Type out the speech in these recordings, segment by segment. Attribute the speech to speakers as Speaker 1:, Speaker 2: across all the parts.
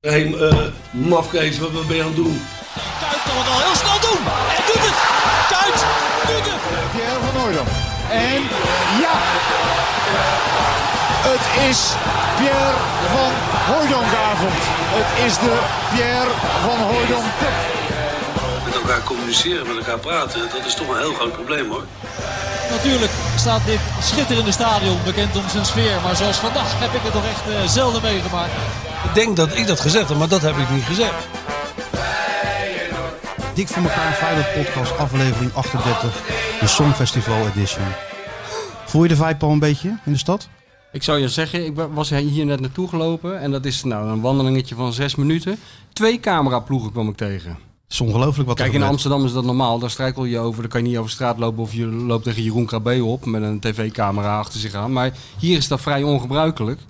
Speaker 1: Hé, hey, eh, mafkees, wat, wat ben je aan het doen?
Speaker 2: Kuit kan het al heel snel doen. En doet het. Kuit doet het.
Speaker 3: Pierre van Hooydonk. En ja! Het is Pierre van Hooydonkavond. Het is de Pierre van Hooydonk Cup.
Speaker 1: Met elkaar communiceren, met elkaar praten, dat is toch een heel groot probleem hoor.
Speaker 2: Natuurlijk staat dit schitterende stadion bekend om zijn sfeer. Maar zoals vandaag heb ik het toch echt eh, zelden meegemaakt.
Speaker 1: Ik denk dat ik dat gezegd heb, maar dat heb ik niet gezegd.
Speaker 4: Dik voor elkaar, Feyenoord podcast, aflevering 38, de Songfestival edition. Voel je de vibe al een beetje in de stad?
Speaker 5: Ik zou je zeggen, ik wa- was hier net naartoe gelopen en dat is nou een wandelingetje van zes minuten. Twee cameraploegen kwam ik tegen.
Speaker 4: Het is ongelooflijk wat er
Speaker 5: Kijk, in
Speaker 4: gebeurt.
Speaker 5: Amsterdam is dat normaal. Daar struikel je over. Dan kan je niet over straat lopen of je loopt tegen Jeroen Krabbe op met een tv-camera achter zich aan. Maar hier is dat vrij ongebruikelijk.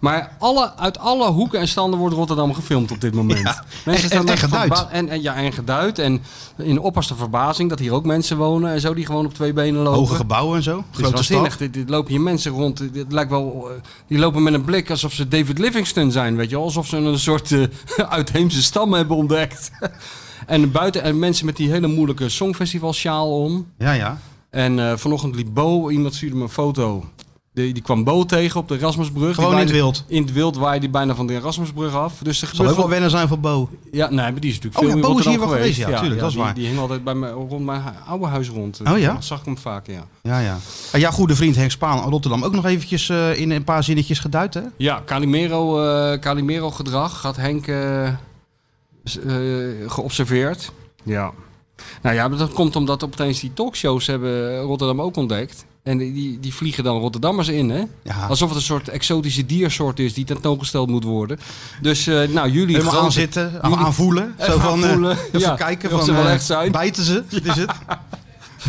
Speaker 5: Maar alle, uit alle hoeken en standen wordt Rotterdam gefilmd op dit moment.
Speaker 4: Ja,
Speaker 5: Mensen
Speaker 4: en-
Speaker 5: staan
Speaker 4: en-
Speaker 5: daar
Speaker 4: en geduid.
Speaker 5: verba- En, en, ja, en geduid. En in opperste verbazing dat hier ook mensen wonen en zo die gewoon op twee benen lopen.
Speaker 4: Hoge gebouwen en zo,
Speaker 5: Het is
Speaker 4: grote
Speaker 5: waanzinnig.
Speaker 4: stad.
Speaker 5: Dit, dit lopen hier mensen rond. Dit, dit lijkt wel, eh, die lopen met een blik alsof ze David Livingston zijn, weet je wel. Alsof ze een soort eh, uitheemse stam hebben ontdekt. en buiten en mensen met die hele moeilijke songfestivalsjaal om.
Speaker 4: Ja, ja.
Speaker 5: En eh, vanochtend liep Bo, iemand stuurde me een foto. Die, die kwam Bo tegen op de Erasmusbrug.
Speaker 4: Gewoon
Speaker 5: Die
Speaker 4: in het
Speaker 5: waaide-
Speaker 4: wild.
Speaker 5: In het wild waaide die bijna van de Erasmusbrug af. Dus er
Speaker 4: Zal
Speaker 5: gebeurt
Speaker 4: ook wel
Speaker 5: van-
Speaker 4: wennen zijn voor Bo.
Speaker 5: Ja, nee, maar die is natuurlijk
Speaker 4: Oh
Speaker 5: veel
Speaker 4: ja,
Speaker 5: in
Speaker 4: Bo is
Speaker 5: Rotterdam
Speaker 4: hier wel
Speaker 5: geweest.
Speaker 4: geweest, ja, tuurlijk, dat is
Speaker 5: die,
Speaker 4: waar.
Speaker 5: Die hing altijd bij mijn, rond mijn hu- oude huis rond.
Speaker 4: Oh ja?
Speaker 5: Dan zag ik hem vaak, ja.
Speaker 4: Ja, ja. En jouw goede vriend Henk Spaan uit Rotterdam ook nog eventjes eh, in een paar zinnetjes geduid, hè?
Speaker 5: Ja, Calimero, eh, Calimero gedrag had Henk eh, s- eh, geobserveerd. Ja. Nou ja, maar dat komt omdat opeens die talkshows hebben Rotterdam ook ontdekt. En die- die, die vliegen dan Rotterdammers in, hè?
Speaker 4: Ja.
Speaker 5: Alsof het een soort exotische diersoort is die tentoongesteld moet worden. Dus, eh, nou, jullie...
Speaker 4: Helemaal
Speaker 5: grote-
Speaker 4: aanzitten, aan-
Speaker 5: jullie-
Speaker 4: aanvoelen.
Speaker 5: Even
Speaker 4: Zo van, eh,
Speaker 5: aanvoelen,
Speaker 4: even
Speaker 5: ja.
Speaker 4: kijken
Speaker 5: Of
Speaker 4: van,
Speaker 5: ze wel
Speaker 4: eh,
Speaker 5: echt zijn.
Speaker 4: bijten ze? Dit is het.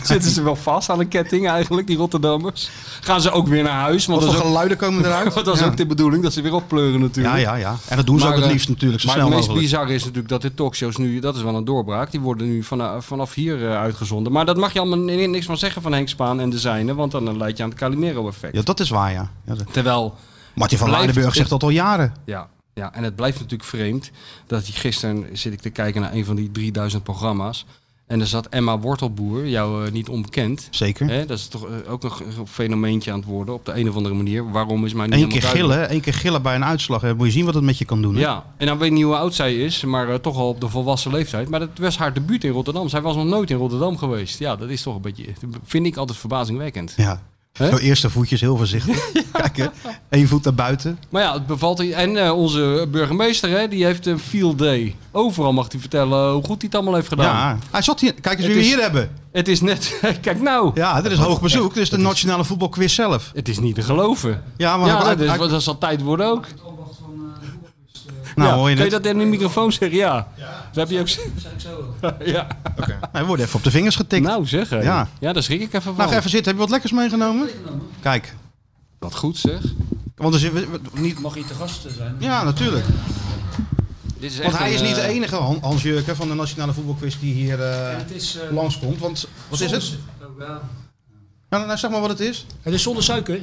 Speaker 5: Zitten ze wel vast aan een ketting eigenlijk, die Rotterdammers? Gaan ze ook weer naar huis? Want
Speaker 4: Wat
Speaker 5: dat
Speaker 4: voor
Speaker 5: is ook,
Speaker 4: geluiden komen eruit?
Speaker 5: want dat is
Speaker 4: ja.
Speaker 5: ook de bedoeling, dat ze weer oppleuren natuurlijk.
Speaker 4: ja, ja, ja. En dat doen ze ook
Speaker 5: eh,
Speaker 4: het liefst natuurlijk, zo
Speaker 5: maar
Speaker 4: snel
Speaker 5: het meest
Speaker 4: mogelijk.
Speaker 5: bizarre is natuurlijk dat de talkshows nu, dat is wel een doorbraak, die worden nu vanaf, vanaf hier eh, uitgezonden. Maar dat mag je allemaal ni- niks van zeggen van Henk Spaan en de zijne, want dan eh, leidt je aan het Calimero-effect.
Speaker 4: Ja, dat is waar, ja. ja dat-
Speaker 5: Terwijl,
Speaker 4: Martin van
Speaker 5: Blijft-
Speaker 4: Waardenburg zegt dat al jaren.
Speaker 5: ja, ja, en het blijft natuurlijk vreemd dat je gisteren zit ik te kijken naar een van die 3000 programma's. En er zat Emma Wortelboer, jou eh, niet onbekend.
Speaker 4: Zeker.
Speaker 5: Hè, dat is toch eh, ook nog een fenomeenetje aan het worden op de een of andere manier. Waarom is mij niet
Speaker 4: Eén
Speaker 5: helemaal
Speaker 4: keer
Speaker 5: duidelijk.
Speaker 4: gillen, één keer gillen bij een uitslag. Hè. Moet je zien wat het met je kan doen. hè?
Speaker 5: Ja, en dan weet ik niet hoe oud zij is, maar eh, toch al op de volwassen leeftijd. Maar dat was haar debuut in Rotterdam. Zij was nog nooit in Rotterdam geweest. Ja, dat is toch een beetje, vind ik altijd verbazingwekkend.
Speaker 4: ja.
Speaker 5: Hè?
Speaker 4: Zo eerste voetjes heel voorzichtig. Kijk, hè. één voet naar buiten.
Speaker 5: Maar ja, het bevalt. En eh, onze burgemeester, hè, die heeft een field day. Overal mag hij vertellen eh, hoe goed hij het allemaal heeft gedaan.
Speaker 4: Ja. Hij zat hier. Kijk eens wie
Speaker 5: Nou. Het
Speaker 4: we
Speaker 5: is-
Speaker 4: hier hebben.
Speaker 5: Het is net, kijk nou,
Speaker 4: Ja, dit is hoog bezoek. Dit is de nationale voetbalquiz zelf.
Speaker 5: het is niet te geloven.
Speaker 4: Ja, maar
Speaker 5: Ja,
Speaker 4: hij-
Speaker 5: dat, is,
Speaker 4: hij-
Speaker 5: dat zal tijd worden ook.
Speaker 4: nou
Speaker 5: Ja,
Speaker 4: hoor je
Speaker 5: Kun
Speaker 4: het.
Speaker 5: je dat in de microfoon zeggen? Ja. Dat heb je ook. ja.
Speaker 4: Hij wordt even op de vingers getikt. Nou,
Speaker 5: Nou zeg. hè.
Speaker 4: Ja.
Speaker 5: Ja. daar schrik ik even van.
Speaker 4: ga even zitten. Heb je wat lekkers meegenomen? Kijk.
Speaker 5: Wat goed zeg.
Speaker 4: Want er zit we- we- niet... Mag hij te gasten zijn? Ja, natuurlijk.
Speaker 5: Dit is
Speaker 4: Want
Speaker 5: echt
Speaker 4: hij
Speaker 5: een,
Speaker 4: is niet de
Speaker 5: eh,
Speaker 4: enige Han- Hans Jurken van de Nationale Voetbalquiz die hier langs komt. langskomt. Want wat is het? Nou, nou, zeg maar wat het is.
Speaker 6: Het is zonder suiker.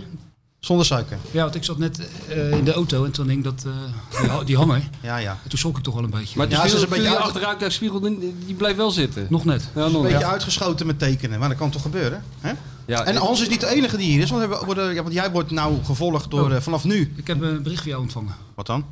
Speaker 4: Zonder suiker.
Speaker 6: Ja, want ik zat net eh, in de auto en toen hing dat, eh, die, ha- die hanger.
Speaker 4: Ja, ja.
Speaker 6: En toen schrok ik toch wel een beetje.
Speaker 5: Maar die
Speaker 4: Ja, ze
Speaker 5: viel,
Speaker 4: is een
Speaker 5: viel
Speaker 4: beetje
Speaker 5: je
Speaker 4: uit-
Speaker 5: achteruit, daar spiegelde, die blijft wel zitten.
Speaker 6: Nog net.
Speaker 5: Ja, nog.
Speaker 4: Een beetje
Speaker 5: Ja.
Speaker 4: uitgeschoten met tekenen, maar dat kan toch gebeuren? Hè?
Speaker 5: Ja,
Speaker 4: en
Speaker 5: ik-
Speaker 4: Hans is niet de enige die hier is, want, we hebben- worden, ja, want jij wordt nou gevolgd door eh, vanaf nu.
Speaker 6: Ik heb een bericht van jou ontvangen.
Speaker 4: Wat dan?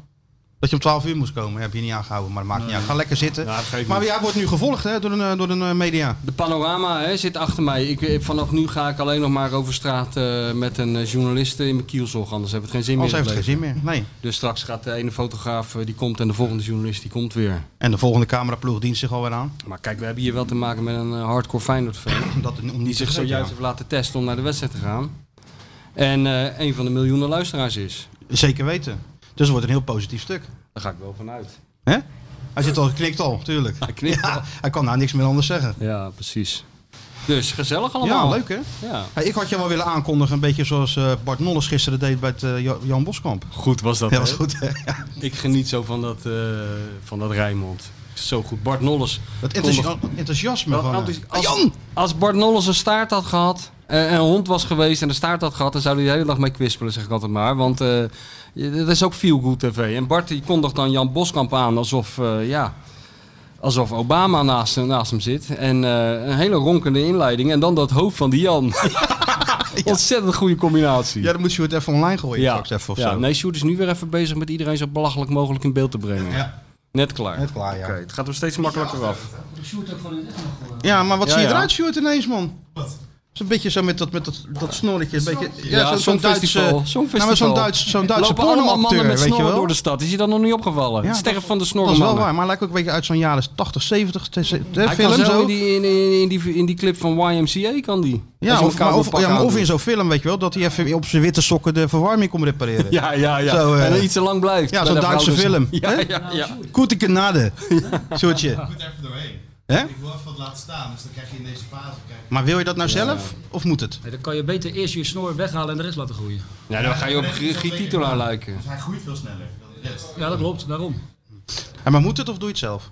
Speaker 4: Dat je om 12 uur moest komen, heb je niet aangehouden, maar dat maakt niet uit. Ga lekker zitten.
Speaker 5: Ja, dat geeft
Speaker 4: maar
Speaker 5: niet.
Speaker 4: jij wordt nu gevolgd hè, door een, eh, door een eh, media.
Speaker 5: De panorama hè, zit achter mij. Ik, eh, vanaf nu ga ik alleen nog maar over straat eh, met een eh, journalist in mijn kielzog. Anders heeft het geen zin
Speaker 4: Hans
Speaker 5: meer.
Speaker 4: heeft
Speaker 5: in
Speaker 4: geen
Speaker 5: het
Speaker 4: zin meer. Nee.
Speaker 5: leven. Dus straks gaat de ene fotograaf eh, die komt en de volgende journalist die komt weer.
Speaker 4: En de volgende cameraploeg dient zich alweer aan.
Speaker 5: Maar kijk, we hebben hier wel te maken met een eh, hardcore Feyenoord fan.
Speaker 4: Dat, om
Speaker 5: Die
Speaker 4: niet te
Speaker 5: zich
Speaker 4: zeggen.
Speaker 5: zojuist heeft laten testen om naar de wedstrijd te gaan. En eh, een van de miljoenen luisteraars is.
Speaker 4: Zeker weten. Dus het wordt een heel positief stuk.
Speaker 5: Daar ga ik wel van uit.
Speaker 4: Hè? Hij zit al geknikt al, tuurlijk.
Speaker 5: Hij knikt
Speaker 4: Ja,
Speaker 5: al.
Speaker 4: hij kan nou niks meer anders zeggen.
Speaker 5: Ja, precies. Dus gezellig allemaal.
Speaker 4: Ja, leuk hè?
Speaker 5: Ja.
Speaker 4: Hey, ik had je wel willen aankondigen, een beetje zoals eh, Bart Nolles gisteren deed bij het, eh, Jo- Jan Boskamp.
Speaker 5: Goed was dat.
Speaker 4: Dat was goed hè? Ja.
Speaker 5: Ik geniet zo van dat, eh van dat Rijnmond. Zo goed. Bart Nolles.
Speaker 4: Dat
Speaker 5: kondigt-
Speaker 4: enthousi- enthousiasme
Speaker 5: Wel
Speaker 4: van... eh,
Speaker 5: enthousi- als,
Speaker 4: Jan!
Speaker 5: als Bart Nolles een staart had gehad, eh, en een hond was geweest en een staart had gehad, dan zou hij de hele dag mee kwispelen, zeg ik altijd maar. Want eh, je- dat is ook feel good tv. En Bart die kondigt dan Jan Boskamp aan alsof, eh, ja, alsof Obama naast, naast hem zit. En eh, een hele ronkende inleiding. En dan dat hoofd van die Jan. Ontzettend goede combinatie.
Speaker 4: Ja, dan moet je het even online gooien straks even of
Speaker 5: ja.
Speaker 4: zo.
Speaker 5: Nee, Sjoerd is nu weer even bezig met iedereen zo belachelijk mogelijk in beeld te brengen.
Speaker 4: Ja.
Speaker 5: Net klaar.
Speaker 4: Net klaar, ja.
Speaker 5: Oké, het gaat er steeds makkelijker af.
Speaker 6: Sjoerd ook gewoon in echt nog. eh,
Speaker 4: Ja, maar wat
Speaker 5: Ja,
Speaker 4: zie je
Speaker 5: ja.
Speaker 4: eruit, Sjoerd, ineens, man? Wat? Zo'n beetje zo met dat, met dat, dat snorretje. Een beetje, ja,
Speaker 5: Ja,
Speaker 4: zo'n- zo'n Duitse,
Speaker 5: songfestival, songfestival.
Speaker 4: nou, maar zo'n Duits, zo'n Duitse
Speaker 5: Lopen allemaal mannen
Speaker 4: pornoacteur,
Speaker 5: met
Speaker 4: weet je
Speaker 5: snorren
Speaker 4: wel?
Speaker 5: door de stad. Is je dan nog niet opgevallen?
Speaker 4: Ja,
Speaker 5: het sterf van de
Speaker 4: dat is wel
Speaker 5: snorrenmannen.
Speaker 4: waar, maar hij lijkt ook een beetje uit zo'n jaren 80, 70 te- te- hè,
Speaker 5: Hij
Speaker 4: film
Speaker 5: kan zo
Speaker 4: zo.
Speaker 5: in die, in, in, in die, in die clip van YMCA kan die.
Speaker 4: Ja,
Speaker 5: Zo'n
Speaker 4: of, maar of,
Speaker 5: cowboypak
Speaker 4: ja, maar of
Speaker 5: aandoen.
Speaker 4: in zo'n film, weet je wel, dat hij even op zijn witte sokken de verwarming kon repareren.
Speaker 5: Ja, ja, ja.
Speaker 4: Zo, eh,
Speaker 5: en dan iets te lang blijft.
Speaker 4: ja,
Speaker 5: Bij
Speaker 4: zo'n
Speaker 5: de
Speaker 4: Duitse
Speaker 5: vrouw
Speaker 4: film,
Speaker 5: dus. Ja,
Speaker 4: hè?
Speaker 5: ja, ja.
Speaker 4: Koete genade, soortje.
Speaker 7: moet even doorheen.
Speaker 4: Hè?
Speaker 7: Ik wil even wat laten staan, dus dan krijg je in deze fase. Krijg je...
Speaker 4: Maar wil je dat nou zelf, of moet het?
Speaker 6: Nee, dan kan je beter eerst je snor weghalen en de rest laten groeien.
Speaker 5: Ja, dan ga je op Gitito aan lijken.
Speaker 7: Dus hij groeit veel sneller dan de rest.
Speaker 6: Ja, dat klopt. Daarom.
Speaker 4: Ja, maar moet het of doe je het zelf?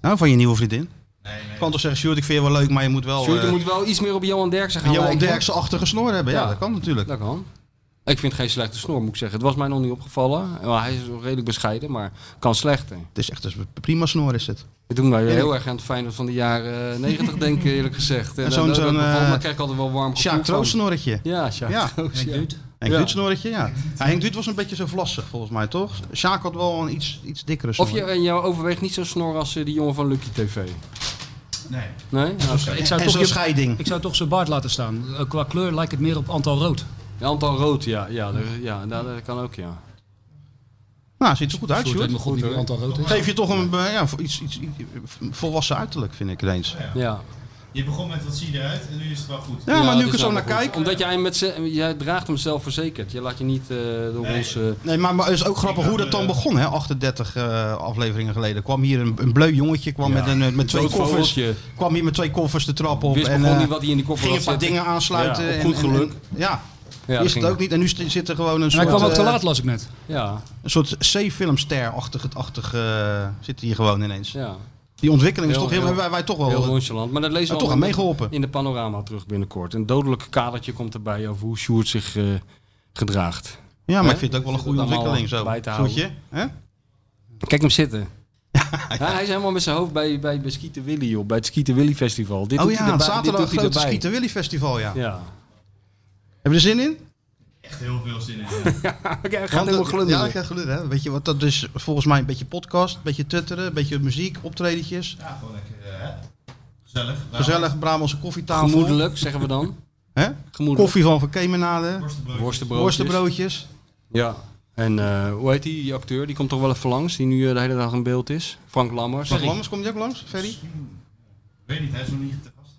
Speaker 4: Nou, van je nieuwe vriendin.
Speaker 7: Nee, nee.
Speaker 4: Ik kan toch zeggen, Sjoerd, ik vind je wel leuk, maar je moet wel...
Speaker 5: Sjoerd, je
Speaker 4: eh,
Speaker 5: moet wel iets meer op Johan Derksen gaan
Speaker 4: Johan
Speaker 5: lijken.
Speaker 4: Derksen-achtige snor hebben. Ja,
Speaker 5: Ja.
Speaker 4: dat kan natuurlijk.
Speaker 5: Dat kan. Ik vind geen slechte snor, moet ik zeggen. Het was mij nog niet opgevallen. Maar hij is redelijk bescheiden, maar kan slechter.
Speaker 4: Het is echt een prima snor is het.
Speaker 5: Dit doen wij heel erg aan het Feyenoord van de jaren eh, 90 denken, eerlijk gezegd. En,
Speaker 4: En zo'n-
Speaker 5: dat- dat
Speaker 4: zo'n,
Speaker 5: bevalt me,
Speaker 4: eh,
Speaker 5: krijg ik altijd wel warm gevoel
Speaker 4: Sjaak
Speaker 5: van.
Speaker 4: Troost snorretje.
Speaker 5: Ja, Sjaak
Speaker 4: Ja.
Speaker 5: Troost, ja.
Speaker 4: Henk
Speaker 5: Ja.
Speaker 4: Duut snorretje, ja. ja. Henk Duut was een beetje zo vlassig volgens mij, toch? Sjaak had wel een iets, iets dikkere snor.
Speaker 5: Of je, en jou overweegt niet zo'n snor als eh, die jongen van Lucky TV?
Speaker 7: nee.
Speaker 5: Nee? Nou, oké.
Speaker 6: Ik zou,
Speaker 4: en
Speaker 6: toch
Speaker 4: zo'n
Speaker 6: je,
Speaker 4: scheiding.
Speaker 6: ik zou toch zijn baard laten staan. Eh, Qua kleur lijkt het meer op Antal Rood.
Speaker 5: Ja, Anton Rood, ja. Ja, dat, ja, dat, dat kan ook, ja.
Speaker 4: Nou, ziet er goed uit,
Speaker 6: Sjoerd weet
Speaker 4: Sjoerd.
Speaker 6: me goed niet wie Antal Rood is.
Speaker 4: Geef je toch een eh, ja, iets, iets, iets volwassen uiterlijk, vind ik ineens.
Speaker 5: Ja,
Speaker 7: Je begon met wat zie je eruit en nu is het wel goed.
Speaker 4: Ja, maar
Speaker 5: het
Speaker 4: nu
Speaker 5: is
Speaker 4: ik er zo
Speaker 5: wel
Speaker 4: naar
Speaker 5: goed.
Speaker 4: kijk...
Speaker 5: Omdat jij, met z'n- jij draagt hem zelfverzekerd. Je laat je niet eh, door ons... eh,
Speaker 4: Nee, maar, maar het is ook grappig hoe dat dan begon, hè? 38 eh, afleveringen geleden. Kwam hier een, een bleu jongetje, kwam met, een, eh, met twee
Speaker 5: dood
Speaker 4: koffers.
Speaker 5: vogeltje.
Speaker 4: Kwam hier met twee koffers de trap op.
Speaker 5: Wist
Speaker 4: en,
Speaker 5: begon
Speaker 4: eh,
Speaker 5: niet wat hij in die koffer
Speaker 4: Ging
Speaker 5: had
Speaker 4: een paar
Speaker 5: zitten.
Speaker 4: dingen aansluiten.
Speaker 5: Ja, op
Speaker 4: en-
Speaker 5: goed
Speaker 4: en- en-
Speaker 5: geluk.
Speaker 4: ja,
Speaker 5: Ja, dat
Speaker 4: wist
Speaker 5: ging-
Speaker 4: het ook niet. En nu st- zit er gewoon een
Speaker 6: Hij
Speaker 4: soort,
Speaker 6: kwam ook te
Speaker 4: eh,
Speaker 6: laat, las ik net.
Speaker 5: Ja,
Speaker 4: een soort C-filmster-achtig achtig, eh, zit hier gewoon ineens.
Speaker 5: ja.
Speaker 4: Die ontwikkeling is
Speaker 5: Heel-
Speaker 4: toch heel,
Speaker 5: heel-
Speaker 4: wij, wij toch
Speaker 5: Heel
Speaker 4: wel.
Speaker 5: nonchalant. Maar dat lezen we
Speaker 4: En toch aan
Speaker 5: allemaal
Speaker 4: meegeholpen.
Speaker 5: in de panorama terug binnenkort. Een dodelijk kadertje komt erbij over hoe Sjoerd zich eh, gedraagt.
Speaker 4: Ja, maar
Speaker 5: Hè?
Speaker 4: ik vind het ook wel een goede
Speaker 5: Om allemaal
Speaker 4: ontwikkeling zo.
Speaker 5: bij te
Speaker 4: Zoetje, hè?
Speaker 5: Kijk hem zitten. Ja, hij is helemaal met zijn hoofd bij, bij, bij Skieten Willy op, bij het Skieten Willy Festival. Dit
Speaker 4: Oh
Speaker 5: doet hij
Speaker 4: ja,
Speaker 5: erbij,
Speaker 4: zaterdag
Speaker 5: dit doet hij
Speaker 4: grote
Speaker 5: erbij.
Speaker 4: Schieten Willy Festival, ja. Heb
Speaker 5: Ja.
Speaker 4: je er zin in?
Speaker 7: Echt heel veel zin in.
Speaker 5: Hij gaat
Speaker 4: Want
Speaker 5: helemaal
Speaker 4: dat- Ja,
Speaker 5: glunderen.
Speaker 4: ik ga glunderen. hè. Weet je wat, dat is volgens mij een beetje podcast, een beetje tutteren, een beetje muziek, optredetjes.
Speaker 7: Ja, gewoon lekker. eh, hè? Gezellig.
Speaker 4: Gezellig, Brabantse koffietafel.
Speaker 5: Gemoedelijk, zeggen we dan.
Speaker 4: Hè?
Speaker 5: Gemoedelijk.
Speaker 4: Koffie van Van Kemenade,
Speaker 7: Worstenbroodjes.
Speaker 5: Worstenbroodjes.
Speaker 4: worstenbroodjes.
Speaker 5: Ja. En eh, hoe heet die, die acteur? Die komt toch wel even langs, die nu eh, de hele dag in beeld is. Frank Lammers.
Speaker 4: Frank Lammers, komt die ook langs, Ferry?
Speaker 7: Weet niet, hij is nog niet te gast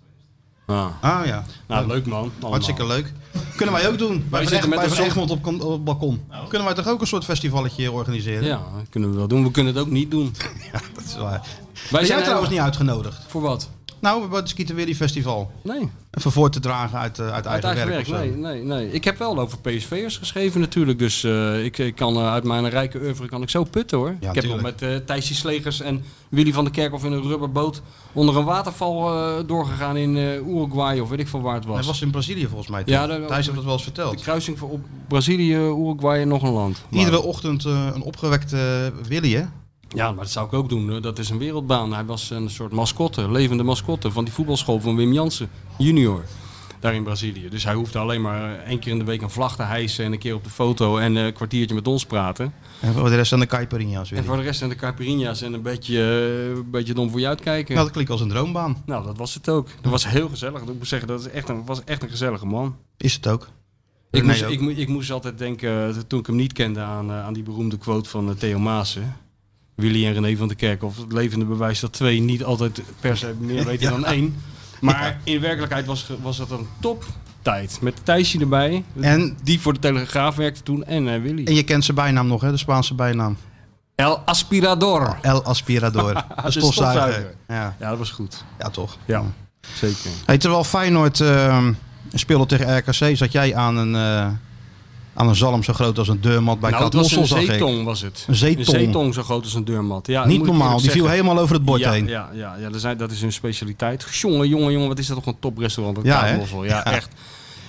Speaker 7: geweest.
Speaker 5: Ah.
Speaker 4: Ah ja.
Speaker 5: Nou, leuk man. Allemaal.
Speaker 4: Hartstikke leuk. Kunnen wij ook doen. Wij
Speaker 5: zitten
Speaker 4: zitten
Speaker 5: met
Speaker 4: met
Speaker 5: een Oh.
Speaker 4: Van Egmond op, kan- op het balkon. Kunnen wij toch ook een soort festivalletje organiseren?
Speaker 5: Ja, dat kunnen we wel doen. We kunnen het ook niet doen.
Speaker 4: Dat is waar.
Speaker 5: Wij
Speaker 4: Ben jij
Speaker 5: zijn
Speaker 4: trouwens niet uitgenodigd?
Speaker 5: Voor wat?
Speaker 4: Nou, bij het Skieten Willy Festival.
Speaker 5: Nee.
Speaker 4: Even voor te dragen uit, eh, uit
Speaker 5: Uit
Speaker 4: eigen,
Speaker 5: eigen
Speaker 4: werk.
Speaker 5: werk,
Speaker 4: of zo.
Speaker 5: nee, nee, nee. Ik heb wel over PSV'ers geschreven natuurlijk, dus eh, ik, ik kan eh, uit mijn rijke oeuvre kan ik zo putten hoor. ik heb nog
Speaker 4: tuurlijk.
Speaker 5: met eh Thijsje Slegers en Willy van der Kerkhoff in een rubberboot onder een waterval eh, doorgegaan in eh, Uruguay of weet ik veel waar het was.
Speaker 4: Hij was in Brazilië volgens mij.
Speaker 5: Ja,
Speaker 4: Ja,
Speaker 5: dat-
Speaker 4: Thijs heeft dat wel eens verteld.
Speaker 5: De kruising van op Brazilië, Uruguay en nog een land. Maar-
Speaker 4: Iedere ochtend eh, een opgewekte eh, Willy, hè?
Speaker 5: Ja, maar dat zou ik ook doen. hè. Dat is een wereldbaan. Hij was een soort mascotte, levende mascotte van die voetbalschool van Wim Jansen, junior. Daar in Brazilië. Dus hij hoefde alleen maar eh, één keer in de week een vlag te hijsen en een keer op de foto en eh, een kwartiertje met ons praten.
Speaker 4: En voor de rest aan de Caipirinha's,
Speaker 5: En
Speaker 4: Willy.
Speaker 5: voor de rest zijn de Caipirinha's en een beetje, eh, een beetje dom voor je
Speaker 4: Nou,
Speaker 5: uitkijken. Nou,
Speaker 4: dat klinkt als een droombaan.
Speaker 5: dat was het ook. Dat was heel gezellig. Ik moet zeggen, dat is echt een, was echt een gezellige man.
Speaker 4: Is het ook.
Speaker 5: Ik
Speaker 4: René
Speaker 5: moest,
Speaker 4: ook.
Speaker 5: ik, mo- ik moest altijd denken, eh, toen ik hem niet kende, aan, eh, aan die beroemde quote van eh, Theo Maassen. Willy en René van der Kerkhoff. Het levende bewijs dat twee niet altijd per se meer weten dan één. Maar in werkelijkheid was, ge- was dat een toptijd. Met Thijsje erbij,
Speaker 4: En,
Speaker 5: die voor de Telegraaf werkte toen, en eh, Willy.
Speaker 4: en je kent zijn bijnaam nog, hè? De Spaanse bijnaam.
Speaker 5: El Aspirador.
Speaker 4: El Aspirador.
Speaker 5: de
Speaker 4: de
Speaker 5: stofzuiger.
Speaker 4: stofzuiger. Ja.
Speaker 5: Ja, dat was goed.
Speaker 4: ja, toch.
Speaker 5: Ja, zeker.
Speaker 4: ehm, Hey, terwijl Feyenoord eh, speelde tegen RKC, zat jij aan een, eh, Aan een zalm zo groot als een deurmat bij
Speaker 5: nou,
Speaker 4: nou,
Speaker 5: het was een
Speaker 4: zag ik.
Speaker 5: zeetong was het.
Speaker 4: Een zeetong.
Speaker 5: Een zeetong zo groot als een deurmat. Ja,
Speaker 4: Niet
Speaker 5: moet ik
Speaker 4: normaal,
Speaker 5: eerlijk
Speaker 4: die viel
Speaker 5: zeggen.
Speaker 4: helemaal over het bord heen.
Speaker 5: Ja, ja, ja, ja dat, zijn, dat is hun specialiteit. Jongen, jongen, jongen, wat is dat toch een toprestaurant? een
Speaker 4: Ja, hè?
Speaker 5: tafelmossel. Ja, echt.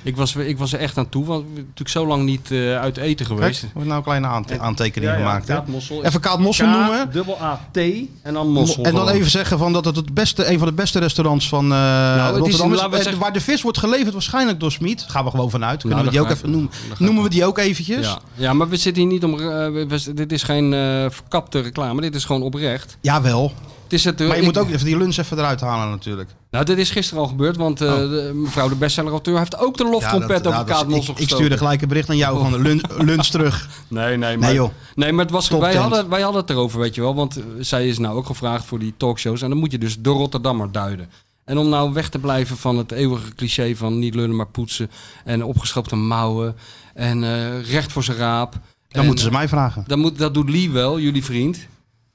Speaker 5: Ik was, er- ik was er echt aan toe, want ik ben natuurlijk zo lang niet eh, uit eten
Speaker 4: Kijk,
Speaker 5: geweest.
Speaker 4: we hebben nou een kleine aante- aantekening gemaakt. hè?
Speaker 5: Kaatmossel.
Speaker 4: Even Kaat Mossel noemen.
Speaker 5: dubbel A-T en dan mossel.
Speaker 4: En dan
Speaker 5: gewoon.
Speaker 4: even zeggen van dat het, het beste, een van de beste restaurants van eh,
Speaker 5: Nou, het is-
Speaker 4: Rotterdam is.
Speaker 5: laten we
Speaker 4: Eh,
Speaker 5: zeggen-
Speaker 4: Waar de vis wordt geleverd waarschijnlijk door Smit. Gaan we gewoon vanuit. Kunnen
Speaker 5: Nou,
Speaker 4: we die
Speaker 5: dat
Speaker 4: ook
Speaker 5: gaat-
Speaker 4: even noemen.
Speaker 5: dat gaat
Speaker 4: Noemen we die ook eventjes?
Speaker 5: Ja. ja, maar we zitten hier niet om... eh, we- we- dit is geen eh, verkapte reclame, dit is gewoon oprecht.
Speaker 4: Jawel.
Speaker 5: Het is het,
Speaker 4: Maar je
Speaker 5: ik-
Speaker 4: moet ook even die lunch even eruit halen natuurlijk.
Speaker 5: Nou, dit is gisteren al gebeurd, want eh,
Speaker 4: Oh.
Speaker 5: de, mevrouw de bestseller-auteur heeft ook de
Speaker 4: Ja, dat-
Speaker 5: loftrompet
Speaker 4: ja,
Speaker 5: over
Speaker 4: dat-
Speaker 5: Kaat Mossel
Speaker 4: ik, ik stuurde gelijk een bericht aan jou
Speaker 5: Oh.
Speaker 4: van de lunch, lunch terug.
Speaker 5: Nee, nee, maar,
Speaker 4: Nee, joh.
Speaker 5: Nee, maar het was,
Speaker 4: Top
Speaker 5: wij,
Speaker 4: tent.
Speaker 5: hadden, wij hadden het erover, weet je wel. Want eh, zij is nou ook gevraagd voor die talkshows. En dan moet je dus de Rotterdammer duiden. En om nou weg te blijven van het eeuwige cliché van niet lullen maar poetsen. En opgeschopte mouwen. En eh, recht voor zijn raap.
Speaker 4: Dan moeten ze mij vragen.
Speaker 5: Dat, moet, dat doet Lee wel, jullie vriend.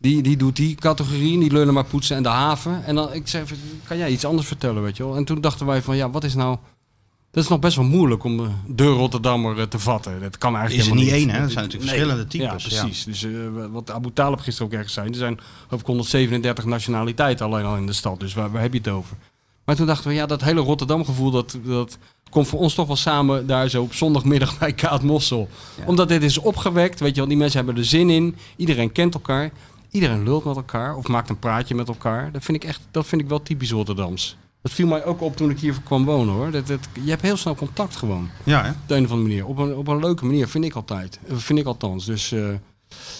Speaker 5: Die, die doet die categorie, niet lullen maar poetsen en de haven. En dan, ik zeg, even, kan jij iets anders vertellen, weet je wel? En toen dachten wij van, ja, wat is nou... Dat is nog best wel moeilijk om eh, de Rotterdammer eh, te vatten. Dat kan
Speaker 4: Is
Speaker 5: eigenlijk
Speaker 4: er niet
Speaker 5: helemaal
Speaker 4: één, hè? Er zijn natuurlijk
Speaker 5: Nee.
Speaker 4: verschillende types.
Speaker 5: Ja, precies. Dus eh, wat Abu Talib gisteren ook ergens zijn. Er zijn over 137 nationaliteiten alleen al in de stad. Dus waar, waar heb je het over? Maar toen dachten we, ja, dat hele Rotterdam gevoel, dat, dat komt voor ons toch wel samen daar zo op zondagmiddag bij Kaat Mossel. Omdat dit is opgewekt, weet je wel, die mensen hebben er zin in. Iedereen kent elkaar. Iedereen lult met elkaar of maakt een praatje met elkaar. Dat vind ik echt, dat vind ik wel typisch Rotterdams. Dat viel mij ook op toen ik hier kwam wonen hoor. Dat, dat, je hebt heel snel contact gewoon.
Speaker 4: Ja, hè?
Speaker 5: Op de een of andere manier. Op een, op een leuke manier, vind ik altijd. Eh, Vind ik althans. Dus eh,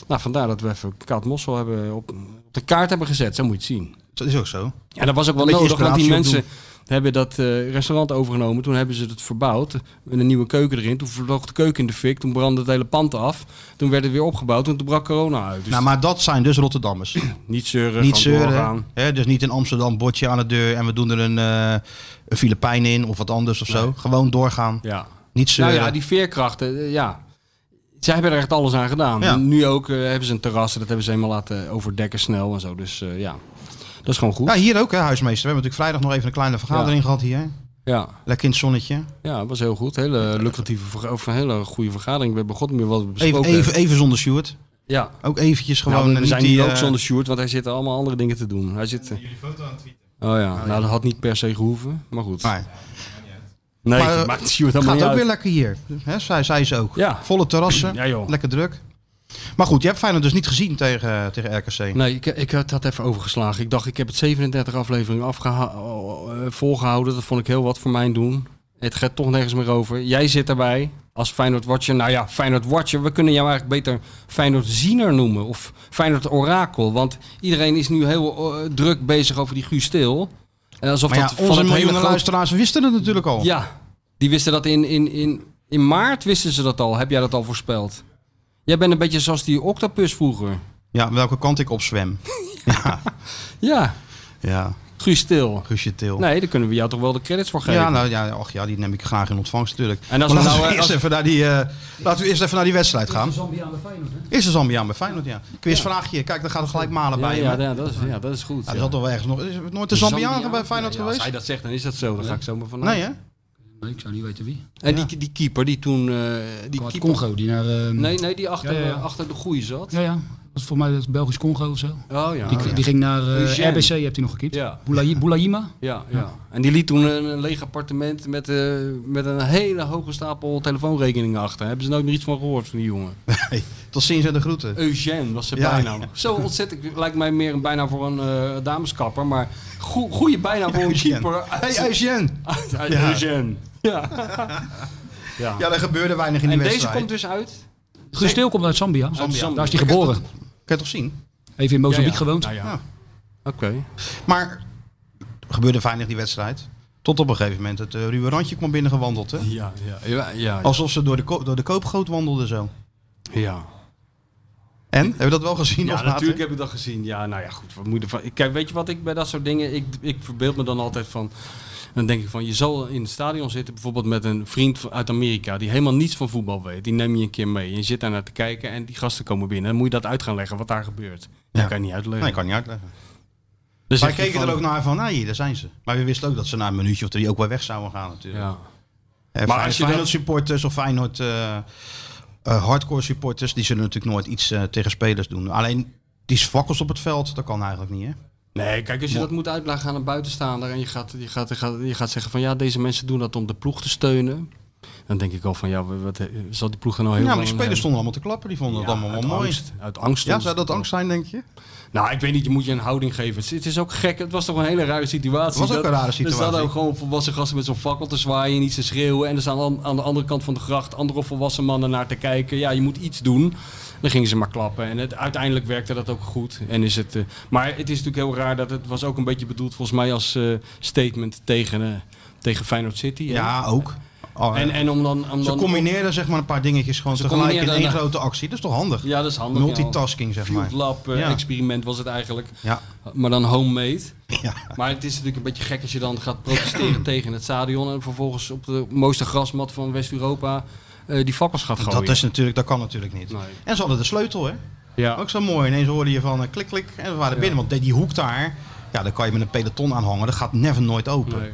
Speaker 5: nou, vandaar dat we even Kaat Mossel hebben op, op de kaart hebben gezet. Zo moet je het zien.
Speaker 4: Dat is ook zo.
Speaker 5: Ja, dat was ook wel
Speaker 4: Een beetje
Speaker 5: nodig, want die
Speaker 4: inspiratie
Speaker 5: mensen hebben dat eh, restaurant overgenomen. Toen hebben ze het verbouwd, met een nieuwe keuken erin. Toen vloog de keuken in de fik, toen brandde het hele pand af. Toen werd het weer opgebouwd en toen brak corona uit. Dus
Speaker 4: Nou, maar dat zijn dus Rotterdammers.
Speaker 5: niet zeuren,
Speaker 4: niet
Speaker 5: gewoon doorgaan.
Speaker 4: zeuren. Hè? Dus niet in Amsterdam bordje aan de deur en we doen er een, eh een Filipijn in of wat anders of zo. Gewoon doorgaan.
Speaker 5: Ja.
Speaker 4: Niet zeuren.
Speaker 5: Nou ja, die veerkrachten, eh, ja. Zij hebben er echt alles aan gedaan.
Speaker 4: Ja.
Speaker 5: Nu ook eh, hebben ze een terras, dat hebben ze helemaal laten overdekken snel en zo. Dus eh, ja, dat is gewoon goed.
Speaker 4: Ja, hier ook, hè, huismeester. We hebben natuurlijk vrijdag nog even een kleine vergadering gehad hier.
Speaker 5: Ja,
Speaker 4: Lekker in het zonnetje.
Speaker 5: ja, dat was heel goed. Hele lucratieve, verga- of een hele goede vergadering. We hebben god niet meer wat we besproken
Speaker 4: Even, even, even zonder Stuart.
Speaker 5: hebben. Ja.
Speaker 4: Ook eventjes gewoon.
Speaker 5: nou, we
Speaker 4: niet
Speaker 5: zijn
Speaker 4: die,
Speaker 5: nu ook
Speaker 4: eh,
Speaker 5: zonder Sjoerd, want hij zit er allemaal andere dingen te doen. Hij zit... eh,
Speaker 7: Jullie foto aan het tweeten.
Speaker 5: Oh ja, nou dat had niet per se gehoeven, maar goed.
Speaker 4: maar
Speaker 5: nee,
Speaker 4: maar, eh,
Speaker 5: maakt Sjoerd helemaal
Speaker 4: gaat
Speaker 5: niet
Speaker 4: ook weer
Speaker 5: uit.
Speaker 4: lekker hier. Hè, zei, zei ze ook.
Speaker 5: Ja.
Speaker 4: Volle terrassen.
Speaker 5: Ja, joh.
Speaker 4: Lekker druk. Maar goed, je hebt Feyenoord dus niet gezien tegen, tegen RKC.
Speaker 5: Nee, ik, ik had dat even overgeslagen. Ik dacht, ik heb het 37 afleveringen afgeha- oh, eh, volgehouden. Dat vond ik heel wat voor mijn doen. Het gaat toch nergens meer over. Jij zit erbij als Feyenoord Watcher. Nou ja, Feyenoord Watcher. We kunnen jou eigenlijk beter Feyenoord Ziener noemen. Of Feyenoord Orakel. Want iedereen is nu heel eh, druk bezig over die Guus Stil. En alsof
Speaker 4: maar ja,
Speaker 5: dat van
Speaker 4: onze
Speaker 5: het hele
Speaker 4: miljoenen
Speaker 5: grote-
Speaker 4: luisteraars wisten het natuurlijk al.
Speaker 5: Ja, die wisten dat in, in, in, in maart wisten ze dat al. Heb jij dat al voorspeld? Jij bent een beetje zoals die octopus vroeger.
Speaker 4: Ja, welke kant ik op zwem. ja.
Speaker 5: Ja,
Speaker 4: ja,
Speaker 5: Guus Stil.
Speaker 4: Guusje Til.
Speaker 5: Nee, daar kunnen we jou toch wel de credits voor geven.
Speaker 4: Ja, nou ja, ach, ja, die neem ik graag in ontvangst natuurlijk.
Speaker 5: En als
Speaker 4: Maar laten,
Speaker 5: we nou,
Speaker 4: we
Speaker 5: eh,
Speaker 4: eerst
Speaker 5: als-
Speaker 4: even naar die, eh, laten we eerst even naar die wedstrijd gaan.
Speaker 6: Zambia aan Feyenoord, hè?
Speaker 4: Eerst de Zambia bij Feyenoord, ja. Quizvraagje. Kijk, dan gaat het gelijk malen
Speaker 5: ja,
Speaker 4: bij
Speaker 5: ja,
Speaker 4: je.
Speaker 5: ja, dat is, ja, dat is goed.
Speaker 4: Ja,
Speaker 5: ja.
Speaker 4: er zat al wel ergens nog. Is er nooit de Zambiaan bij Feyenoord
Speaker 5: Ja,
Speaker 4: geweest?
Speaker 5: Als hij dat zegt, dan is dat zo. Dan ga ik zo maar vanuit.
Speaker 4: Nee, hè?
Speaker 6: Nee, ik zou niet weten wie.
Speaker 5: En die, die keeper die toen... eh, die
Speaker 6: Qua
Speaker 5: keeper,
Speaker 6: Congo, die naar... eh,
Speaker 5: Nee, nee, die achter,
Speaker 6: Ja, ja, ja.
Speaker 5: achter de groei zat.
Speaker 6: Ja, ja. Dat was voor mij dat Belgisch Congo of zo.
Speaker 5: Oh ja.
Speaker 6: Die, die ging naar eh,
Speaker 5: Eugène.
Speaker 6: RBC, heeft hij nog gekiept.
Speaker 5: Ja.
Speaker 6: Boulayi- Boulayima.
Speaker 5: Ja, ja. En die liet toen een, een leeg appartement met, eh, met een hele hoge stapel telefoonrekeningen achter. Hebben ze nooit meer iets van gehoord van die jongen.
Speaker 4: Hey, tot ziens en de groeten.
Speaker 5: Eugène was zijn
Speaker 4: Ja.
Speaker 5: bijnaam. Zo ontzettend. Lijkt mij meer een bijnaam voor een eh, dameskapper. Maar goe- goede bijnaam voor een
Speaker 4: Eugène.
Speaker 5: keeper.
Speaker 4: Hey, Eugène.
Speaker 5: Uit- uit
Speaker 4: Ja.
Speaker 5: Eugène. Ja. ja.
Speaker 4: Ja, er gebeurde weinig in die
Speaker 5: En deze
Speaker 4: wedstrijd.
Speaker 5: komt dus uit?
Speaker 6: Guus Til komt uit Zambia.
Speaker 5: Zambia.
Speaker 6: Daar is hij geboren.
Speaker 4: Kan je toch zien?
Speaker 6: Even in Mozambique gewoond.
Speaker 5: Nou ja.
Speaker 4: Ja.
Speaker 5: Oké.
Speaker 4: Maar er gebeurde weinig die wedstrijd. Tot op een gegeven moment het eh, ruwe randje kwam binnengewandeld. Hè?
Speaker 5: Ja, ja, ja, ja,
Speaker 4: Alsof ze door de, ko- door de koopgoot wandelden zo.
Speaker 5: ja.
Speaker 4: En? Hebben we dat wel gezien? of
Speaker 5: Ja,
Speaker 4: later?
Speaker 5: natuurlijk heb ik dat gezien. Ja, nou ja, goed. Wat moet je ervan- Ik- Kijk, weet je wat ik bij dat soort dingen... Ik, ik verbeeld me dan altijd van... Dan denk ik van, je zal in het stadion zitten... bijvoorbeeld met een vriend van- uit Amerika... die helemaal niets van voetbal weet. Die neem je een keer mee. Je zit daar naar te kijken en die gasten komen binnen. Dan moet je dat uit gaan leggen, wat daar gebeurt.
Speaker 4: Ja.
Speaker 5: Dat kan je niet uitleggen.
Speaker 4: Nee, kan niet uitleggen.
Speaker 5: Dus
Speaker 4: Wij keken er ook naar van, nou hier, daar zijn ze. Maar we wisten ook dat ze na een minuutje of drie ook weer weg zouden gaan natuurlijk.
Speaker 5: Ja.
Speaker 4: En Eh,
Speaker 5: Maar
Speaker 4: Fey-
Speaker 5: als je
Speaker 4: Feyenoord
Speaker 5: dat-
Speaker 4: supporters of Feyenoord eh, eh, hardcore supporters, die zullen natuurlijk nooit iets eh, tegen spelers doen. Alleen die svakkels op het veld, dat kan eigenlijk niet, hè?
Speaker 5: Nee, kijk, als je dat moet uitleggen aan een buitenstaander en je gaat, je, gaat, je, gaat, je gaat zeggen van ja, deze mensen doen dat om de ploeg te steunen. Dan denk ik al van ja, wat, zal die ploeg er nou heel
Speaker 4: ja, maar
Speaker 5: veel
Speaker 4: die
Speaker 5: aan
Speaker 4: spelers
Speaker 5: hebben?
Speaker 4: stonden allemaal te klappen, die vonden
Speaker 5: Ja,
Speaker 4: het allemaal
Speaker 5: uit
Speaker 4: wel mooi.
Speaker 5: angst. Uit angst.
Speaker 4: Ja,
Speaker 5: om-
Speaker 4: zou dat angst zijn, denk je?
Speaker 5: Nou, ik weet niet, je moet je een houding geven. Het is, het is ook gek, het was toch een hele rare situatie.
Speaker 4: Het was ook een rare
Speaker 5: Er
Speaker 4: situatie.
Speaker 5: staan ook gewoon volwassen gasten met zo'n fakkel te zwaaien en iets te schreeuwen. En er staan aan, aan de andere kant van de gracht andere volwassen mannen naar te kijken. Ja, je moet iets doen. Dan gingen ze maar klappen. En het, uiteindelijk werkte dat ook goed. En is het, eh, maar het is natuurlijk heel raar dat het was ook een beetje bedoeld volgens mij als eh, statement tegen, eh, tegen Feyenoord City. hè?
Speaker 4: Ja, ook. Oh,
Speaker 5: En, en om dan... Om
Speaker 4: ze
Speaker 5: dan
Speaker 4: combineerden zeg maar een paar dingetjes gewoon
Speaker 5: Ze
Speaker 4: tegelijk in
Speaker 5: combineerden
Speaker 4: één
Speaker 5: dan-
Speaker 4: grote actie. Dat is toch handig?
Speaker 5: ja, dat is handig.
Speaker 4: Multitasking,
Speaker 5: ja.
Speaker 4: zeg maar.
Speaker 5: Field lab eh,
Speaker 4: Ja.
Speaker 5: experiment was het eigenlijk.
Speaker 4: Ja,
Speaker 5: Maar dan homemade.
Speaker 4: ja.
Speaker 5: Maar het is natuurlijk een beetje gek als je dan gaat protesteren tegen het stadion en vervolgens op de mooiste grasmat van West-Europa eh, die fakkels gaat gooien.
Speaker 4: Dat, is natuurlijk, dat kan natuurlijk niet.
Speaker 5: Nee.
Speaker 4: En ze hadden de sleutel, hè?
Speaker 5: ja.
Speaker 4: Ook zo mooi. Ineens hoorde je van eh, klik, klik. En we waren binnen. Want die- die hoek daar, ja, daar kan je met een peloton aan hangen. Dat gaat never nooit open.
Speaker 5: Nee.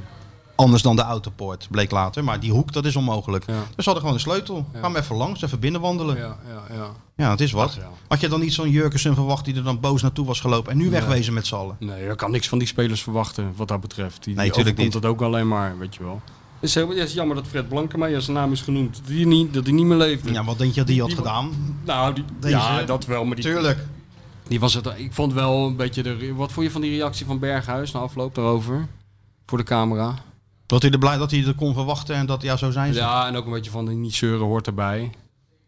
Speaker 4: Anders dan de autopoort, bleek later. Maar die hoek, dat is onmogelijk.
Speaker 5: Ja.
Speaker 4: Dus ze hadden gewoon de sleutel.
Speaker 5: Ja.
Speaker 4: Ga maar even langs, even binnenwandelen. Ja,
Speaker 5: Ja, ja, ja.
Speaker 4: het is wat.
Speaker 5: Ach, ja.
Speaker 4: Had je dan niet zo'n Jurkensen verwacht die er dan boos naartoe was gelopen en nu wegwezen met z'n allen?
Speaker 5: Nee, je kan niks van die spelers verwachten wat dat betreft. Die,
Speaker 4: Nee,
Speaker 5: die
Speaker 4: tuurlijk
Speaker 5: overkomt dat ook alleen maar, weet je wel. Het is, heel, het is jammer dat Fred Blankenmeijer, als zijn naam is genoemd, dat hij niet, dat hij niet meer leeft.
Speaker 4: Ja, wat denk je dat die had
Speaker 5: Die-
Speaker 4: gedaan?
Speaker 5: Nou, die,
Speaker 4: Deze-
Speaker 5: ja, dat wel, maar die,
Speaker 4: Tuurlijk.
Speaker 5: die was het. Ik vond wel een beetje de. Wat vond je van die reactie van Berghuis na afloop daarover? Voor de camera.
Speaker 4: Dat hij er blij dat hij er kon verwachten en dat ja, zo zijn ze.
Speaker 5: Ja, en ook een beetje van die niet zeuren hoort erbij.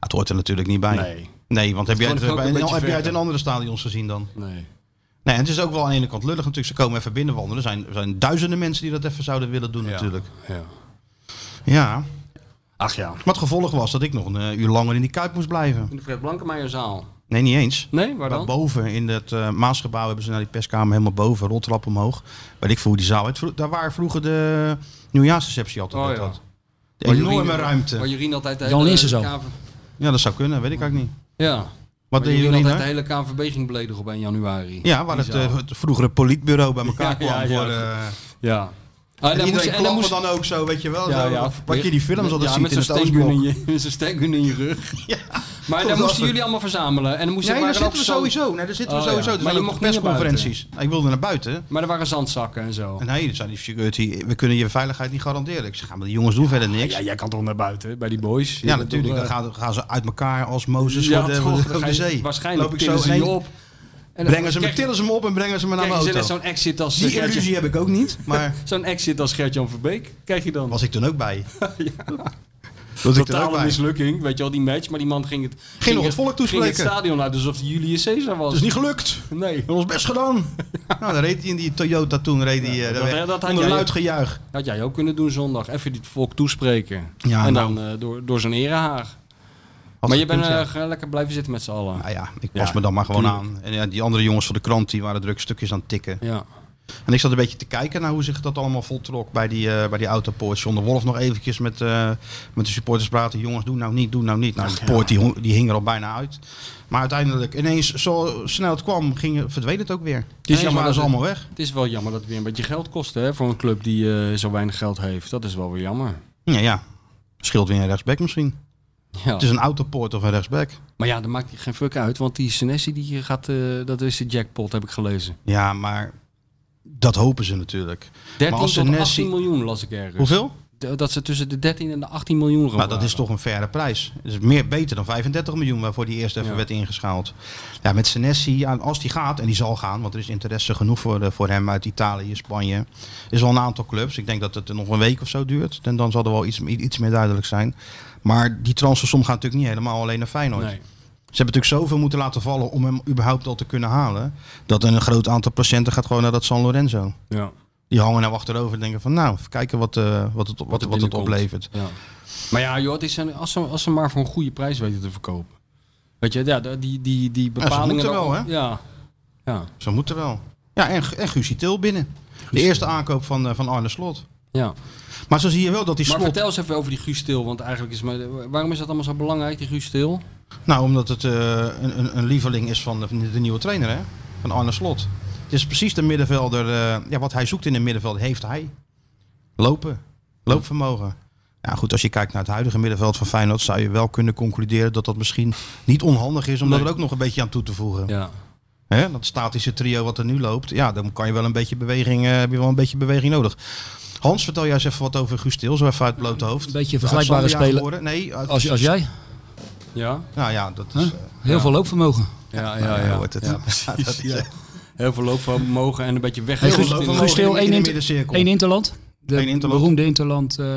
Speaker 4: Het hoort er natuurlijk niet bij. Nee,
Speaker 5: Nee.
Speaker 4: want heb jij,
Speaker 5: vond
Speaker 4: het,
Speaker 5: ik ook
Speaker 4: bij-
Speaker 5: een beetje
Speaker 4: heb jij het
Speaker 5: ver,
Speaker 4: in
Speaker 5: hè?
Speaker 4: andere stadions gezien dan?
Speaker 5: Nee.
Speaker 4: Nee, en het is ook wel aan de ene kant lullig natuurlijk. Ze komen even binnenwandelen. Er zijn, er zijn duizenden mensen die dat even zouden willen doen natuurlijk.
Speaker 5: Ja.
Speaker 4: Ja.
Speaker 5: Ach ja.
Speaker 4: Maar het gevolg was dat ik nog een eh, uur langer in die Kuip moest blijven.
Speaker 5: In de Fred Blankenmeijerzaal.
Speaker 4: Nee, niet eens.
Speaker 5: Nee, waar
Speaker 4: Maar
Speaker 5: dan?
Speaker 4: boven in het eh, Maasgebouw hebben ze naar die perskamer helemaal boven, roltrap omhoog. Weet ik voor hoe die zaal heet. Vro- Daar waar vroeger de nieuwjaarsreceptie altijd
Speaker 5: Oh,
Speaker 4: uit
Speaker 5: ja.
Speaker 4: had. De
Speaker 5: Waar
Speaker 4: enorme
Speaker 5: Jorien- Waar
Speaker 4: ruimte.
Speaker 5: Jurien altijd de
Speaker 6: Jan
Speaker 5: hele
Speaker 6: Linssen zo.
Speaker 5: KV
Speaker 4: Ja, dat zou kunnen. Weet ik eigenlijk niet.
Speaker 5: Ja.
Speaker 4: Wat
Speaker 5: Waar
Speaker 4: deed
Speaker 5: Jurien
Speaker 4: jullie
Speaker 5: altijd de
Speaker 4: daar?
Speaker 5: hele KNVB ging beledigen op 1 januari.
Speaker 4: Ja, waar het,
Speaker 5: Die zaal.
Speaker 4: eh, het vroegere politbureau bij
Speaker 5: Ja,
Speaker 4: elkaar kwam.
Speaker 5: ja, ja.
Speaker 4: Voor, eh,
Speaker 5: Ja. Ah,
Speaker 4: en
Speaker 5: daar moest-
Speaker 4: iedereen
Speaker 5: en daar
Speaker 4: klapte
Speaker 5: moest-
Speaker 4: dan ook zo, weet je wel.
Speaker 5: Ja,
Speaker 4: zo,
Speaker 5: ja.
Speaker 4: Wat je die films altijd
Speaker 5: ja,
Speaker 4: ziet
Speaker 5: met
Speaker 4: in
Speaker 5: zo'n
Speaker 4: het
Speaker 5: steekgun in
Speaker 4: Oostblok.
Speaker 5: je, met zo'n steekgun in je rug.
Speaker 4: Ja.
Speaker 5: Maar daar
Speaker 4: dat
Speaker 5: moesten
Speaker 4: was-
Speaker 5: jullie allemaal verzamelen. En dan moesten
Speaker 4: Nee,
Speaker 5: maar
Speaker 4: daar
Speaker 5: er
Speaker 4: zitten
Speaker 5: ook
Speaker 4: we
Speaker 5: zand-
Speaker 4: sowieso. Nee, daar zitten we
Speaker 5: Oh, ja.
Speaker 4: sowieso. Er
Speaker 5: Maar
Speaker 4: zijn
Speaker 5: je
Speaker 4: ook
Speaker 5: mocht niet naar
Speaker 4: persconferenties. Ik wilde naar buiten.
Speaker 5: Maar er waren zandzakken en zo.
Speaker 4: En nee, dat zijn die security. We kunnen je veiligheid niet garanderen. Ik zeg, ja, maar die jongens doen verder niks.
Speaker 5: Ja,
Speaker 4: Ja,
Speaker 5: jij kan toch naar buiten bij die boys? Je bent
Speaker 4: natuurlijk.
Speaker 5: toch,
Speaker 4: Dan
Speaker 5: eh,
Speaker 4: gaan, gaan ze uit elkaar als Mozes
Speaker 5: ja,
Speaker 4: voor de,
Speaker 5: toch,
Speaker 4: voor de,
Speaker 5: dan
Speaker 4: voor de
Speaker 5: ga je-
Speaker 4: zee.
Speaker 5: Waarschijnlijk
Speaker 4: Loop ik
Speaker 5: tillen
Speaker 4: zo
Speaker 5: ze je
Speaker 4: heen,
Speaker 5: op. En dan
Speaker 4: Brengen ze me,
Speaker 5: krijg-
Speaker 4: tillen ze me op en brengen ze me naar mijn
Speaker 5: krijg je net
Speaker 4: auto.
Speaker 5: zo'n exit als
Speaker 4: Die
Speaker 5: Gertje-
Speaker 4: illusie heb ik ook niet. Maar
Speaker 5: Zo'n exit als Gert-Jan Verbeek krijg je dan.
Speaker 4: was ik toen ook bij. Dat ik er ook
Speaker 5: Totale
Speaker 4: bij.
Speaker 5: mislukking, weet je wel, die match. Maar die man ging het, ging
Speaker 4: nog het volk toespreken.
Speaker 5: Ging het stadion uit alsof hij Julius Caesar was.
Speaker 4: Het is niet gelukt.
Speaker 5: Nee.
Speaker 4: We hebben ons best gedaan. nou, dan reed hij in die Toyota toen. Reed hij, eh, de
Speaker 5: dat-
Speaker 4: weg.
Speaker 5: dat had
Speaker 4: Onder
Speaker 5: jij-
Speaker 4: luid gejuich.
Speaker 5: Had jij ook kunnen doen zondag. Even dit volk toespreken.
Speaker 4: Ja,
Speaker 5: en
Speaker 4: nou.
Speaker 5: dan eh, door, door zijn erehaag.
Speaker 4: Had
Speaker 5: maar je
Speaker 4: gekund,
Speaker 5: bent
Speaker 4: ja.
Speaker 5: eh, gewoon lekker blijven zitten met z'n allen.
Speaker 4: Nou ja, ik pas
Speaker 5: Ja,
Speaker 4: me dan maar gewoon
Speaker 5: tuurlijk.
Speaker 4: aan. En ja, die andere jongens van de krant die waren druk stukjes aan het tikken.
Speaker 5: Ja.
Speaker 4: En ik zat een beetje te kijken naar hoe zich dat allemaal voltrok bij die, eh bij die autopoort. John de Wolf nog eventjes met, eh, met de supporters praten. Jongens, doe nou niet, doe nou niet. Nou, de poort die, hong- die hing er al bijna uit. Maar uiteindelijk, ineens zo snel het kwam, ging, verdween het ook weer. Dus
Speaker 5: jammer
Speaker 4: ja, waren
Speaker 5: dat
Speaker 4: ze
Speaker 5: het-
Speaker 4: allemaal weg.
Speaker 5: Het is wel jammer dat het weer een beetje geld kost hè, voor een club die eh, zo weinig geld heeft. Dat is wel weer jammer.
Speaker 4: Ja, ja. Scheelt weer een rechtsback misschien.
Speaker 5: Ja.
Speaker 4: Het is een autopoort of een rechtsback.
Speaker 5: Maar ja, dat maakt geen fuck uit. Want die Senesi die hier gaat, eh, dat is de jackpot, heb ik gelezen.
Speaker 4: Ja, maar dat hopen ze natuurlijk.
Speaker 5: 13 tot
Speaker 4: als Senesi-
Speaker 5: 18 miljoen las ik ergens.
Speaker 4: Hoeveel?
Speaker 5: D- Dat ze tussen de 13 en de 18 miljoen gaan.
Speaker 4: Nou, dat is toch een faire prijs. Dat is meer beter dan 35 miljoen waarvoor die eerst even
Speaker 5: Ja.
Speaker 4: werd ingeschaald. Ja, met Senesi, ja, als die gaat, en die zal gaan, want er is interesse genoeg voor, eh, voor hem uit Italië, Spanje. Er is al een aantal clubs. Ik denk dat het nog een week of zo duurt. En dan zal er wel iets, iets meer duidelijk zijn. Maar die transfersom gaat natuurlijk niet helemaal alleen naar Feyenoord.
Speaker 5: Nee.
Speaker 4: Ze hebben natuurlijk zoveel moeten laten vallen om hem überhaupt al te kunnen halen. Dat een groot aantal patiënten gaat gewoon naar dat San Lorenzo.
Speaker 5: Ja.
Speaker 4: Die hangen nou achterover en denken van nou, even kijken wat, eh, wat het, wat, wat, het
Speaker 5: binnenkomt.
Speaker 4: oplevert.
Speaker 5: ja. Maar ja, joh, het is een, als, ze, als ze maar voor een goede prijs weten te verkopen. Weet je, ja, de- die, die, die
Speaker 4: ze
Speaker 5: bepalingen...
Speaker 4: moeten wel, hè?
Speaker 5: Ja. Ja.
Speaker 4: Ze moeten wel. Ja, en, en Guusje Til binnen. De eerste aankoop van, eh, van Arne Slot.
Speaker 5: ja.
Speaker 4: Maar zo zie je wel dat die
Speaker 5: Maar
Speaker 4: Slot...
Speaker 5: vertel eens even over die Guus Til, want eigenlijk is... mijn- Waarom is dat allemaal zo belangrijk, die Guus Til?
Speaker 4: Nou, omdat het eh, een, een, een lieveling is van de, van de nieuwe trainer, hè? Van Arne Slot. Het is precies de middenvelder... eh, ja, wat hij zoekt in een middenveld, heeft hij. Lopen. Loopvermogen. Nou goed, als je kijkt naar het huidige middenveld van Feyenoord, zou je wel kunnen concluderen dat dat misschien niet onhandig is om dat er ook nog een beetje aan toe te voegen.
Speaker 5: Ja.
Speaker 4: Hè, dat statische trio wat er nu loopt, ja, dan kan je wel een beetje beweging, eh, heb je wel een beetje beweging nodig. Hans, vertel jij eens even wat over Guus Til, zo even uit het blote hoofd.
Speaker 6: Een beetje vergelijkbare
Speaker 4: Uit Zambia
Speaker 6: speler.
Speaker 4: geboren. Nee, uit-
Speaker 6: Als, als jij.
Speaker 5: Ja.
Speaker 4: Nou ja, dat is...
Speaker 6: Huh? Heel veel loopvermogen.
Speaker 5: Ja, ja,
Speaker 4: eh,
Speaker 5: ja.
Speaker 4: wordt het.
Speaker 5: Ja,
Speaker 4: dat
Speaker 5: precies.
Speaker 4: is- eh,
Speaker 5: Ja. Heel veel loopvermogen en een beetje weg.
Speaker 6: Hey,
Speaker 5: Heel
Speaker 6: Guus-
Speaker 5: veel
Speaker 4: Guus
Speaker 5: loopvermogen.
Speaker 6: Til,
Speaker 4: in de- in
Speaker 6: één
Speaker 4: de
Speaker 6: int-
Speaker 4: middencirkel.
Speaker 6: Eén Interland. De
Speaker 4: Eén Interland.
Speaker 6: beroemde Interland eh,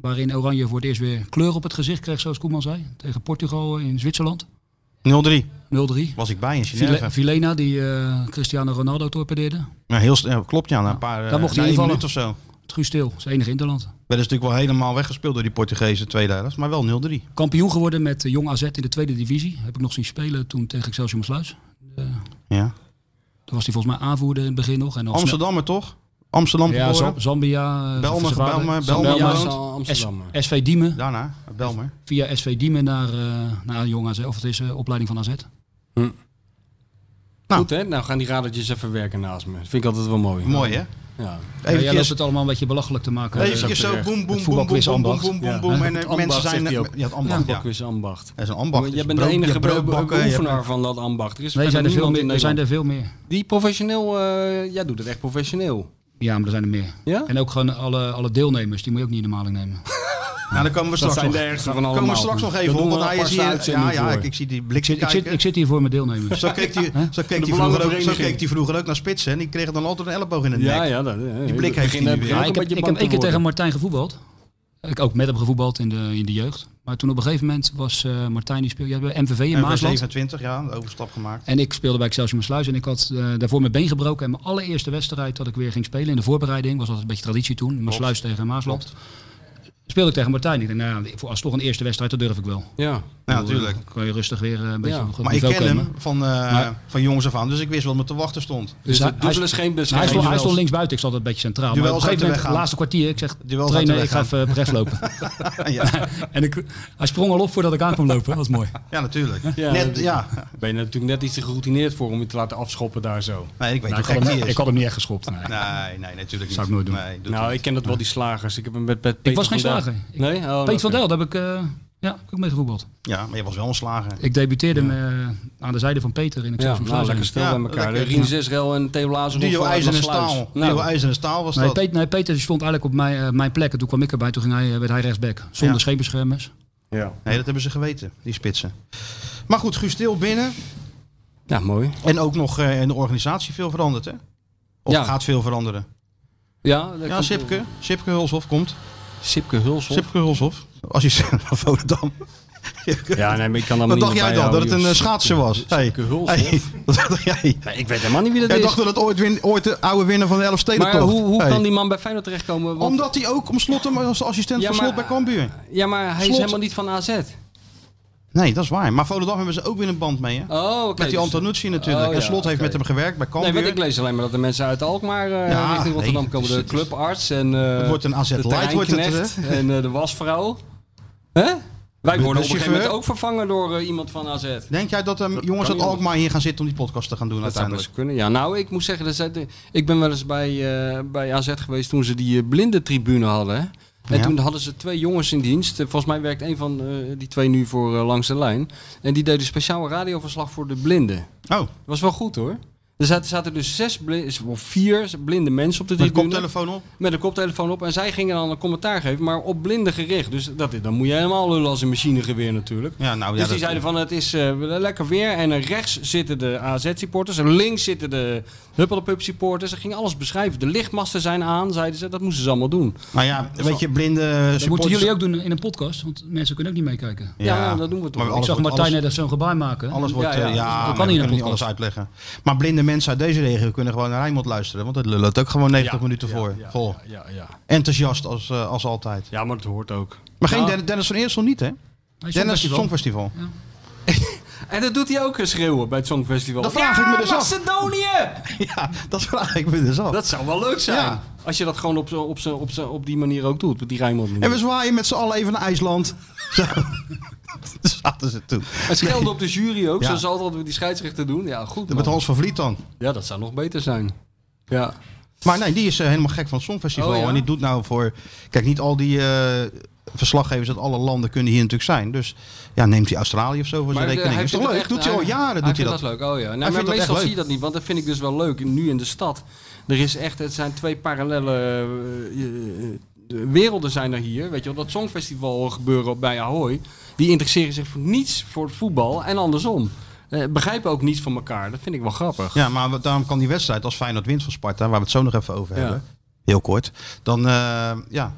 Speaker 6: waarin Oranje voor het eerst weer kleur op het gezicht kreeg, zoals Koeman zei. Tegen Portugal in Zwitserland.
Speaker 4: 0-3
Speaker 6: 0-3.
Speaker 4: was ik bij in Genève.
Speaker 6: Vile- Vilena die eh, Cristiano Ronaldo torpedeerde.
Speaker 4: Nou, heel, snel- klopt ja, na een paar
Speaker 6: Daar mocht hij
Speaker 4: minuten
Speaker 6: invallen.
Speaker 4: of zo.
Speaker 6: Guus Til, zijn enige Interland.
Speaker 4: Werden ze natuurlijk wel helemaal weggespeeld door die Portugezen tweede helft, maar wel 0-3.
Speaker 6: Kampioen geworden met eh, Jong AZ in de tweede divisie. Heb ik nog zien spelen toen tegen Excelsior Sluis.
Speaker 4: Ja.
Speaker 6: Toen was hij volgens mij aanvoerder in het begin nog. En dan
Speaker 4: Amsterdammer toch? Amsterdam
Speaker 6: snel- Ja,
Speaker 4: geboren.
Speaker 6: Za- Zambia. eh,
Speaker 4: Belmer,
Speaker 6: zijn vader-
Speaker 4: Belmer,
Speaker 6: Zambia,
Speaker 4: Belmer,
Speaker 6: S-
Speaker 4: Belmer.
Speaker 5: Amsterdam.
Speaker 6: SV Diemen.
Speaker 4: Daarna, Belmer.
Speaker 6: Via SV Diemen naar, eh naar Jong AZ. Of het is eh, opleiding van AZ.
Speaker 5: Goed hè, nou gaan die radertjes even werken naast me. Vind ik altijd wel mooi.
Speaker 4: Mooi hè?
Speaker 5: Ja.
Speaker 6: Ja, jij loopt
Speaker 4: Even
Speaker 6: het allemaal een beetje belachelijk te maken.
Speaker 4: eventjes zo
Speaker 5: terecht.
Speaker 4: boem, boem, boem, boem,
Speaker 6: voetbalquiz
Speaker 4: boem, boem,
Speaker 6: ambacht.
Speaker 4: boem, boem,
Speaker 5: Ja.
Speaker 4: boem. En
Speaker 5: Het
Speaker 4: eh,
Speaker 5: ambacht,
Speaker 4: mensen zijn...
Speaker 5: zegt hij ook.
Speaker 4: Ja, het
Speaker 5: Ja.
Speaker 4: ambacht, ja.
Speaker 5: Bakkwist ambacht.
Speaker 4: Dat is een ambacht.
Speaker 5: Jij bent de enige
Speaker 4: brood,
Speaker 5: be- beoefenaar van dat ambacht. Er is verder
Speaker 6: Nee, zijn er, veel
Speaker 5: niemand
Speaker 6: meer,
Speaker 5: in
Speaker 6: er zijn
Speaker 5: Nederland.
Speaker 6: er veel meer.
Speaker 5: Die professioneel, eh, jij doet het echt professioneel.
Speaker 6: Ja, maar er zijn er meer.
Speaker 5: Ja?
Speaker 6: En ook gewoon alle, alle deelnemers, die moet je ook niet in de maling nemen.
Speaker 4: Nou, daar komen we straks nog.
Speaker 5: ergste van
Speaker 4: Komen we straks nog
Speaker 5: Dat
Speaker 4: even
Speaker 5: doen
Speaker 4: op,
Speaker 5: we
Speaker 4: want hij
Speaker 5: een
Speaker 4: is
Speaker 5: aparte
Speaker 4: hier... Ja,
Speaker 5: uitzending
Speaker 4: ja,
Speaker 5: voor.
Speaker 4: ik, ik zie die
Speaker 6: Ik zit,
Speaker 4: blikjes
Speaker 6: ik, zit,
Speaker 4: kijken.
Speaker 6: ik zit hier voor mijn deelnemers.
Speaker 4: Zo keek die- zo keek die vroeger ook- zo
Speaker 5: belangenvereniging.
Speaker 4: keek die vroeger ook naar spitsen. En die kregen dan altijd een elleboog in de
Speaker 5: Ja,
Speaker 4: nek.
Speaker 5: ja. Dat, die
Speaker 4: blik heeft hij nu weer.
Speaker 6: Ja, Nou, ik heb, ik heb één keer tegen Martijn gevoetbald. Ik ook met hem gevoetbald in de, in de jeugd. Maar toen op een gegeven moment was eh, Martijn die speelde bij MVV in
Speaker 4: En we
Speaker 6: Maasland.
Speaker 4: 27, ja, de overstap gemaakt.
Speaker 6: En ik speelde bij Excelsior Sluis en ik had eh, daarvoor mijn been gebroken. En mijn allereerste wedstrijd dat ik weer ging spelen in de voorbereiding, was altijd een beetje traditie toen, Maasluis tegen Maasland. Speelde ik tegen Martijn. Ik dacht, nou, ja, voor- als toch een eerste wedstrijd, dat durf ik wel.
Speaker 5: Ja.
Speaker 4: Ja, natuurlijk.
Speaker 6: Dan kan je rustig weer eh, een beetje
Speaker 5: Ja,
Speaker 6: op goed
Speaker 4: Maar ik
Speaker 6: niveau
Speaker 4: ken
Speaker 6: komen. Dus
Speaker 4: hem van, eh,
Speaker 6: Maar-
Speaker 4: van jongens af aan, dus ik wist wat me te wachten stond.
Speaker 5: Dus
Speaker 6: hij-
Speaker 5: het dubbele is geen
Speaker 6: Nou, hij,
Speaker 5: bescherming.
Speaker 6: stond, hij
Speaker 4: duels.
Speaker 6: stond links buiten, ik zat een beetje centraal.
Speaker 4: Duels
Speaker 6: maar op een
Speaker 4: uit de
Speaker 6: gegeven
Speaker 4: weg
Speaker 6: moment,
Speaker 4: gaan.
Speaker 6: laatste kwartier, ik zeg,
Speaker 4: Duels uit de
Speaker 6: trainer,
Speaker 4: weg
Speaker 6: ik ga even eh, rechts lopen.
Speaker 4: ja,
Speaker 6: en ik, hij sprong al op voordat ik aan kwam lopen, dat was mooi.
Speaker 4: ja, natuurlijk.
Speaker 5: Ja,
Speaker 4: Net,
Speaker 5: dat-
Speaker 4: ja.
Speaker 5: Ben je natuurlijk net iets te geroutineerd voor om je te laten afschoppen daar zo.
Speaker 4: Nee, ik weet
Speaker 6: Nou,
Speaker 4: hoe
Speaker 6: ik, had
Speaker 4: gek die
Speaker 6: hem,
Speaker 4: is.
Speaker 6: ik had hem niet echt geschopt. nee.
Speaker 4: Nee, nee, natuurlijk niet.
Speaker 6: Zou ik nooit doen.
Speaker 4: Nee, doet
Speaker 5: Nou,
Speaker 4: hij
Speaker 5: ik ken dat wel, die slagers. Ik heb hem met, met Peter
Speaker 6: was geen
Speaker 5: van Del-
Speaker 6: slager. Ik-
Speaker 5: Nee? Oh,
Speaker 6: Peet van
Speaker 5: oké.
Speaker 6: Del, daar heb ik, eh, ja, heb ik ook mee gevoetbald.
Speaker 4: niet. Ja, maar je was wel een slager.
Speaker 6: Ik debuteerde me, eh, aan de zijde van Peter in
Speaker 5: Ja,
Speaker 6: Excelsior
Speaker 5: nou,
Speaker 6: Sluis.
Speaker 5: lekker stil
Speaker 4: Ja,
Speaker 5: bij elkaar.
Speaker 4: lekker.
Speaker 5: Rien Zesrel en Theo Blazen.
Speaker 4: Duo IJzer en eh, Staal. Duo
Speaker 5: Nou,
Speaker 4: IJzer en Staal was
Speaker 6: Nee,
Speaker 4: dat.
Speaker 6: Peter, nee, Peter stond eigenlijk op mijn, eh, mijn plek en toen kwam ik erbij. Toen ging hij, eh, werd hij rechtsback, zonder
Speaker 4: Ja.
Speaker 6: scheenbeschermers.
Speaker 5: ja.
Speaker 4: Nee, dat hebben ze geweten, die spitsen. Maar goed, Guus Til binnen.
Speaker 5: ja, mooi.
Speaker 4: En ook nog eh, in de organisatie veel veranderd, hè? Of
Speaker 5: Ja.
Speaker 4: gaat veel veranderen?
Speaker 5: Ja, daar
Speaker 4: Ja,
Speaker 5: komt-
Speaker 4: Sipke. Sipke Hulshof komt.
Speaker 5: Sipke Hulshof.
Speaker 4: Sipke Hulshof. Als je zegt van Volendam.
Speaker 5: Ja, nee, maar ik kan
Speaker 4: Wat
Speaker 5: allemaal
Speaker 4: dacht
Speaker 5: niet
Speaker 4: jij
Speaker 5: meer
Speaker 4: dan? Dat het
Speaker 5: bijhouden,
Speaker 4: een eh,
Speaker 5: joh.
Speaker 4: schaatser was? Hey.
Speaker 5: Sipke Hulshof.
Speaker 4: Hey, wat dacht jij?
Speaker 5: Nee, ik weet helemaal niet wie dat
Speaker 4: Jij
Speaker 5: is.
Speaker 4: dacht dat het ooit, win, ooit de oude winnaar van de Elfstedentocht.
Speaker 5: maar hoe, hoe
Speaker 4: Hey.
Speaker 5: kan die man bij Feyenoord terechtkomen? Want-
Speaker 4: Omdat hij ook om slot hem als assistent
Speaker 5: Ja,
Speaker 4: van
Speaker 5: maar-
Speaker 4: slot bij Cambuur.
Speaker 5: Ja, maar hij is
Speaker 4: Slot.
Speaker 5: helemaal niet van Oh, AZ.
Speaker 4: Nee, dat is waar. Maar Volendam hebben ze ook weer een band mee, hè?
Speaker 5: Oh, oké.
Speaker 4: met die
Speaker 5: dus-
Speaker 4: Antonucci natuurlijk.
Speaker 5: Oh,
Speaker 4: en
Speaker 5: ja,
Speaker 4: Slot heeft
Speaker 5: oké.
Speaker 4: met hem gewerkt bij Cambuur.
Speaker 5: Nee, want ik lees alleen maar dat de mensen uit Alkmaar eh,
Speaker 4: Ja,
Speaker 5: richting Rotterdam
Speaker 4: nee,
Speaker 5: komen.
Speaker 4: het
Speaker 5: De
Speaker 4: is- het is-
Speaker 5: clubarts en eh,
Speaker 4: Het wordt een AZ
Speaker 5: de
Speaker 4: Light, wordt het,
Speaker 5: terreinknecht en eh, de wasvrouw. Hè? Wij worden op een gegeven
Speaker 4: chauffeur.
Speaker 5: moment ook vervangen door eh, iemand van AZ. Dat
Speaker 4: Denk jij dat er jongens
Speaker 5: kan
Speaker 4: uit
Speaker 5: niet
Speaker 4: Alkmaar hier gaan zitten om die podcast te gaan doen
Speaker 5: zou
Speaker 4: uiteindelijk?
Speaker 5: best kunnen. Ja, nou, ik moet zeggen, dat zij- ik ben wel eens bij, eh, bij AZ geweest toen ze die eh, blinde tribune hadden. hè. En
Speaker 4: Ja.
Speaker 5: toen hadden ze twee jongens in dienst. Eh, Volgens mij werkt een van eh, die twee nu voor eh, Langs de Lijn. En die deden speciaal radioverslag voor de blinden.
Speaker 4: Oh,
Speaker 5: was wel goed hoor. Er zaten, zaten dus zes bli- of vier blinde mensen op de
Speaker 4: met de
Speaker 5: tribune.
Speaker 4: koptelefoon op?
Speaker 5: Met een koptelefoon op. En zij gingen dan een commentaar geven, maar op blinden gericht. Dus dat, dan moet je helemaal lullen als een machinegeweer natuurlijk.
Speaker 4: Ja, nou ja.
Speaker 5: dus die
Speaker 4: dat-
Speaker 5: zeiden van het is eh, lekker weer. En eh, rechts zitten de AZ-supporters. En links zitten de Huppelepup-supporters. Ze gingen alles beschrijven. De lichtmasten zijn aan, zeiden ze. Dat moesten ze allemaal doen.
Speaker 4: Nou ja, weet je, blinde supporters...
Speaker 6: Dat moeten jullie ook doen in een podcast, want mensen kunnen ook niet meekijken.
Speaker 5: Ja, dat doen we toch.
Speaker 4: Maar
Speaker 5: Ik
Speaker 4: alles
Speaker 6: ik zag
Speaker 4: wordt-
Speaker 6: Martijn
Speaker 4: alles-
Speaker 6: net zo'n gebaar maken.
Speaker 4: Alles wordt,
Speaker 5: Ja, ja,
Speaker 4: ja,
Speaker 5: dat
Speaker 4: ja,
Speaker 6: kan
Speaker 4: maar we
Speaker 6: niet in een
Speaker 4: kunnen niet
Speaker 6: podcast.
Speaker 4: alles uitleggen. Maar blinde mensen uit deze regio kunnen gewoon naar Rijnmond luisteren. Want dat lullen het ook gewoon 90 minuten voor. Vol.
Speaker 5: Ja, ja, ja.
Speaker 4: Enthousiast als, eh, als altijd.
Speaker 5: ja, maar dat hoort ook.
Speaker 4: Maar geen
Speaker 6: Nou.
Speaker 4: Dennis- Dennis van Eersel niet, hè?
Speaker 6: Hij is
Speaker 4: Dennis
Speaker 6: Songfestival.
Speaker 4: Songfestival.
Speaker 5: En dat doet hij ook eh, schreeuwen bij het Songfestival.
Speaker 4: Dat vraag ik me dus
Speaker 5: ja,
Speaker 4: af.
Speaker 5: Macedonië!
Speaker 4: Ja, dat vraag ik me dus af.
Speaker 5: Dat zou wel leuk zijn.
Speaker 4: Ja.
Speaker 5: Als je dat gewoon op, zo- op, zo- op, zo- op die manier ook doet, met die Rijnmond.
Speaker 4: En we zwaaien met z'n allen even naar IJsland. Zo. Dat zaten ze toen.
Speaker 5: Het scheelde op de jury ook,
Speaker 4: Ja.
Speaker 5: zoals altijd met die scheidsrechter doen. Ja, goed.
Speaker 4: Met
Speaker 5: man.
Speaker 4: Hans van Vliet dan.
Speaker 5: Ja, dat zou nog beter zijn. Ja.
Speaker 4: Maar nee, die is eh, helemaal gek van het Songfestival.
Speaker 5: Oh, ja?
Speaker 4: En die doet nou voor... Kijk, niet al die eh, verslaggevers uit alle landen kunnen hier natuurlijk zijn. Dus ja, neemt hij Australië of zo voor zijn rekening.
Speaker 5: eh, hij
Speaker 4: is toch
Speaker 5: vindt
Speaker 4: leuk?
Speaker 5: het
Speaker 4: doet hij al
Speaker 5: nou,
Speaker 4: jaren. doet hij
Speaker 5: vindt
Speaker 4: dat.
Speaker 5: dat leuk, oh ja. Nou,
Speaker 4: vindt
Speaker 5: maar
Speaker 4: dat echt
Speaker 5: meestal zie je
Speaker 4: leuk.
Speaker 5: dat niet, want dat vind ik dus wel leuk, nu in de stad. Er is echt, het zijn twee parallele eh, eh, eh, werelden zijn er hier. Weet je wel, dat Songfestival gebeuren op- bij Ahoy. Die interesseren zich voor niets voor voetbal en andersom. Eh, begrijpen ook niets van elkaar. Dat vind ik wel grappig.
Speaker 4: Ja, maar we- daarom kan die wedstrijd als Feyenoord wint van Sparta, waar we het zo nog even over
Speaker 5: Ja.
Speaker 4: hebben, heel kort, dan, eh, ja, dan
Speaker 5: wordt
Speaker 4: kan
Speaker 5: een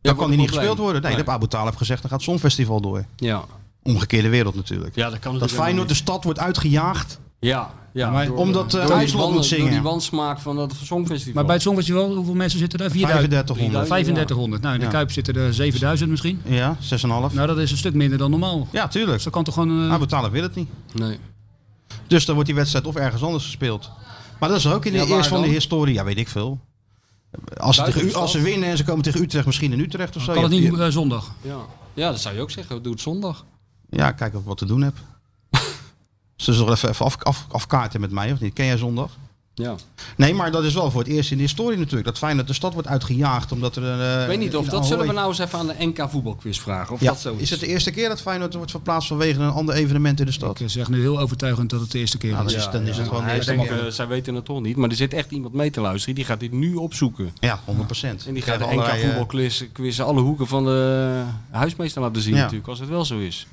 Speaker 4: die niet
Speaker 5: probleem.
Speaker 4: gespeeld worden. Nee,
Speaker 5: Nee.
Speaker 4: dat heb Abu Talib gezegd, dan gaat het Songfestival door.
Speaker 5: Ja,
Speaker 4: Omgekeerde wereld natuurlijk.
Speaker 5: ja dat kan
Speaker 4: dat Feyenoord de stad wordt uitgejaagd.
Speaker 5: Ja, ja.
Speaker 6: Maar
Speaker 4: omdat, eh,
Speaker 5: die
Speaker 4: IJsland
Speaker 5: wan-
Speaker 4: moet zingen.
Speaker 5: Door die wansmaak van dat Songfestival.
Speaker 6: Maar bij het Songfestival, hoeveel mensen zitten daar? 4000.
Speaker 4: 3500.
Speaker 6: 3500. Nou, in de
Speaker 4: Ja.
Speaker 6: Kuip zitten er 7000 misschien.
Speaker 4: Ja, 6,5.
Speaker 6: Nou, dat is een stuk minder dan normaal.
Speaker 4: Ja, tuurlijk.
Speaker 6: Dus dat kan toch gewoon... eh,
Speaker 4: Abu Talib wil het niet.
Speaker 5: Nee.
Speaker 4: Dus dan wordt die wedstrijd of ergens anders gespeeld. Maar dat is ook in de
Speaker 5: Ja, waar
Speaker 4: eerst van de
Speaker 5: dan? historie.
Speaker 4: historie. Ja, weet ik veel. Als ze, tegen U- als ze winnen en ze komen tegen Utrecht, misschien in Utrecht of zo.
Speaker 6: kan het
Speaker 4: Ja,
Speaker 6: niet eh, zondag?
Speaker 5: Ja. ja, dat zou je ook zeggen. Doe het zondag.
Speaker 4: Ja, kijk of ik wat te doen heb. Ze zullen even, even af, af, afkaarten met mij, of niet? Ken jij zondag? Eh,
Speaker 5: Ja.
Speaker 4: Nee, maar dat is wel voor het eerst in de historie natuurlijk. Dat fijn dat de stad wordt uitgejaagd, omdat er... een, eh,
Speaker 5: Ik weet niet of
Speaker 4: in
Speaker 5: dat zullen we
Speaker 4: Ahoy-
Speaker 5: nou eens even aan de NK voetbalquiz vragen. Of
Speaker 4: Ja,
Speaker 5: dat zo is.
Speaker 4: is het de eerste keer dat Feyenoord wordt verplaatst vanwege een ander evenement in de stad?
Speaker 6: Ik zeg nu heel overtuigend dat het de eerste keer
Speaker 4: Nou,
Speaker 6: is.
Speaker 4: dat is, dan is het gewoon de
Speaker 5: Hij
Speaker 4: eerste
Speaker 5: denkt,
Speaker 4: keer.
Speaker 5: eh, zij weten het toch niet, maar er zit echt iemand mee te luisteren. Die gaat dit nu opzoeken.
Speaker 4: Ja, eh, 100 procent.
Speaker 5: En die gaat eh, de NK voetbalquiz quiz alle hoeken van de huismeester laten zien
Speaker 4: Ja.
Speaker 5: natuurlijk. Als het wel zo is.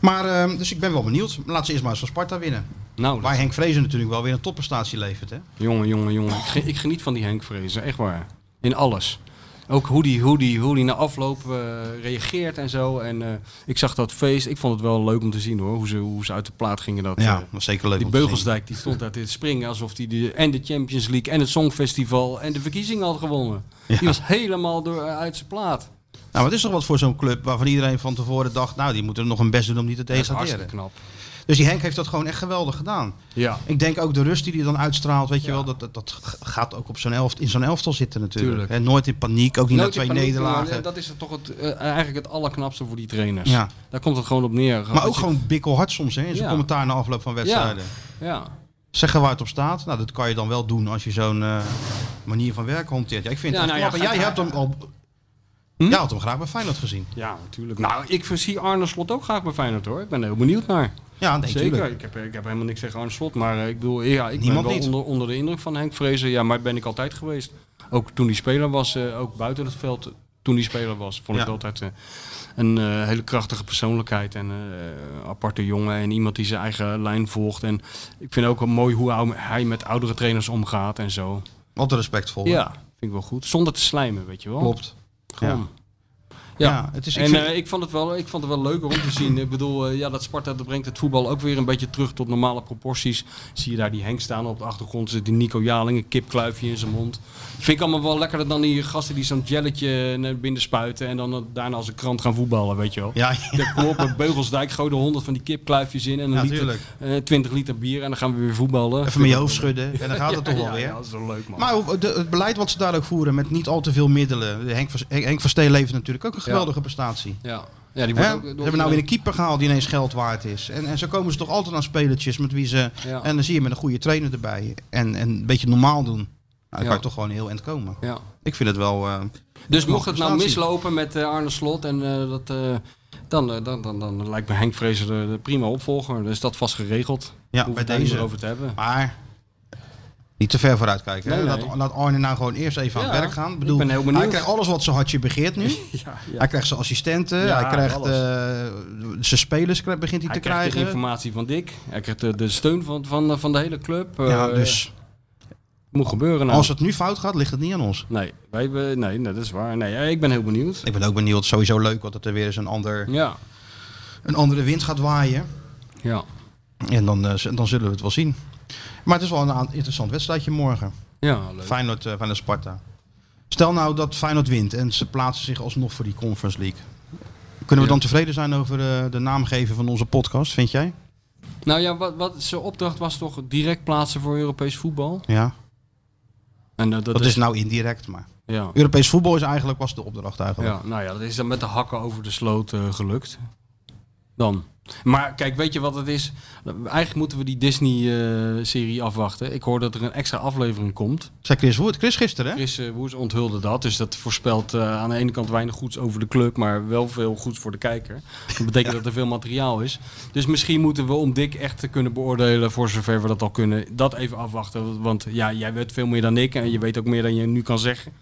Speaker 4: Maar, eh, dus ik ben wel benieuwd. Laat ze eerst maar eens van Sparta winnen.
Speaker 5: Nou, dat-
Speaker 4: Waar Henk Vrezen natuurlijk wel weer een topprestatie levert, hè?
Speaker 5: jongen, jongen, jongen. Ik, ge- ik geniet van die Henk Vrezen. Echt waar. In alles. Ook hoe die, hoe die, hoe die na afloop eh, reageert en zo. En eh, ik zag dat feest. Ik vond het wel leuk om te zien hoor. Hoe ze, hoe ze uit de plaat gingen dat. eh,
Speaker 4: Ja, was zeker leuk
Speaker 5: Die
Speaker 4: om te zien.
Speaker 5: Beugelsdijk die stond daar te springen alsof hij de, en de Champions League en het Songfestival en de verkiezingen had gewonnen. Die was helemaal door, eh, uit zijn plaat.
Speaker 4: Nou, maar het is toch wat voor zo'n club waarvan iedereen van tevoren dacht... nou, die moeten nog hun best doen om niet te
Speaker 5: Dat is hartstikke
Speaker 4: degraderen.
Speaker 5: knap.
Speaker 4: Dus die Henk heeft dat gewoon echt geweldig gedaan.
Speaker 5: Ja,
Speaker 4: Ik denk ook de rust die hij dan uitstraalt, weet je wel... dat, dat, dat g- gaat ook op zo'n elft, in zo'n elftal zitten natuurlijk.
Speaker 5: Tuurlijk.
Speaker 4: Hè, nooit in paniek, ook niet na
Speaker 5: Nooit
Speaker 4: twee
Speaker 5: in paniek, maar,
Speaker 4: nederlagen.
Speaker 5: eh, Dat is toch het, eh, eigenlijk het allerknapste voor die trainers.
Speaker 4: Ja.
Speaker 5: Daar komt het gewoon op neer.
Speaker 4: Maar
Speaker 5: Als
Speaker 4: ook
Speaker 5: je-
Speaker 4: gewoon bikkelhard soms, hè, in zijn
Speaker 5: Ja.
Speaker 4: commentaar na afloop van wedstrijden.
Speaker 5: Ja,
Speaker 4: Zeggen waar het op staat, nou, dat kan je dan wel doen als je zo'n eh, manier van werken hanteert. Ja, ik vind
Speaker 5: Ja,
Speaker 4: het echt
Speaker 5: nou ja,
Speaker 4: knap. En
Speaker 5: ga-
Speaker 4: jij hebt hem al...
Speaker 5: Hm?
Speaker 4: Jij had hem graag bij Feyenoord gezien.
Speaker 5: ja, natuurlijk. Nou, ik zie Arne Slot ook graag bij Feyenoord hoor. Ik ben er heel benieuwd naar.
Speaker 4: Ja, nee,
Speaker 5: Zeker.
Speaker 4: tuurlijk.
Speaker 5: Ik heb, ik heb helemaal niks tegen Arne Slot. Maar eh, ik bedoel, ja, ik
Speaker 4: Niemand
Speaker 5: ben wel
Speaker 4: niet.
Speaker 5: onder, onder de indruk van Henk Vrezen. Ja, maar ben ik altijd geweest. Ook toen hij speler was, eh, ook buiten het veld. eh, Toen hij speler was, vond ik
Speaker 4: Ja.
Speaker 5: het altijd eh, een eh, hele krachtige persoonlijkheid. En eh, een aparte jongen en iemand die zijn eigen lijn volgt. En ik vind ook wel mooi hoe ou- hij met oudere trainers omgaat en zo.
Speaker 4: Altijd respectvol. hè?
Speaker 5: Ja, vind ik wel goed. Zonder te slijmen, weet je wel.
Speaker 4: Klopt.
Speaker 5: Gewoon.
Speaker 4: Ja.
Speaker 5: Ja.
Speaker 4: het is, ik
Speaker 5: en
Speaker 4: vind-
Speaker 5: eh, ik, vond het wel, ik vond het wel leuk om te zien. Ik bedoel, eh, ja, dat Sparta dat brengt het voetbal ook weer een beetje terug tot normale proporties. Zie je daar die Henk staan op de achtergrond, zit die Nico Jaling, een kipkluifje in zijn mond. Vind ik allemaal wel lekkerder dan die gasten die zo'n jelletje eh, naar binnen spuiten en dan eh, daarna als een krant gaan voetballen, weet je wel.
Speaker 4: ja,
Speaker 5: Ja, kom op, bij Beugelsdijk gooide 100 van die kipkluifjes in en
Speaker 4: Ja,
Speaker 5: een liter,
Speaker 4: tuurlijk.
Speaker 5: eh 20 liter bier en dan gaan we weer voetballen.
Speaker 4: even met je hoofd schudden en dan gaat het toch wel
Speaker 5: Ja,
Speaker 4: weer.
Speaker 5: ja, dat is wel leuk man.
Speaker 4: Maar hoe- de- het beleid wat ze daar ook voeren met niet al te veel middelen. Henk, Vers- Henk Versteen levert natuurlijk ook een geweldige prestatie.
Speaker 5: ja. Ja,
Speaker 4: Hè?
Speaker 5: die wordt
Speaker 4: Ze
Speaker 5: ook door
Speaker 4: hebben nou
Speaker 5: iedereen-
Speaker 4: weer een keeper gehaald die ineens geld waard is. En, en zo komen ze toch altijd aan spelertjes met wie ze...
Speaker 5: Ja.
Speaker 4: En dan zie je met een goede trainer erbij. En, en een beetje normaal doen. Nou, dan
Speaker 5: Ja.
Speaker 4: kan je toch gewoon heel eind komen.
Speaker 5: ja.
Speaker 4: Ik vind het wel... eh,
Speaker 5: Dus mocht het nou
Speaker 4: prestatie.
Speaker 5: mislopen met eh, Arne Slot en eh, dat, eh, dan, eh, dan, dan, dan lijkt me Henk Vrezer de, de prima opvolger. Dus dat vast geregeld.
Speaker 4: Ja,
Speaker 5: Hoef
Speaker 4: bij
Speaker 5: het daar niet
Speaker 4: deze.
Speaker 5: meer over te hebben.
Speaker 4: Maar niet te ver vooruit kijken. hè.
Speaker 5: Nee, nee.
Speaker 4: Laat, laat Arne nou gewoon eerst even aan
Speaker 5: Ja,
Speaker 4: het werk gaan.
Speaker 5: ik
Speaker 4: bedoel,
Speaker 5: ben heel benieuwd.
Speaker 4: Hij krijgt alles wat zijn hartje begeert nu.
Speaker 5: Ja, ja.
Speaker 4: Hij krijgt zijn assistenten,
Speaker 5: Ja,
Speaker 4: hij krijgt
Speaker 5: alles.
Speaker 4: eh, zijn spelers krijgt- begint hij,
Speaker 5: Hij
Speaker 4: te
Speaker 5: krijgt de
Speaker 4: krijgen.
Speaker 5: informatie van Dick. Hij krijgt de, de steun van, van, van de hele club. Eh,
Speaker 4: ja, dus
Speaker 5: Moet gebeuren nou.
Speaker 4: als het nu fout gaat, ligt het niet aan ons.
Speaker 5: Nee, wij, hebben- nee, nee, dat is waar. Nee, eh, ik ben heel benieuwd.
Speaker 4: Ik ben ook benieuwd, sowieso leuk, want dat er weer eens een, ander,
Speaker 5: Ja,
Speaker 4: een andere wind gaat waaien.
Speaker 5: ja.
Speaker 4: En dan, eh, z- dan zullen we het wel zien. Maar het is wel een aan- interessant wedstrijdje morgen.
Speaker 5: Ja, leuk.
Speaker 4: Feyenoord, eh Feyenoord Sparta. Stel nou dat Feyenoord wint en ze plaatsen zich alsnog voor die Conference League. Kunnen we dan
Speaker 5: Ja.
Speaker 4: tevreden zijn over eh, de naamgeving van onze podcast, vind jij?
Speaker 5: Nou ja, wat, wat zijn opdracht was toch direct plaatsen voor Europees voetbal?
Speaker 4: Ja.
Speaker 5: En eh, dat,
Speaker 4: Dat is nou indirect, maar
Speaker 5: Ja.
Speaker 4: Europees voetbal is eigenlijk was de opdracht eigenlijk.
Speaker 5: ja, nou ja, dat is dan met de hakken over de sloot eh, gelukt. Dan. Maar kijk, weet je wat het is? Eigenlijk moeten we die Disney-serie afwachten. Ik hoor dat er een extra aflevering komt.
Speaker 4: Zei Chris Woert. Chris gisteren, hè?
Speaker 5: Chris eh, Woers onthulde dat. Dus dat voorspelt eh, aan de ene kant weinig goeds over de club, maar wel veel goeds voor de kijker. Dat betekent dat er veel materiaal is. Dus misschien moeten we om Dick echt te kunnen beoordelen, voor zover we dat al kunnen, dat even afwachten. Want ja, jij weet veel meer dan ik en je weet ook meer dan je nu kan zeggen.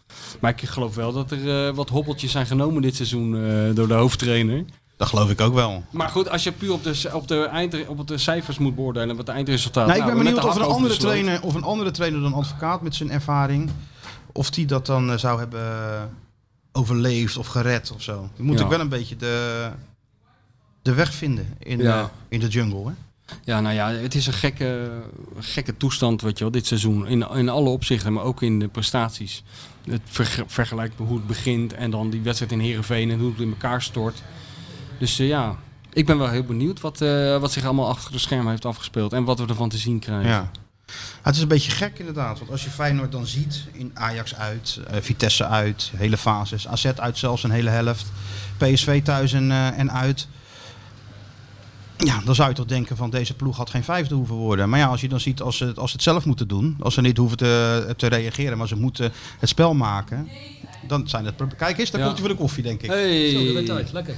Speaker 5: Maar ik geloof wel dat er eh, wat hobbeltjes zijn genomen dit seizoen eh, door de hoofdtrainer.
Speaker 4: Dat geloof Nou, ik ook wel.
Speaker 5: Maar goed, als je puur op de, op de, eind, op de cijfers moet beoordelen, wat de eindresultaat
Speaker 4: Nou, ik
Speaker 5: Nou,
Speaker 4: ben
Speaker 5: we hebben
Speaker 4: benieuwd
Speaker 5: net
Speaker 4: of
Speaker 5: de
Speaker 4: er een
Speaker 5: hak
Speaker 4: andere,
Speaker 5: over gesloten.
Speaker 4: trainer, of een andere trainer dan advocaat met zijn ervaring, of die dat dan eh, zou hebben overleefd of gered of zo. Dan moet
Speaker 5: Ja.
Speaker 4: ik wel een beetje de, de weg vinden in,
Speaker 5: Ja.
Speaker 4: eh, in de jungle. Hè?
Speaker 5: Ja, nou ja, het is een gekke, gekke toestand, weet je wel, dit seizoen. In, in alle opzichten, maar ook in de prestaties. Het verge- vergelijkt hoe het begint en dan die wedstrijd in Heerenveen en hoe het in elkaar stort. Dus eh, ja, ik ben wel heel benieuwd wat, eh, wat zich allemaal achter de schermen heeft afgespeeld. En wat we ervan te zien krijgen.
Speaker 4: Ja. Het is een beetje gek inderdaad, want als je Feyenoord dan ziet in Ajax uit, eh, Vitesse uit, hele fases, AZ uit zelfs een hele helft, PSV thuis en, eh, en uit. Ja, dan zou je toch denken van deze ploeg had geen vijfde hoeven worden. Maar ja, als je dan ziet als ze, het- als ze het zelf moeten doen, als ze niet hoeven te, te reageren, maar ze moeten het spel maken, dan zijn het... pro- Kijk eens, daar
Speaker 5: Ja.
Speaker 4: komt hij voor de koffie denk ik.
Speaker 6: Zo, dat
Speaker 5: Hey,
Speaker 6: uit. Lekker.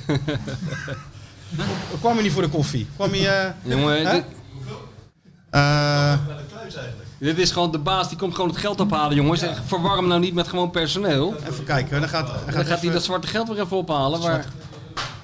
Speaker 4: Kwam je niet voor de koffie? Kwam je... eh,
Speaker 5: jongen,
Speaker 4: Hè?
Speaker 5: dit,
Speaker 4: eh,
Speaker 5: dit is gewoon de baas, die komt gewoon het geld ophalen, jongens. En Verwarm nou niet met gewoon personeel.
Speaker 4: even kijken, dan gaat, dan
Speaker 5: En dan gaat hij dat zwarte geld weer even ophalen. Waar...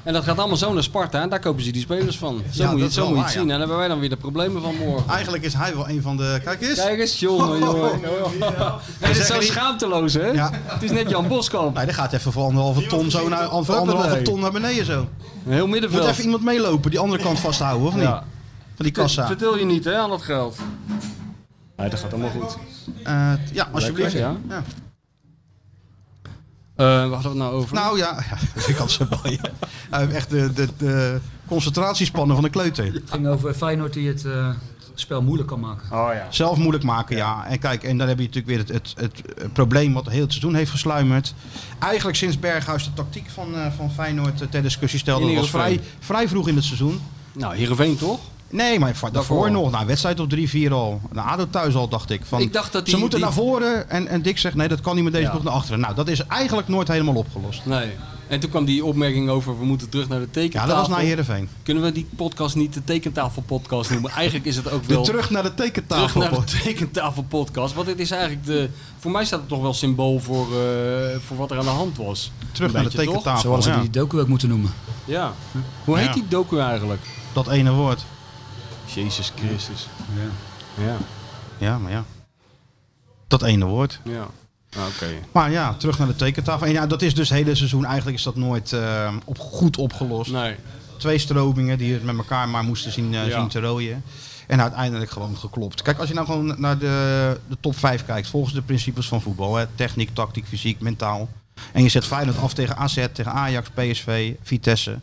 Speaker 5: En dat gaat allemaal zo naar Sparta en daar kopen ze die spelers van. Zo
Speaker 4: Ja, Ah.
Speaker 5: moet je,
Speaker 4: dat
Speaker 5: het-
Speaker 4: is
Speaker 5: zo
Speaker 4: wel
Speaker 5: moet je het
Speaker 4: waar,
Speaker 5: zien. En dan hebben wij dan weer de problemen van morgen.
Speaker 4: Eigenlijk is hij wel een van de... Kijk eens!
Speaker 5: Kijk eens, jongen,
Speaker 4: Oh,
Speaker 5: jongen. Het is
Speaker 4: zeggen
Speaker 5: zo
Speaker 4: die-
Speaker 5: schaamteloos, hè?
Speaker 4: Ja.
Speaker 5: Het is net Jan Boskamp.
Speaker 4: Nee, dat gaat even voor anderhalve ton, zo naar, voor anderhalve ton naar beneden zo.
Speaker 5: Een heel
Speaker 4: Moet
Speaker 5: middenveld.
Speaker 4: even iemand meelopen, die andere kant vasthouden, of niet?
Speaker 5: Ja.
Speaker 4: Van die kassa.
Speaker 5: Vertel je niet, hè, aan dat geld. Nee, dat gaat allemaal goed.
Speaker 4: Eh, ja, alsjeblieft.
Speaker 5: Lekker, ja.
Speaker 4: Ja.
Speaker 5: Wat hadden we het nou over?
Speaker 4: Nou ja, ja ik had ze wel. ja. Hij heeft echt de, de, de concentratiespannen van de kleuter.
Speaker 6: Het ging over Feyenoord die het eh, spel moeilijk kan maken.
Speaker 4: Nou-
Speaker 5: Oh ja.
Speaker 4: Zelf moeilijk maken, ja. En kijk, en dan heb je natuurlijk weer het, het, het, eh, probleem wat heel het seizoen heeft gesluimerd. Eigenlijk sinds Berghuis de tactiek van, eh, van Feyenoord eh, ter discussie stelde.
Speaker 5: In
Speaker 4: Dat was
Speaker 5: Heerenveen.
Speaker 4: vrij, vrij vroeg in het seizoen.
Speaker 5: Nou, Heerenveen toch?
Speaker 4: Nee, maar va- daarvoor
Speaker 5: al.
Speaker 4: nog. Na een wedstrijd of 3-4 al. Na ADO thuis al, dacht ik. Van,
Speaker 5: Ik dacht dat die-
Speaker 4: ze moeten
Speaker 5: die-
Speaker 4: naar voren en, en Dick zegt nee, dat kan niet met deze
Speaker 5: Ja.
Speaker 4: ploeg naar achteren. Nou, dat is eigenlijk nooit helemaal opgelost.
Speaker 5: Nee. En toen kwam die opmerking over, we moeten terug naar de
Speaker 4: Ja,
Speaker 5: tekentafel.
Speaker 4: dat was naar Heerenveen.
Speaker 5: Kunnen we die podcast niet de tekentafelpodcast noemen? Eigenlijk is het ook
Speaker 4: De
Speaker 5: wel...
Speaker 4: terug naar de tekentafel.
Speaker 5: Terug naar de tekentafel podcast. Want dit is eigenlijk de. Voor mij staat het toch wel symbool voor, eh, voor wat er aan de hand was.
Speaker 4: Terug naar de
Speaker 5: beetje, toch?
Speaker 6: Zo hadden
Speaker 4: tekentafel.
Speaker 6: ze
Speaker 4: ja.
Speaker 6: die docu ook moeten noemen.
Speaker 5: Ja. Hoe heet
Speaker 4: Ja.
Speaker 5: die docu eigenlijk?
Speaker 4: Dat ene woord.
Speaker 5: Jezus Christus. Ja. Ja.
Speaker 4: Ja, maar ja. Dat ene woord.
Speaker 5: ja. Ah, Oké.
Speaker 4: Maar ja, terug naar de tekentafel. En ja, dat is dus het hele seizoen. Eigenlijk is dat nooit eh, op, goed opgelost.
Speaker 5: Nee.
Speaker 4: Twee stromingen die het met elkaar maar moesten zien, eh,
Speaker 5: Ja.
Speaker 4: zien te rooien. En uiteindelijk gewoon geklopt. Kijk, als je nou gewoon naar de, de top 5 kijkt, volgens de principes van voetbal: hè, techniek, tactiek, fysiek, mentaal. En je zet Feyenoord af tegen AZ, tegen Ajax, PSV, Vitesse.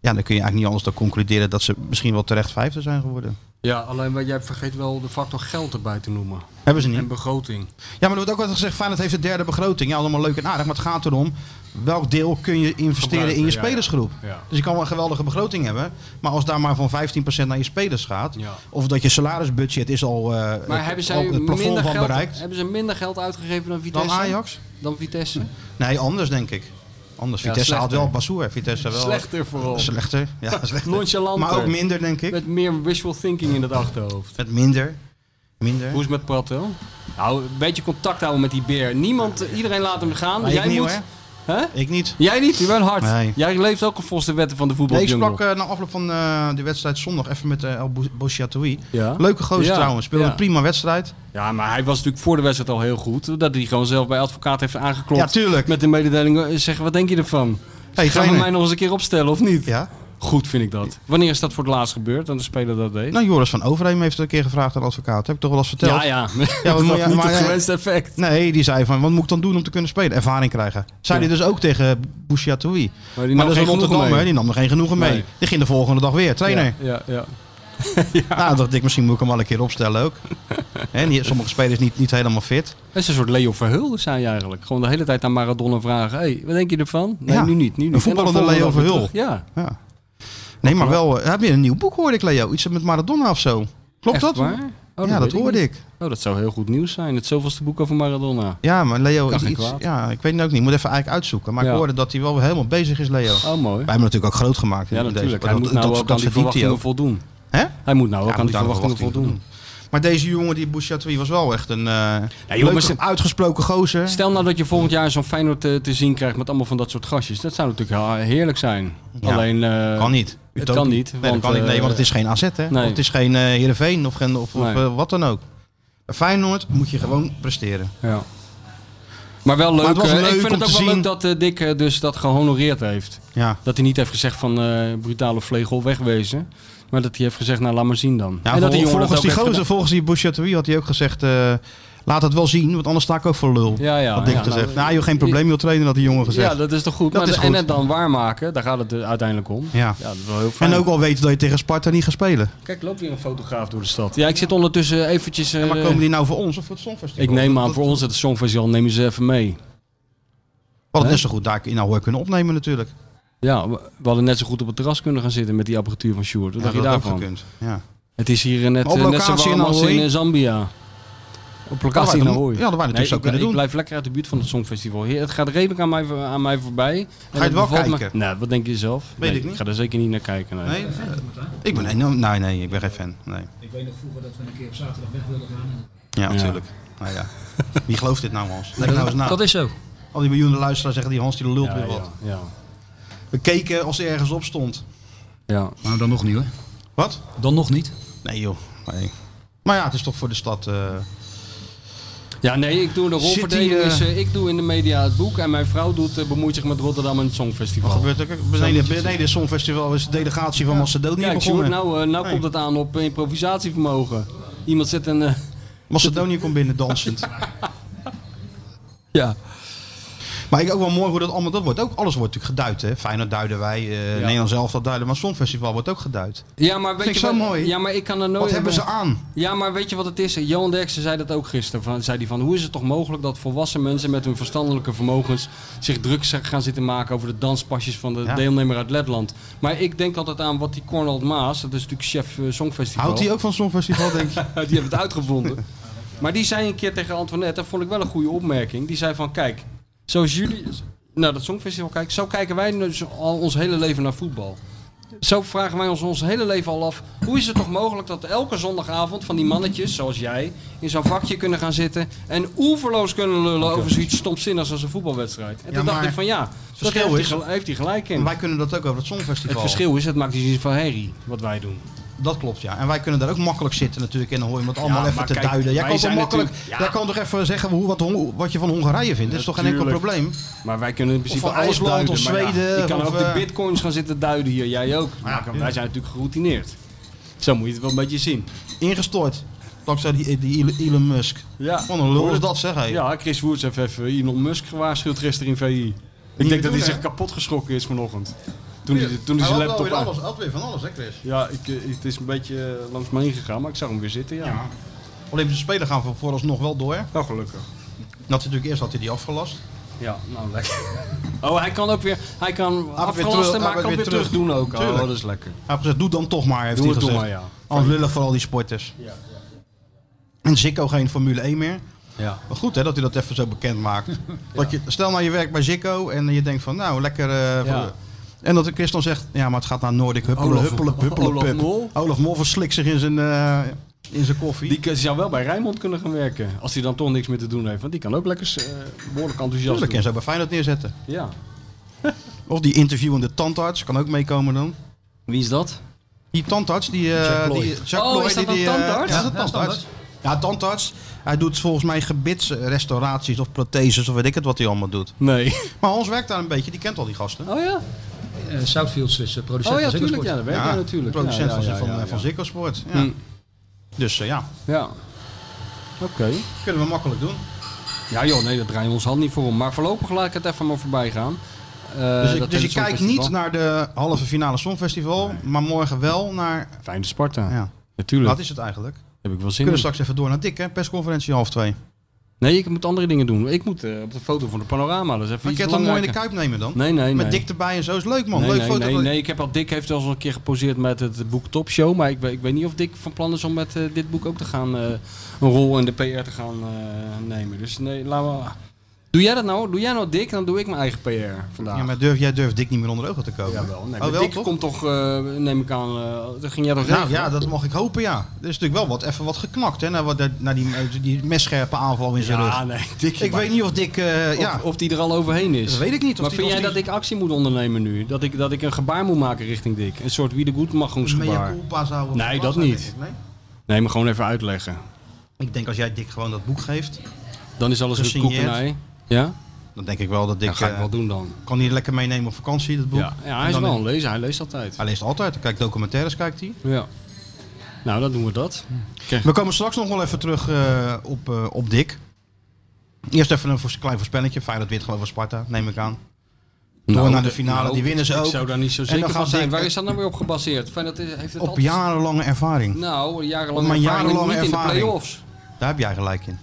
Speaker 4: Ja, dan kun je eigenlijk niet anders dan concluderen dat ze misschien wel terecht vijfde zijn geworden.
Speaker 5: Ja, alleen maar jij vergeet wel de factor geld erbij te noemen.
Speaker 4: Hebben ze niet.
Speaker 5: En begroting.
Speaker 4: Ja, maar er wordt ook altijd gezegd, Feyenoord heeft de derde begroting. Ja, allemaal leuk en aardig, maar het gaat erom... welk deel kun je investeren in je
Speaker 5: Gebruiken, ja, ja.
Speaker 4: spelersgroep.
Speaker 5: Ja.
Speaker 4: Dus je kan wel een geweldige begroting hebben... maar als daar maar van 15% naar je spelers gaat...
Speaker 5: Ja.
Speaker 4: of dat je salarisbudget is al, eh,
Speaker 5: Maar
Speaker 4: het,
Speaker 5: hebben,
Speaker 4: al
Speaker 5: zij
Speaker 4: het plafond
Speaker 5: minder
Speaker 4: van
Speaker 5: geld,
Speaker 4: bereikt...
Speaker 5: hebben ze minder geld uitgegeven dan Vitesse?
Speaker 4: dan Ajax?
Speaker 5: Dan Vitesse?
Speaker 4: Nee, anders denk ik. Anders,
Speaker 5: Ja,
Speaker 4: Vitesse haalt wel
Speaker 5: slechter.
Speaker 4: Bassoer. Vitesse wel...
Speaker 5: Slechter vooral.
Speaker 4: Slechter, ja, slechter.
Speaker 5: Nonchalanter.
Speaker 4: Maar ook minder, denk ik.
Speaker 5: Met meer wishful thinking in het achterhoofd.
Speaker 4: Met minder. Minder.
Speaker 5: Hoe is het met Prato? Nou, een beetje contact houden met die beer. Niemand, iedereen laat hem gaan.
Speaker 4: Maar ik
Speaker 5: Jij
Speaker 4: niet,
Speaker 5: moet. Hè?
Speaker 4: Ik niet.
Speaker 5: Jij niet? Je bent hard.
Speaker 4: Nee.
Speaker 5: Jij leeft ook volgens de wetten van de
Speaker 4: Nee, ik
Speaker 5: voetbaljungle.
Speaker 4: sprak eh, na afloop van eh, de wedstrijd zondag even met eh El Bou- Bouchatoui.
Speaker 5: Ja.
Speaker 4: Leuke gozer
Speaker 5: Ja,
Speaker 4: trouwens. Speelde
Speaker 5: ja.
Speaker 4: een prima wedstrijd.
Speaker 5: Ja, maar hij was natuurlijk voor de wedstrijd al heel goed. Dat hij gewoon zelf bij advocaat heeft aangeklopt.
Speaker 4: Ja, tuurlijk.
Speaker 5: Met de mededeling, eh, zeg, wat denk je ervan?
Speaker 4: Hey,
Speaker 5: Gaan we
Speaker 4: trainer.
Speaker 5: mij nog eens een keer opstellen of niet?
Speaker 4: Ja.
Speaker 5: Goed vind ik dat. Wanneer is dat voor het laatst gebeurd? Dat de speler dat deed?
Speaker 4: Nou, Joris van Overheem heeft het een keer gevraagd aan de advocaat. Heb ik toch wel eens verteld?
Speaker 5: ja, ja.
Speaker 4: maar
Speaker 5: dat
Speaker 4: moet
Speaker 5: was
Speaker 4: je-
Speaker 5: niet
Speaker 4: maar
Speaker 5: het
Speaker 4: ja.
Speaker 5: gewenste effect.
Speaker 4: Nee, die zei van, wat moet ik dan doen om te kunnen spelen? Ervaring krijgen. Zei
Speaker 5: Ja.
Speaker 4: hij dus ook tegen Bouchatoui.
Speaker 5: Maar die
Speaker 4: Maar
Speaker 5: nam
Speaker 4: dat is
Speaker 5: geen
Speaker 4: een
Speaker 5: genoegen
Speaker 4: Rotterdammer,
Speaker 5: mee.
Speaker 4: die nam er geen genoegen mee.
Speaker 5: Nee.
Speaker 4: Die ging de volgende dag weer, trainer.
Speaker 5: Ja, ja, ja.
Speaker 4: Nou, dacht ik, misschien moet ik hem wel een keer opstellen ook. Hè, die- sommige spelers niet, niet helemaal fit.
Speaker 5: Dat is een soort Leo Verhulde zijn je eigenlijk. Gewoon de hele tijd aan Maradona vragen. hey, wat denk je ervan? Nee,
Speaker 4: Ja.
Speaker 5: nu niet. Nu niet.
Speaker 4: Een voetballende
Speaker 5: En dan
Speaker 4: Leo
Speaker 5: volgen we dat weer
Speaker 4: Verhul.
Speaker 5: terug. Ja.
Speaker 4: Ja. Nee, maar wel. eh, Heb je een nieuw boek hoorde ik, Leo? Iets met Maradona of zo. Klopt
Speaker 5: Echt
Speaker 4: dat?
Speaker 5: waar? Oh,
Speaker 4: ja,
Speaker 5: weet
Speaker 4: dat hoorde
Speaker 5: niet.
Speaker 4: ik.
Speaker 5: Oh, dat zou heel goed nieuws zijn. Het zoveelste boek over Maradona.
Speaker 4: Ja, maar Leo
Speaker 5: Kan
Speaker 4: is
Speaker 5: geen
Speaker 4: iets.
Speaker 5: kwaad.
Speaker 4: Ja, ik weet het ook niet. Ik moet even eigenlijk uitzoeken. Maar
Speaker 5: Ja.
Speaker 4: ik hoorde dat hij wel helemaal bezig is, Leo.
Speaker 5: Oh, mooi.
Speaker 4: Wij hebben hem natuurlijk ook groot gemaakt.
Speaker 5: Ja,
Speaker 4: in
Speaker 5: natuurlijk.
Speaker 4: Deze,
Speaker 5: Hij moet nou
Speaker 4: dat,
Speaker 5: ook aan
Speaker 4: verdient
Speaker 5: die
Speaker 4: hij
Speaker 5: verwachtingen
Speaker 4: ook.
Speaker 5: voldoen.
Speaker 4: Hè?
Speaker 5: Hij moet nou ook
Speaker 4: Ja,
Speaker 5: aan
Speaker 4: moet
Speaker 5: die
Speaker 4: aan de
Speaker 5: verwachtingen
Speaker 4: verwachtingen
Speaker 5: voldoen.
Speaker 4: Maar deze jongen, die Bouchatoui, was wel echt een eh
Speaker 5: jongens,
Speaker 4: leuke, uitgesproken gozer.
Speaker 5: Stel nou dat je volgend jaar zo'n Feyenoord te, te zien krijgt met allemaal van dat soort gastjes. Dat zou natuurlijk heel heerlijk zijn.
Speaker 4: Ja,
Speaker 5: Alleen, eh,
Speaker 4: kan niet.
Speaker 5: het
Speaker 4: Utopisch.
Speaker 5: kan niet,
Speaker 4: Nee,
Speaker 5: want,
Speaker 4: want, kan niet. nee,
Speaker 5: eh,
Speaker 4: want het is geen AZ, hè?
Speaker 5: nee.
Speaker 4: Of het is geen eh Heerenveen of, geen, of, of,
Speaker 5: Nee.
Speaker 4: eh, wat dan ook. Bij Feyenoord moet je gewoon presteren.
Speaker 5: Ja. Maar wel leuk.
Speaker 4: Maar het was
Speaker 5: eh,
Speaker 4: leuk
Speaker 5: ik vind
Speaker 4: om
Speaker 5: het ook
Speaker 4: te
Speaker 5: wel
Speaker 4: zien.
Speaker 5: leuk dat eh, Dick eh, dus dat gehonoreerd heeft.
Speaker 4: Ja.
Speaker 5: Dat hij niet heeft gezegd van eh, brutale vlegel wegwezen. Maar dat hij heeft gezegd, nou laat maar zien dan.
Speaker 4: Ja,
Speaker 5: en dat
Speaker 4: vol-
Speaker 5: jongen
Speaker 4: volgens,
Speaker 5: dat
Speaker 4: die
Speaker 5: ook heeft
Speaker 4: gozer, volgens die Bouchatoui had hij ook gezegd... eh, laat het wel zien, want anders sta ik ook voor lul.
Speaker 5: Ja, ja,
Speaker 4: had Dick
Speaker 5: ja, nou,
Speaker 4: gezegd. Nou, joh, geen probleem, joh, trainen, had die jongen gezegd.
Speaker 5: Ja, dat is toch goed.
Speaker 4: Dat
Speaker 5: maar
Speaker 4: is
Speaker 5: de-
Speaker 4: goed.
Speaker 5: En het dan waarmaken, daar gaat het eh, uiteindelijk om.
Speaker 4: Ja.
Speaker 5: dat is wel heel fijn.
Speaker 4: en ook al weten dat je tegen Sparta niet gaat spelen.
Speaker 5: Kijk, loopt weer een fotograaf door de stad. Ja, ik zit ondertussen eventjes... eh,
Speaker 4: maar komen die nou voor ons of voor het Songfestival?
Speaker 5: ik neem aan,
Speaker 4: Dat-
Speaker 5: voor ons het Songfestival neem je ze even mee.
Speaker 4: Wat het
Speaker 5: Hè?
Speaker 4: net zo goed daar in Ahoy eh, kunnen opnemen natuurlijk.
Speaker 5: Ja, we we hadden net zo goed op het terras kunnen gaan zitten met die apparatuur van Sjoerd. Wat dacht
Speaker 4: Ja,
Speaker 5: je
Speaker 4: dat had ook
Speaker 5: daarvan?
Speaker 4: gekund. Ja.
Speaker 5: Het is hier eh, net,
Speaker 4: Op
Speaker 5: eh, net zo
Speaker 4: locatie in
Speaker 5: warm als in
Speaker 4: Ahoy?
Speaker 5: eh, Zambia. Op locatie
Speaker 4: dan-
Speaker 5: in Ahoy.
Speaker 4: ja, dat waren natuurlijk
Speaker 5: Nee,
Speaker 4: zo
Speaker 5: ik-
Speaker 4: kunnen doen.
Speaker 5: Ik blijf lekker uit de buurt van het Songfestival. Heer, Het gaat redelijk aan mij, eh, aan mij voorbij. En
Speaker 4: het wel
Speaker 5: bevalt me-
Speaker 4: kijken?
Speaker 5: Nee, wat denk je zelf?
Speaker 4: Weet
Speaker 5: Nee,
Speaker 4: ik niet.
Speaker 5: Ik ga er zeker niet naar kijken. nee.
Speaker 4: Nee, eh, ik ben, nee, nee, nee, ik ben geen fan. Nee.
Speaker 6: Ik weet nog vroeger dat we een keer op zaterdag weg wilden gaan.
Speaker 4: Ja,
Speaker 5: Ja.
Speaker 4: natuurlijk. Nou ja. Wie gelooft dit nou, Hans? Denk nou eens na.
Speaker 6: Dat is zo.
Speaker 4: Al die miljoenen luisteraars zeggen die Hans die lult
Speaker 5: Ja,
Speaker 4: weer
Speaker 5: ja,
Speaker 4: wat.
Speaker 5: ja.
Speaker 4: We keken als hij ergens op stond.
Speaker 5: Ja.
Speaker 6: Nou, dan nog niet hoor.
Speaker 4: Wat?
Speaker 6: Dan nog niet.
Speaker 4: Nee joh. Nee. Maar ja, het is toch voor de stad. eh,
Speaker 5: Ja, nee, ik doe de rolverdeling.
Speaker 4: Zit die, eh,
Speaker 5: is, eh, ik doe in de media het boek en mijn vrouw doet, eh, bemoeit zich met Rotterdam en het Songfestival.
Speaker 4: wat gebeurt er? Beneden, beneden het Songfestival is de delegatie van Macedonië
Speaker 5: Kijk, Sjoerd,
Speaker 4: begonnen.
Speaker 5: nou, eh, nou
Speaker 4: Nee.
Speaker 5: komt het aan op improvisatievermogen. Iemand zet een... eh,
Speaker 4: Macedonië komt binnen dansend.
Speaker 5: ja.
Speaker 4: maar ik ook wel mooi hoe dat allemaal dat wordt. Ook alles wordt natuurlijk geduid. Hè. Feyenoord duiden wij, eh, Nederland zelf dat duiden. Maar het Songfestival wordt ook geduid.
Speaker 5: ja, maar weet
Speaker 4: Vind ik
Speaker 5: je
Speaker 4: zo
Speaker 5: wat-
Speaker 4: mooi.
Speaker 5: Oh, Ja, maar ik kan er nooit...
Speaker 4: Wat hebben ze aan?
Speaker 5: Ja, maar weet je wat het is? Johan Derksen zei dat ook gisteren. Van, zei die van, hoe is het toch mogelijk dat volwassen mensen met hun verstandelijke vermogens zich druk z- gaan zitten maken over de danspasjes van de
Speaker 4: Ja.
Speaker 5: deelnemer uit Letland. Maar ik denk altijd aan wat die Cornald Maas, dat is natuurlijk chef eh, Songfestival.
Speaker 4: Houdt hij ook van het Songfestival, denk je?
Speaker 5: die hebben het uitgevonden. Maar die zei een keer tegen Antoinette, dat vond ik wel een goede opmerking. Die zei van, kijk, zoals jullie naar dat Songfestival kijken, zo kijken wij dus al ons hele leven naar voetbal. Zo vragen wij ons ons hele leven al af, hoe is het toch mogelijk dat elke zondagavond van die mannetjes, zoals jij, in zo'n vakje kunnen gaan zitten en oeverloos kunnen lullen over zoiets stomzinnigs als een voetbalwedstrijd. En
Speaker 4: Ja,
Speaker 5: toen dacht
Speaker 4: maar
Speaker 5: ik van, ja, dat
Speaker 4: verschil
Speaker 5: heeft hij
Speaker 4: is-
Speaker 5: gel- heeft hij gelijk in.
Speaker 4: En wij kunnen dat ook over het Songfestival.
Speaker 5: Het verschil is, het maakt dus iets van herrie, wat wij doen.
Speaker 4: Dat klopt, ja. En wij kunnen daar ook makkelijk zitten natuurlijk in hoor, om het allemaal
Speaker 5: Ja,
Speaker 4: even
Speaker 5: maar
Speaker 4: te
Speaker 5: kijk,
Speaker 4: duiden. Jij
Speaker 5: wij
Speaker 4: kan, toch
Speaker 5: zijn
Speaker 4: makkelijk,
Speaker 5: natuurlijk- ja.
Speaker 4: jij kan toch even zeggen hoe, wat, Hong- wat je van Hongarije vindt? Dat is toch geen enkel
Speaker 5: Natuurlijk.
Speaker 4: probleem?
Speaker 5: Maar wij kunnen in principe
Speaker 4: Of van
Speaker 5: alles
Speaker 4: IJsland
Speaker 5: duiden,
Speaker 4: of
Speaker 5: maar ja,
Speaker 4: Zweden,
Speaker 5: je kan
Speaker 4: of,
Speaker 5: ook de
Speaker 4: eh,
Speaker 5: bitcoins gaan zitten duiden hier. Jij ook. Maar
Speaker 4: ja.
Speaker 5: wij zijn natuurlijk geroutineerd. Zo moet je het wel een beetje zien.
Speaker 4: Ingestort. Dankzij die, die Elon Musk.
Speaker 5: Ja.
Speaker 4: Wat een lul is dat, zeg hé.
Speaker 5: Ja, Chris Woods heeft even Elon Musk gewaarschuwd gisteren in VI. Ik denk dat hij zich kapot geschrokken is vanochtend. Toen hij, toen hij zijn laptop aan...
Speaker 4: weer van alles, hè Chris?
Speaker 5: Ja, ik, eh, het is een beetje eh, langs me heen gegaan, maar ik zag hem weer zitten, ja.
Speaker 4: Olympische Spelen gaan voor- vooralsnog wel door. Dat
Speaker 5: Nou, gelukkig.
Speaker 4: hij natuurlijk eerst had hij die afgelast.
Speaker 5: Ja, nou lekker. Oh, hij kan ook weer... Hij kan
Speaker 4: weer
Speaker 5: afgelasten,
Speaker 4: terug-
Speaker 5: maar
Speaker 4: hij
Speaker 5: hij kan
Speaker 4: weer
Speaker 5: weer terug
Speaker 4: terug.
Speaker 5: doen ook. Oh,
Speaker 4: Tuurlijk.
Speaker 5: dat is lekker.
Speaker 4: Hij heeft gezegd, doe dan toch maar, heeft
Speaker 5: Doe
Speaker 4: hij
Speaker 5: het, doe
Speaker 4: gezegd.
Speaker 5: maar, ja.
Speaker 4: Anders lullig voor al die sporters.
Speaker 5: Ja,
Speaker 4: En Ziggo geen Formule 1 meer.
Speaker 5: ja.
Speaker 4: Maar goed hè, dat hij dat even zo bekend maakt. dat je, stel nou je werkt bij Zikko en je denkt van nou lekker... eh, voor-
Speaker 5: Ja.
Speaker 4: En dat de Christian zegt, ja maar het gaat naar Noordic huppelen,
Speaker 5: Olaf-
Speaker 4: huppelen, huppelen,
Speaker 5: Olaf
Speaker 4: pup.
Speaker 5: Mol?
Speaker 4: Olaf Mol verslikt zich in zijn, eh, in zijn koffie.
Speaker 5: Die kan- zou wel bij Rijnmond kunnen gaan werken. Als hij dan toch niks meer te doen heeft. Want die kan ook lekker eh, behoorlijk enthousiast
Speaker 4: Tuurlijk,
Speaker 5: doen.
Speaker 4: en zo bij Feyenoord neerzetten.
Speaker 5: Ja.
Speaker 4: Of die interviewende tandarts, kan ook meekomen dan.
Speaker 5: Wie is dat?
Speaker 4: Die tandarts, die... eh
Speaker 6: Jack Lloyd.
Speaker 4: die Jack
Speaker 5: Oh,
Speaker 4: Lloyd,
Speaker 5: is dat
Speaker 4: die, eh,
Speaker 5: een tandarts?
Speaker 4: Ja, is dat
Speaker 6: Ja, is
Speaker 4: tandarts.
Speaker 6: tandarts.
Speaker 4: Ja, tandarts. Hij doet volgens mij gebitsrestauraties of protheses of weet ik het wat hij allemaal doet.
Speaker 5: Nee.
Speaker 4: Maar Hans werkt daar een beetje, die kent al die gasten.
Speaker 5: Oh ja?
Speaker 6: Eh, Southfields is eh, producent
Speaker 5: Oh ja,
Speaker 6: van Ziggo
Speaker 5: tuurlijk. Ja,
Speaker 6: Sport.
Speaker 5: dat werkt hij natuurlijk.
Speaker 4: Producent
Speaker 5: ja,
Speaker 4: van-
Speaker 5: ja, ja,
Speaker 4: van,
Speaker 5: ja,
Speaker 4: eh,
Speaker 5: ja.
Speaker 4: van Ziggo Sport. Ja.
Speaker 5: Hm.
Speaker 4: Dus eh, ja,
Speaker 5: Ja. Oké.
Speaker 4: kunnen we makkelijk doen.
Speaker 5: Ja joh, nee, daar draaien we ons hand niet voor om. Maar voorlopig laat ik het even maar voorbij gaan. Eh,
Speaker 4: Dus, ik,
Speaker 5: dat
Speaker 4: dus
Speaker 5: hele
Speaker 4: je kijkt
Speaker 5: Songfestival.
Speaker 4: niet naar de halve finale Songfestival, maar morgen wel naar...
Speaker 5: Fijne Sparta.
Speaker 4: Ja,
Speaker 5: Natuurlijk.
Speaker 4: wat is het eigenlijk? We
Speaker 5: Heb ik wel zin
Speaker 4: kunnen
Speaker 5: in.
Speaker 4: straks even door naar Dick, hè? Persconferentie half twee.
Speaker 5: Nee, ik moet andere dingen doen. Ik moet eh, op de foto van de panorama. Dat is even
Speaker 4: Maar ik
Speaker 5: iets
Speaker 4: kan het toch mooi in de
Speaker 5: belangrijker.
Speaker 4: kuip nemen dan?
Speaker 5: Nee, nee, nee.
Speaker 4: Met dik erbij en zo is leuk man.
Speaker 5: nee,
Speaker 4: leuk
Speaker 5: nee,
Speaker 4: foto.
Speaker 5: nee, nee, ik heb al Dick heeft al eens een keer geposeerd met het boek Top Show, maar ik, weet- ik weet niet of Dick van plan is om met eh, dit boek ook te gaan eh, een rol in de PR te gaan eh, nemen. Dus nee, laten we. Doe jij dat nou? Doe jij nou Dick? Dan doe ik mijn eigen PR vandaag.
Speaker 4: Ja, maar durf, jij durft dik niet meer onder ogen te komen.
Speaker 5: Jawel, nee,
Speaker 4: oh,
Speaker 5: maar
Speaker 4: wel,
Speaker 5: Dick
Speaker 4: toch?
Speaker 5: komt toch, eh, neem ik aan, eh, dat ging jij toch
Speaker 4: Nou
Speaker 5: regelen?
Speaker 4: ja, dat mag ik hopen, ja. Er is natuurlijk wel wat, even wat geknakt, hè, naar, wat- naar die, eh, die messcherpe aanval in zijn
Speaker 5: Ja,
Speaker 4: rug.
Speaker 5: nee, Dick.
Speaker 4: Ik weet niet of Dick, eh,
Speaker 5: of,
Speaker 4: ja,
Speaker 5: of die er al overheen is.
Speaker 4: dat weet ik niet. Of
Speaker 5: maar
Speaker 4: die-
Speaker 5: vind
Speaker 4: of
Speaker 5: jij
Speaker 4: die-
Speaker 5: dat ik actie moet ondernemen nu? Dat ik, dat ik een gebaar moet maken richting Dick? Een soort wie de goed mag
Speaker 4: een mea
Speaker 5: gebaar.
Speaker 4: culpa zou...
Speaker 5: Nee, dat
Speaker 4: zou-
Speaker 5: niet.
Speaker 4: Nee?
Speaker 5: Nee, maar gewoon even uitleggen.
Speaker 4: Ik denk als jij Dick gewoon dat boek geeft,
Speaker 5: Dan is alles weer
Speaker 4: Gesigneerd.
Speaker 5: koekenij. Ja?
Speaker 4: dan denk ik wel dat Dick...
Speaker 5: Dat ga ik
Speaker 4: eh,
Speaker 5: wel doen dan.
Speaker 4: Kan hij lekker meenemen op vakantie, dat boek.
Speaker 5: Ja, ja hij
Speaker 4: En
Speaker 5: is
Speaker 4: dan-
Speaker 5: wel een lezer. Hij leest altijd.
Speaker 4: Hij leest altijd. Hij kijkt documentaires, kijkt hij.
Speaker 5: Ja. Nou, dan doen we dat.
Speaker 4: We komen straks nog wel even terug eh, op, eh, op Dick. Eerst even een voors- klein voorspelletje. Feyenoord wint gewoon van Sparta, neem ik aan. Door naar de finale, die winnen ze
Speaker 5: Nou, ik
Speaker 4: ook.
Speaker 5: zou daar niet zo
Speaker 4: En
Speaker 5: zeker
Speaker 4: dan
Speaker 5: van
Speaker 4: gaat
Speaker 5: zijn.
Speaker 4: Dick-
Speaker 5: Waar is dat nou weer op gebaseerd? Fijn, dat is, heeft het
Speaker 4: Op
Speaker 5: altijd-
Speaker 4: jarenlange ervaring.
Speaker 5: Nou, jarenlang
Speaker 4: Op mijn
Speaker 5: ervaring,
Speaker 4: jarenlange
Speaker 5: niet in
Speaker 4: ervaring.
Speaker 5: de play-offs.
Speaker 4: Daar heb jij gelijk in.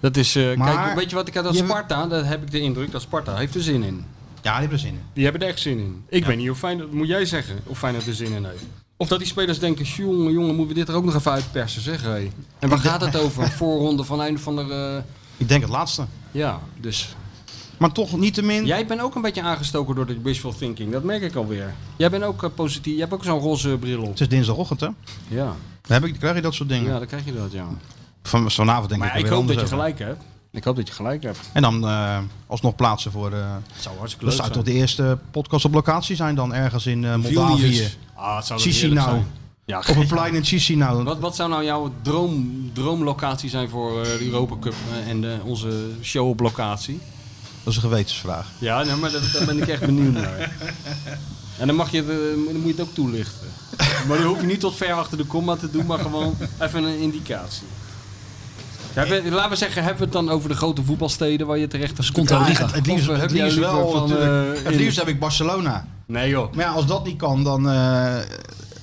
Speaker 5: Dat is, eh,
Speaker 4: Maar-
Speaker 5: kijk, weet je wat ik had aan
Speaker 4: Je-
Speaker 5: Sparta? Daar heb ik de indruk dat Sparta heeft er zin in.
Speaker 4: Ja, die hebben er zin in.
Speaker 5: Die hebben er echt zin in. Ik weet niet of Feyenoord, moet jij zeggen, of Feyenoord er zin in heeft. Of dat die spelers denken, jongen, jongen, moeten we dit er ook nog even uitpersen, zeg hé. En waar gaat het over? Voorronde van einde van de... eh,
Speaker 4: Ik denk het laatste.
Speaker 5: ja, dus...
Speaker 4: Maar toch niettemin.
Speaker 5: Jij bent ook een beetje aangestoken door dit wishful thinking, dat merk ik alweer. Jij bent ook eh, positief, jij hebt ook zo'n roze bril op.
Speaker 4: Het is dinsdagochtend, hè?
Speaker 5: Ja,
Speaker 4: Dan, heb ik, dan krijg je dat soort dingen.
Speaker 5: ja dan krijg je dat, ja.
Speaker 4: Van, vanavond denk ik
Speaker 5: Maar
Speaker 4: er
Speaker 5: ik
Speaker 4: weer
Speaker 5: hoop dat je
Speaker 4: anders over.
Speaker 5: gelijk hebt. Ik hoop dat je gelijk hebt.
Speaker 4: En dan eh, alsnog plaatsen voor... eh
Speaker 5: Het zou hartstikke
Speaker 4: dat
Speaker 5: leuk
Speaker 4: zou
Speaker 5: zijn.
Speaker 4: toch de eerste podcast op locatie zijn dan ergens in eh, Moldavië.
Speaker 5: Vilnius. Ah, het zou toch heerlijk
Speaker 4: Chisinau.
Speaker 5: zijn. Ja,
Speaker 4: Op een plein in Chisinau.
Speaker 5: Wat, wat zou nou jouw droom, droomlocatie zijn voor eh, de Europa Cup eh, en eh, onze show op locatie?
Speaker 4: Dat is een gewetensvraag.
Speaker 5: Ja, nou, maar dat- daar ben ik echt benieuwd naar. En dan, mag je het, eh, dan moet je het ook toelichten. Maar dan hoef je niet tot ver achter de komma te doen, maar gewoon even een indicatie. Ja, we- laten we zeggen, hebben we het dan over de grote voetbalsteden waar je terecht als
Speaker 6: Komt wel lief.
Speaker 4: Ah, het, het liefst,
Speaker 5: Of,
Speaker 4: het
Speaker 5: eh, heb jij
Speaker 4: liefst
Speaker 5: liever
Speaker 4: wel
Speaker 5: van,
Speaker 4: natuurlijk.
Speaker 5: eh,
Speaker 4: het
Speaker 5: in-
Speaker 4: liefst heb ik Barcelona.
Speaker 5: Nee joh.
Speaker 4: Maar ja, als dat niet kan, dan eh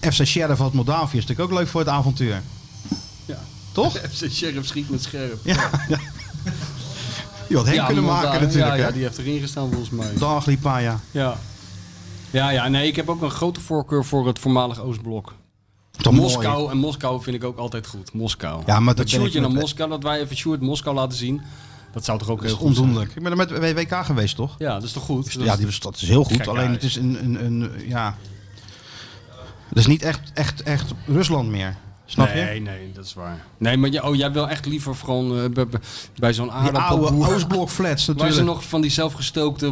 Speaker 4: FC Sheriff uit Moldavië is natuurlijk ook leuk voor het avontuur.
Speaker 5: Ja.
Speaker 4: Toch?
Speaker 5: FC Sheriff schiet met scherp.
Speaker 4: Ja. ja. Die had Henk kunnen
Speaker 5: want
Speaker 4: maken
Speaker 5: daar-
Speaker 4: natuurlijk.
Speaker 5: Ja,
Speaker 4: hè?
Speaker 5: ja, die heeft erin gestaan volgens mij.
Speaker 4: Dag Lipaya.
Speaker 5: Ja. Ja, ja, nee, ik heb ook een grote voorkeur voor het voormalig Oostblok.
Speaker 4: Toch
Speaker 5: Moskou
Speaker 4: mooi.
Speaker 5: en Moskou vind ik ook altijd goed. Moskou.
Speaker 4: Ja, maar dat
Speaker 5: dat
Speaker 4: ben
Speaker 5: Sjoerdje
Speaker 4: ik
Speaker 5: naar
Speaker 4: met-
Speaker 5: Moskou, dat wij even Sjoerd Moskou laten zien. Dat zou toch ook
Speaker 4: Dat
Speaker 5: heel
Speaker 4: is
Speaker 5: goed zijn?
Speaker 4: ondoenlijk. Ik ben er met WK geweest, toch?
Speaker 5: Ja, dat is toch goed? Dat
Speaker 4: Ja,
Speaker 5: is-
Speaker 4: die was, dat is heel goed.
Speaker 5: Gek
Speaker 4: Alleen
Speaker 5: huis.
Speaker 4: het is een, een, een ja... Het is niet echt, echt, echt Rusland meer. Snap je?
Speaker 5: nee, nee, dat is waar. Nee, maar ja, oh, jij wil echt liever gewoon eh, bij, bij- bij zo'n
Speaker 4: Die oude
Speaker 5: aardappelboer...
Speaker 4: Oostblok flats
Speaker 5: Waar
Speaker 4: natuurlijk.
Speaker 5: ze nog van die zelfgestookte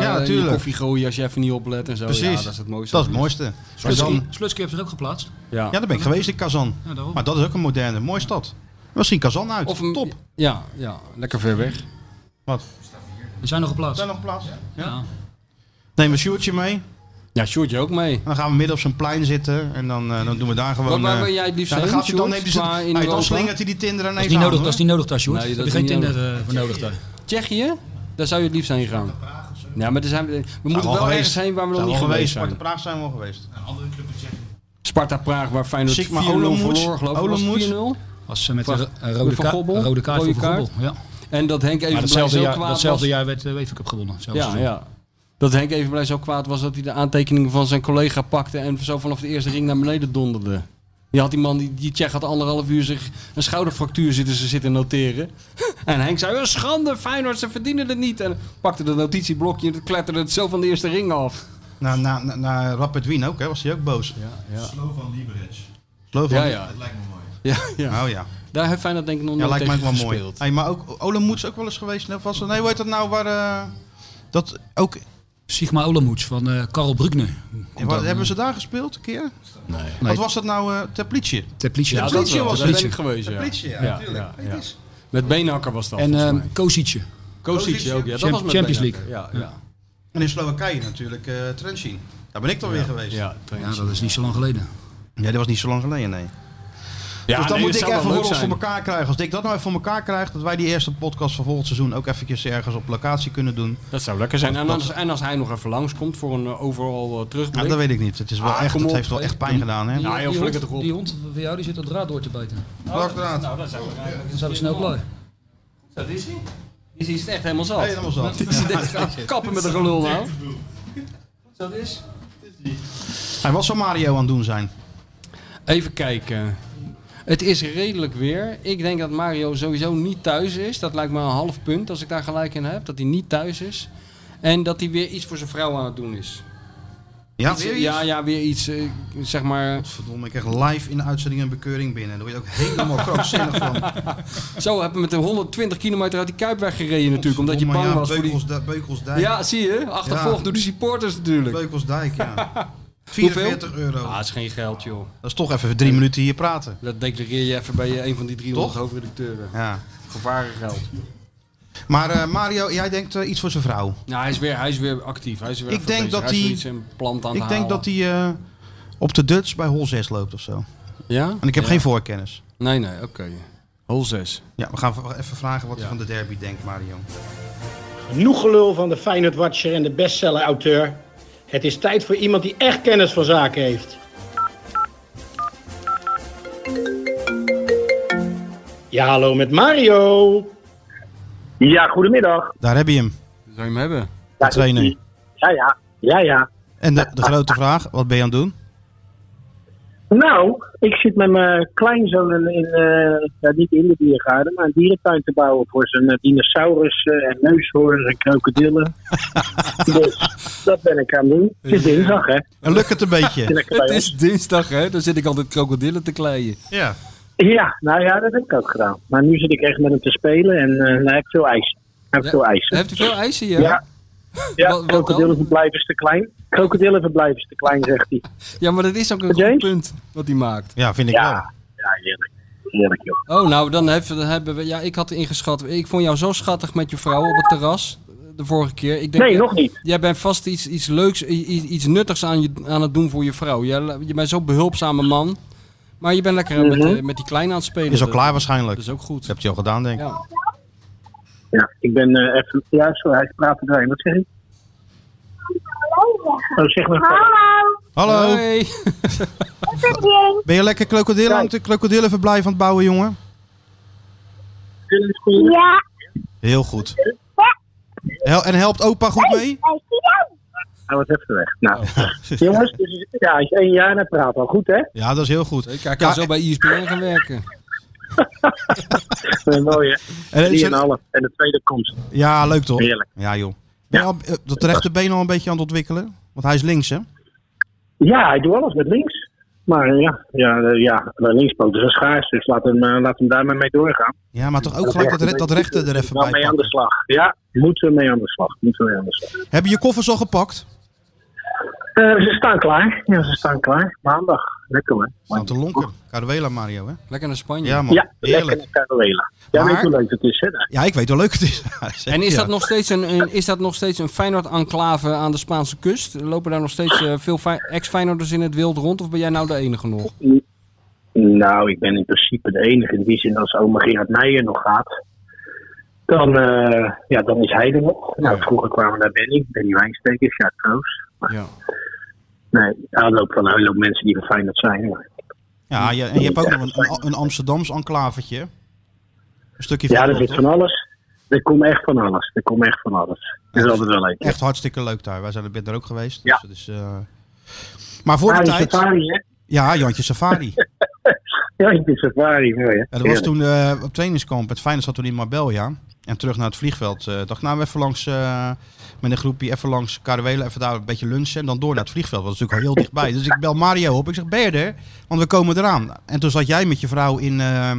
Speaker 4: Ja,
Speaker 5: eh, in je
Speaker 4: natuurlijk.
Speaker 5: koffie gooien als je even niet oplet en zo. Ja,
Speaker 4: Precies.
Speaker 5: dat is het mooiste.
Speaker 4: Dat is het mooiste.
Speaker 6: Slutsky,
Speaker 4: Kazan.
Speaker 6: Slutsky heeft er ook geplaatst.
Speaker 5: Ja.
Speaker 4: Ja, daar ben ik geweest in Kazan.
Speaker 6: Ja, daarom.
Speaker 4: Maar dat is ook een moderne, mooie stad. Misschien Kazan uit.
Speaker 5: Of een,
Speaker 4: Top.
Speaker 5: Ja, ja, lekker ver weg.
Speaker 4: Wat?
Speaker 6: We zijn er geplaatst.
Speaker 4: nog plaats?
Speaker 6: Ja.
Speaker 4: Neem een shirtje mee.
Speaker 5: Ja, Sjoerdje ook mee.
Speaker 4: Dan gaan we midden op zo'n plein zitten. En dan, eh, dan doen we daar gewoon...
Speaker 5: Waar- waar
Speaker 4: eh,
Speaker 5: wil jij het liefst
Speaker 4: ja, dan
Speaker 5: heen,
Speaker 4: gaat hij, dan,
Speaker 5: Sjoerd?
Speaker 4: neemt hij
Speaker 5: Qua in
Speaker 4: zijn, nee, dan
Speaker 5: Europa?
Speaker 4: slingert hij die Tinder
Speaker 6: Dat
Speaker 4: ineens
Speaker 6: is niet
Speaker 4: aan,
Speaker 6: nodig,
Speaker 4: hoor.
Speaker 6: dat is niet nodig daar, Sjoerd.
Speaker 5: Nee,
Speaker 6: Heb
Speaker 5: dat
Speaker 6: je
Speaker 5: is
Speaker 6: geen
Speaker 5: niet
Speaker 6: Tinder eh, voor nodig daar.
Speaker 5: Tsjechië? Daar zou je het liefst heen gaan. Ja, maar er zijn, we moeten
Speaker 4: wel
Speaker 5: wel
Speaker 4: geweest.
Speaker 5: ergens heen waar we nog
Speaker 4: Zijn we
Speaker 5: niet
Speaker 4: al geweest.
Speaker 5: geweest zijn.
Speaker 4: Sparta Praag zijn we al geweest.
Speaker 7: Een andere club in Tsjechië.
Speaker 5: Sparta Praag, waar Feyenoord 4-0
Speaker 4: Sigma Olomouc.
Speaker 5: verloor, geloof ik. Was
Speaker 4: Olomouc.
Speaker 5: het 4-0?
Speaker 6: Als ze met
Speaker 5: Van-
Speaker 6: een ro- een rode,
Speaker 5: Van
Speaker 6: ka-
Speaker 5: Gobbel?
Speaker 6: een rode kaart
Speaker 5: Rode
Speaker 6: voor Van
Speaker 5: kaart?
Speaker 6: Gobbel. Ja.
Speaker 5: En dat Henk
Speaker 6: Maar
Speaker 5: Evenblij
Speaker 6: datzelfde
Speaker 5: zo
Speaker 6: jaar,
Speaker 5: kwaad
Speaker 6: datzelfde
Speaker 5: was.
Speaker 6: jaar werd de UEFA Cup gewonnen. hetzelfde
Speaker 5: Ja,
Speaker 6: seizoen.
Speaker 5: ja. Dat Henk Evenblij zo kwaad was dat hij de aantekeningen van zijn collega pakte en zo vanaf de eerste ring naar beneden donderde. Die had die man, die, die Tsjech had anderhalf uur zich een schouderfractuur zitten, ze zitten noteren. En Henk zei, een schande, Feyenoord, ze verdienen het niet. En pakte de notitieblokje en kletterde het zo van de eerste ring af.
Speaker 4: Na, na, na, na Rapid Wien ook, hè? Was hij ook boos?
Speaker 5: Ja, ja.
Speaker 7: Slovan Liberec.
Speaker 4: Slovan.
Speaker 5: Ja, ja.
Speaker 7: Dat lijkt me mooi.
Speaker 5: ja, ja.
Speaker 4: Oh ja,
Speaker 5: Daar heeft Feyenoord denk ik nog
Speaker 4: ja
Speaker 5: nooit
Speaker 4: lijkt mij ook
Speaker 5: tegen
Speaker 4: wel mooi.
Speaker 5: gespeeld.
Speaker 4: Hey, maar ook Olemoed is ook wel eens geweest. hè? Was er, nee, hoe heet dat nou? Waar, eh, dat ook,
Speaker 6: Sigma Olamoets van eh Karl Brugner.
Speaker 4: wat, hebben ze daar gespeeld een keer? Wat was dat nou? eh Teplice?
Speaker 6: Teplice.
Speaker 5: Ja, dat wel.
Speaker 4: was
Speaker 5: Daar ben
Speaker 6: Teplice.
Speaker 5: ik geweest, ja.
Speaker 4: Teplice, ja,
Speaker 5: Ja,
Speaker 4: natuurlijk.
Speaker 5: ja,
Speaker 4: Kijk
Speaker 5: ja.
Speaker 4: eens.
Speaker 5: Met Beenhakker was dat
Speaker 6: En
Speaker 5: volgens
Speaker 6: ehm
Speaker 5: mij.
Speaker 6: Kosietje.
Speaker 5: Kosic ook, ja. Dat
Speaker 6: Champ-
Speaker 5: was met
Speaker 6: Champions
Speaker 5: Beenhakker. Ja, ja.
Speaker 4: En in Slowakije natuurlijk eh Trenčín. Daar ben ik dan weer geweest. Ja.
Speaker 5: Ja, trainer.
Speaker 6: Ja, dat is niet zo lang geleden.
Speaker 4: dat was niet zo lang geleden, nee.
Speaker 5: Ja,
Speaker 4: dus dan
Speaker 5: nee,
Speaker 4: moet
Speaker 5: dat
Speaker 4: ik
Speaker 5: zou
Speaker 4: even voor
Speaker 5: wel leuk
Speaker 4: ons voor
Speaker 5: zijn.
Speaker 4: elkaar krijgen. Als ik dat nou even voor elkaar krijg, dat wij die eerste podcast van volgend seizoen ook eventjes ergens op locatie kunnen doen.
Speaker 5: Dat zou lekker zijn. En
Speaker 4: Dat-
Speaker 5: als, en als hij nog even langskomt voor een eh, overal eh, terugblik.
Speaker 4: Ja, dat weet ik niet. Het, is wel
Speaker 5: Ah,
Speaker 4: echt,
Speaker 5: kom
Speaker 4: het
Speaker 5: op.
Speaker 4: heeft wel echt pijn gedaan, hè?
Speaker 5: Ja, joh, flikker toch op.
Speaker 6: die hond van jou die zit al draad door te bijten.
Speaker 4: Dag, Draad.
Speaker 5: Nou, dat zijn we eigenlijk
Speaker 6: Dan zijn we snel klaar.
Speaker 5: Dat is hij. Is hij is het echt helemaal zat?
Speaker 4: Helemaal zat.
Speaker 5: Ze denkt, "Ah, kappen met een gelul nou. Dat is.
Speaker 4: Hij was zo Mario aan het doen zijn.
Speaker 5: Even kijken. Het is redelijk weer. Ik denk dat Mario sowieso niet thuis is. Dat lijkt me een half punt als ik daar gelijk in heb. Dat hij niet thuis is. En dat hij weer iets voor zijn vrouw aan het doen is.
Speaker 4: Ja,
Speaker 5: Iets-
Speaker 4: weer iets?
Speaker 5: ja, ja, weer iets. eh, zeg maar.
Speaker 4: Verdomme, ik krijg live in de uitzending een bekeuring binnen. Daar word je ook helemaal krankzinnig van.
Speaker 5: Zo heb je met de 120 kilometer uit die Kuip weggereden natuurlijk. Omdat je bang
Speaker 4: Verdomme, ja,
Speaker 5: was voor die...
Speaker 4: Beukelsda- Beukelsdijk.
Speaker 5: Ja, zie je. Achtervolgd
Speaker 4: Ja.
Speaker 5: door de supporters natuurlijk.
Speaker 4: Beukelsdijk, ja. 44 euro.
Speaker 5: Ah, dat is geen geld joh.
Speaker 4: Dat is toch even drie minuten hier praten.
Speaker 5: Dat declareer je even bij eh, een van die 300
Speaker 4: Toch?
Speaker 5: hoofdredacteuren.
Speaker 4: Ja.
Speaker 5: Gevaren geld.
Speaker 4: Maar eh, Mario, jij denkt eh, iets voor zijn vrouw.
Speaker 5: Nou, hij is weer, hij is weer actief. Hij is weer
Speaker 4: Ik
Speaker 5: even
Speaker 4: denk
Speaker 5: bezig.
Speaker 4: dat
Speaker 5: hij is
Speaker 4: hij-
Speaker 5: weer iets in plant aan
Speaker 4: Ik
Speaker 5: het
Speaker 4: denk
Speaker 5: halen.
Speaker 4: dat hij eh, op de Dutch bij hol 6 loopt of zo.
Speaker 5: Ja?
Speaker 4: En ik heb
Speaker 5: Ja.
Speaker 4: geen voorkennis.
Speaker 5: Nee, nee, oké. Hol 6.
Speaker 4: Ja, we gaan v- even vragen wat hij van de derby denkt, Mario.
Speaker 8: Genoeg gelul van de Feyenoord Watcher en de bestseller-auteur. Het is tijd voor iemand die echt kennis van zaken heeft. Ja, hallo met Mario.
Speaker 9: Ja, goedemiddag.
Speaker 4: Daar heb je hem,
Speaker 5: Zou je hem hebben?
Speaker 4: de
Speaker 9: Ja,
Speaker 4: trainer.
Speaker 9: ik- Ja, ja. Ja, ja.
Speaker 4: En de, de grote vraag, wat ben je aan het doen?
Speaker 9: Nou, ik zit met mijn kleinzoon in, in, eh, ja, niet in de diergaarden, maar een dierentuin te bouwen voor zijn eh, dinosaurussen en neushoorns en krokodillen. dus dat ben ik aan het doen. Het is dinsdag, hè?
Speaker 4: En lukt het een beetje?
Speaker 9: Lekker bij
Speaker 5: Het
Speaker 9: ons.
Speaker 5: is dinsdag, hè? Dan zit ik altijd krokodillen te kleien.
Speaker 4: Ja.
Speaker 9: Ja, nou ja, dat heb ik ook gedaan. Maar nu zit ik echt met hem te spelen en eh, hij heeft veel ijs. Hij heeft veel ijs.
Speaker 5: Heeft u veel eisen, ja?
Speaker 9: Ja.
Speaker 5: Wat-
Speaker 9: Ja,
Speaker 5: wat dan?
Speaker 9: krokodillenverblijf is te klein. Krokodillenverblijf is te klein, zegt hij.
Speaker 5: Ja, maar dat is ook een
Speaker 9: James?
Speaker 5: goed punt wat hij maakt.
Speaker 4: ja, vind ik wel.
Speaker 9: Ja, ja, heerlijk. Heerlijk, joh.
Speaker 5: Oh, nou, dan hef- dan hebben we... Ja, ik had ingeschat... Ik vond jou zo schattig met je vrouw op het terras de vorige keer. Ik denk,
Speaker 9: Nee, nog niet.
Speaker 5: Jij bent vast iets, iets leuks, i- i- iets nuttigs aan, je, aan het doen voor je vrouw. Jij, je bent zo'n behulpzame man. Maar je bent lekker eh, met, eh, met die kleine aan het spelen.
Speaker 4: Mhm. Is al
Speaker 5: Dat-
Speaker 4: klaar waarschijnlijk.
Speaker 5: Dat is ook goed.
Speaker 4: Dat heb je al gedaan, denk ik.
Speaker 5: Ja.
Speaker 9: Ja, ik ben eh, even. Ja, sorry, hij praat er doorheen. Wat zeg ik? Oh, zeg maar. verder.
Speaker 4: Hallo,
Speaker 5: Hoi.
Speaker 4: ben je lekker krokodillen aan het krokodillenverblijf aan het bouwen, jongen?
Speaker 9: Kunnen we het goed?
Speaker 4: Heel goed. Hel- en helpt opa goed mee?
Speaker 9: Hij wordt even weg. Nou, jongens, dus, ja, hij is één jaar en hij praat al goed, hè?
Speaker 4: Ja, dat is heel goed.
Speaker 5: Ik kan
Speaker 4: Ja,
Speaker 5: zo bij E ESPN gaan werken.
Speaker 9: Eh, Mooi, hè?
Speaker 4: en- en-
Speaker 9: 3,5. En de tweede komt.
Speaker 4: ja, leuk toch?
Speaker 9: nou. Heerlijk.
Speaker 4: Ja, joh. Ben je al, eh, dat rechterbeen al een beetje aan het ontwikkelen? Want hij is links, hè?
Speaker 9: Ja, ik doe alles met links. Maar eh, ja, ja, eh, ja de linkspoot is een schaars, dus laat hem, eh, laat hem daarmee mee doorgaan.
Speaker 4: Ja, maar toch ook gelijk dat, re- dat rechter er even
Speaker 9: Wel
Speaker 4: bij
Speaker 9: mee aan de
Speaker 4: pakken.
Speaker 9: slag. Ja, moeten we mee aan de slag. Moeten we mee aan de slag.
Speaker 4: Heb je je koffers al gepakt?
Speaker 9: Eh, ze staan klaar. Ja, ze staan klaar. Maandag. Lekker, hè?
Speaker 4: Staan te lonken. Caruela, Mario, hè?
Speaker 5: Lekker naar Spanje.
Speaker 4: Ja, man.
Speaker 9: Ja, lekker
Speaker 4: Heerlijk.
Speaker 9: in Caruela. Ja,
Speaker 4: Maar-
Speaker 9: weet je hoe leuk het is, hè? daar?
Speaker 4: Ja, ik weet hoe leuk het is.
Speaker 5: En is,
Speaker 4: Ja.
Speaker 5: dat nog steeds een, een- is dat nog steeds een Feyenoord-enclave aan de Spaanse kust? Lopen daar nog steeds eh, veel Fey- ex-Feyenoorders in het wild rond? Of ben jij nou de enige nog?
Speaker 9: Nou, ik ben in principe de enige in die zin als oma Gerard Meijer nog gaat. Dan, eh, ja, dan is hij er nog. Nou, vroeger kwamen daar Benny, Benny Wijnstekers, ja, Kroos.
Speaker 5: Ja.
Speaker 9: Nee, aanloop van een hoop mensen die verfijnd zijn. maar-
Speaker 4: Ja, je, en je hebt ook nog een, een, een Amsterdams enclavetje. hè? Een stukje
Speaker 9: Ja, er
Speaker 4: verderop,
Speaker 9: zit
Speaker 4: toch?
Speaker 9: van alles. Er komt echt van alles. Er komt echt van alles. Er is altijd wel een.
Speaker 4: Echt hartstikke leuk daar. Wij zijn er binnen ook geweest.
Speaker 9: Ja.
Speaker 4: Dus het is, eh, Maar voor de
Speaker 9: Safari,
Speaker 4: tijd...
Speaker 9: safari, hè?
Speaker 4: Ja, Jantje Safari.
Speaker 9: Ja, ik ben safari, mooi, hè?
Speaker 4: Ja, dat was toen eh, op trainingskamp. Het Feyenoord zat toen in Marbella. En terug naar het vliegveld. eh dacht, nou even langs, eh, met een groepje, even langs Caruela, even daar een beetje lunchen. En dan door naar het vliegveld. Dat was natuurlijk al heel dichtbij. Dus ik bel Mario op. Ik zeg, ben je er? Want we komen eraan. En toen zat jij met je vrouw in eh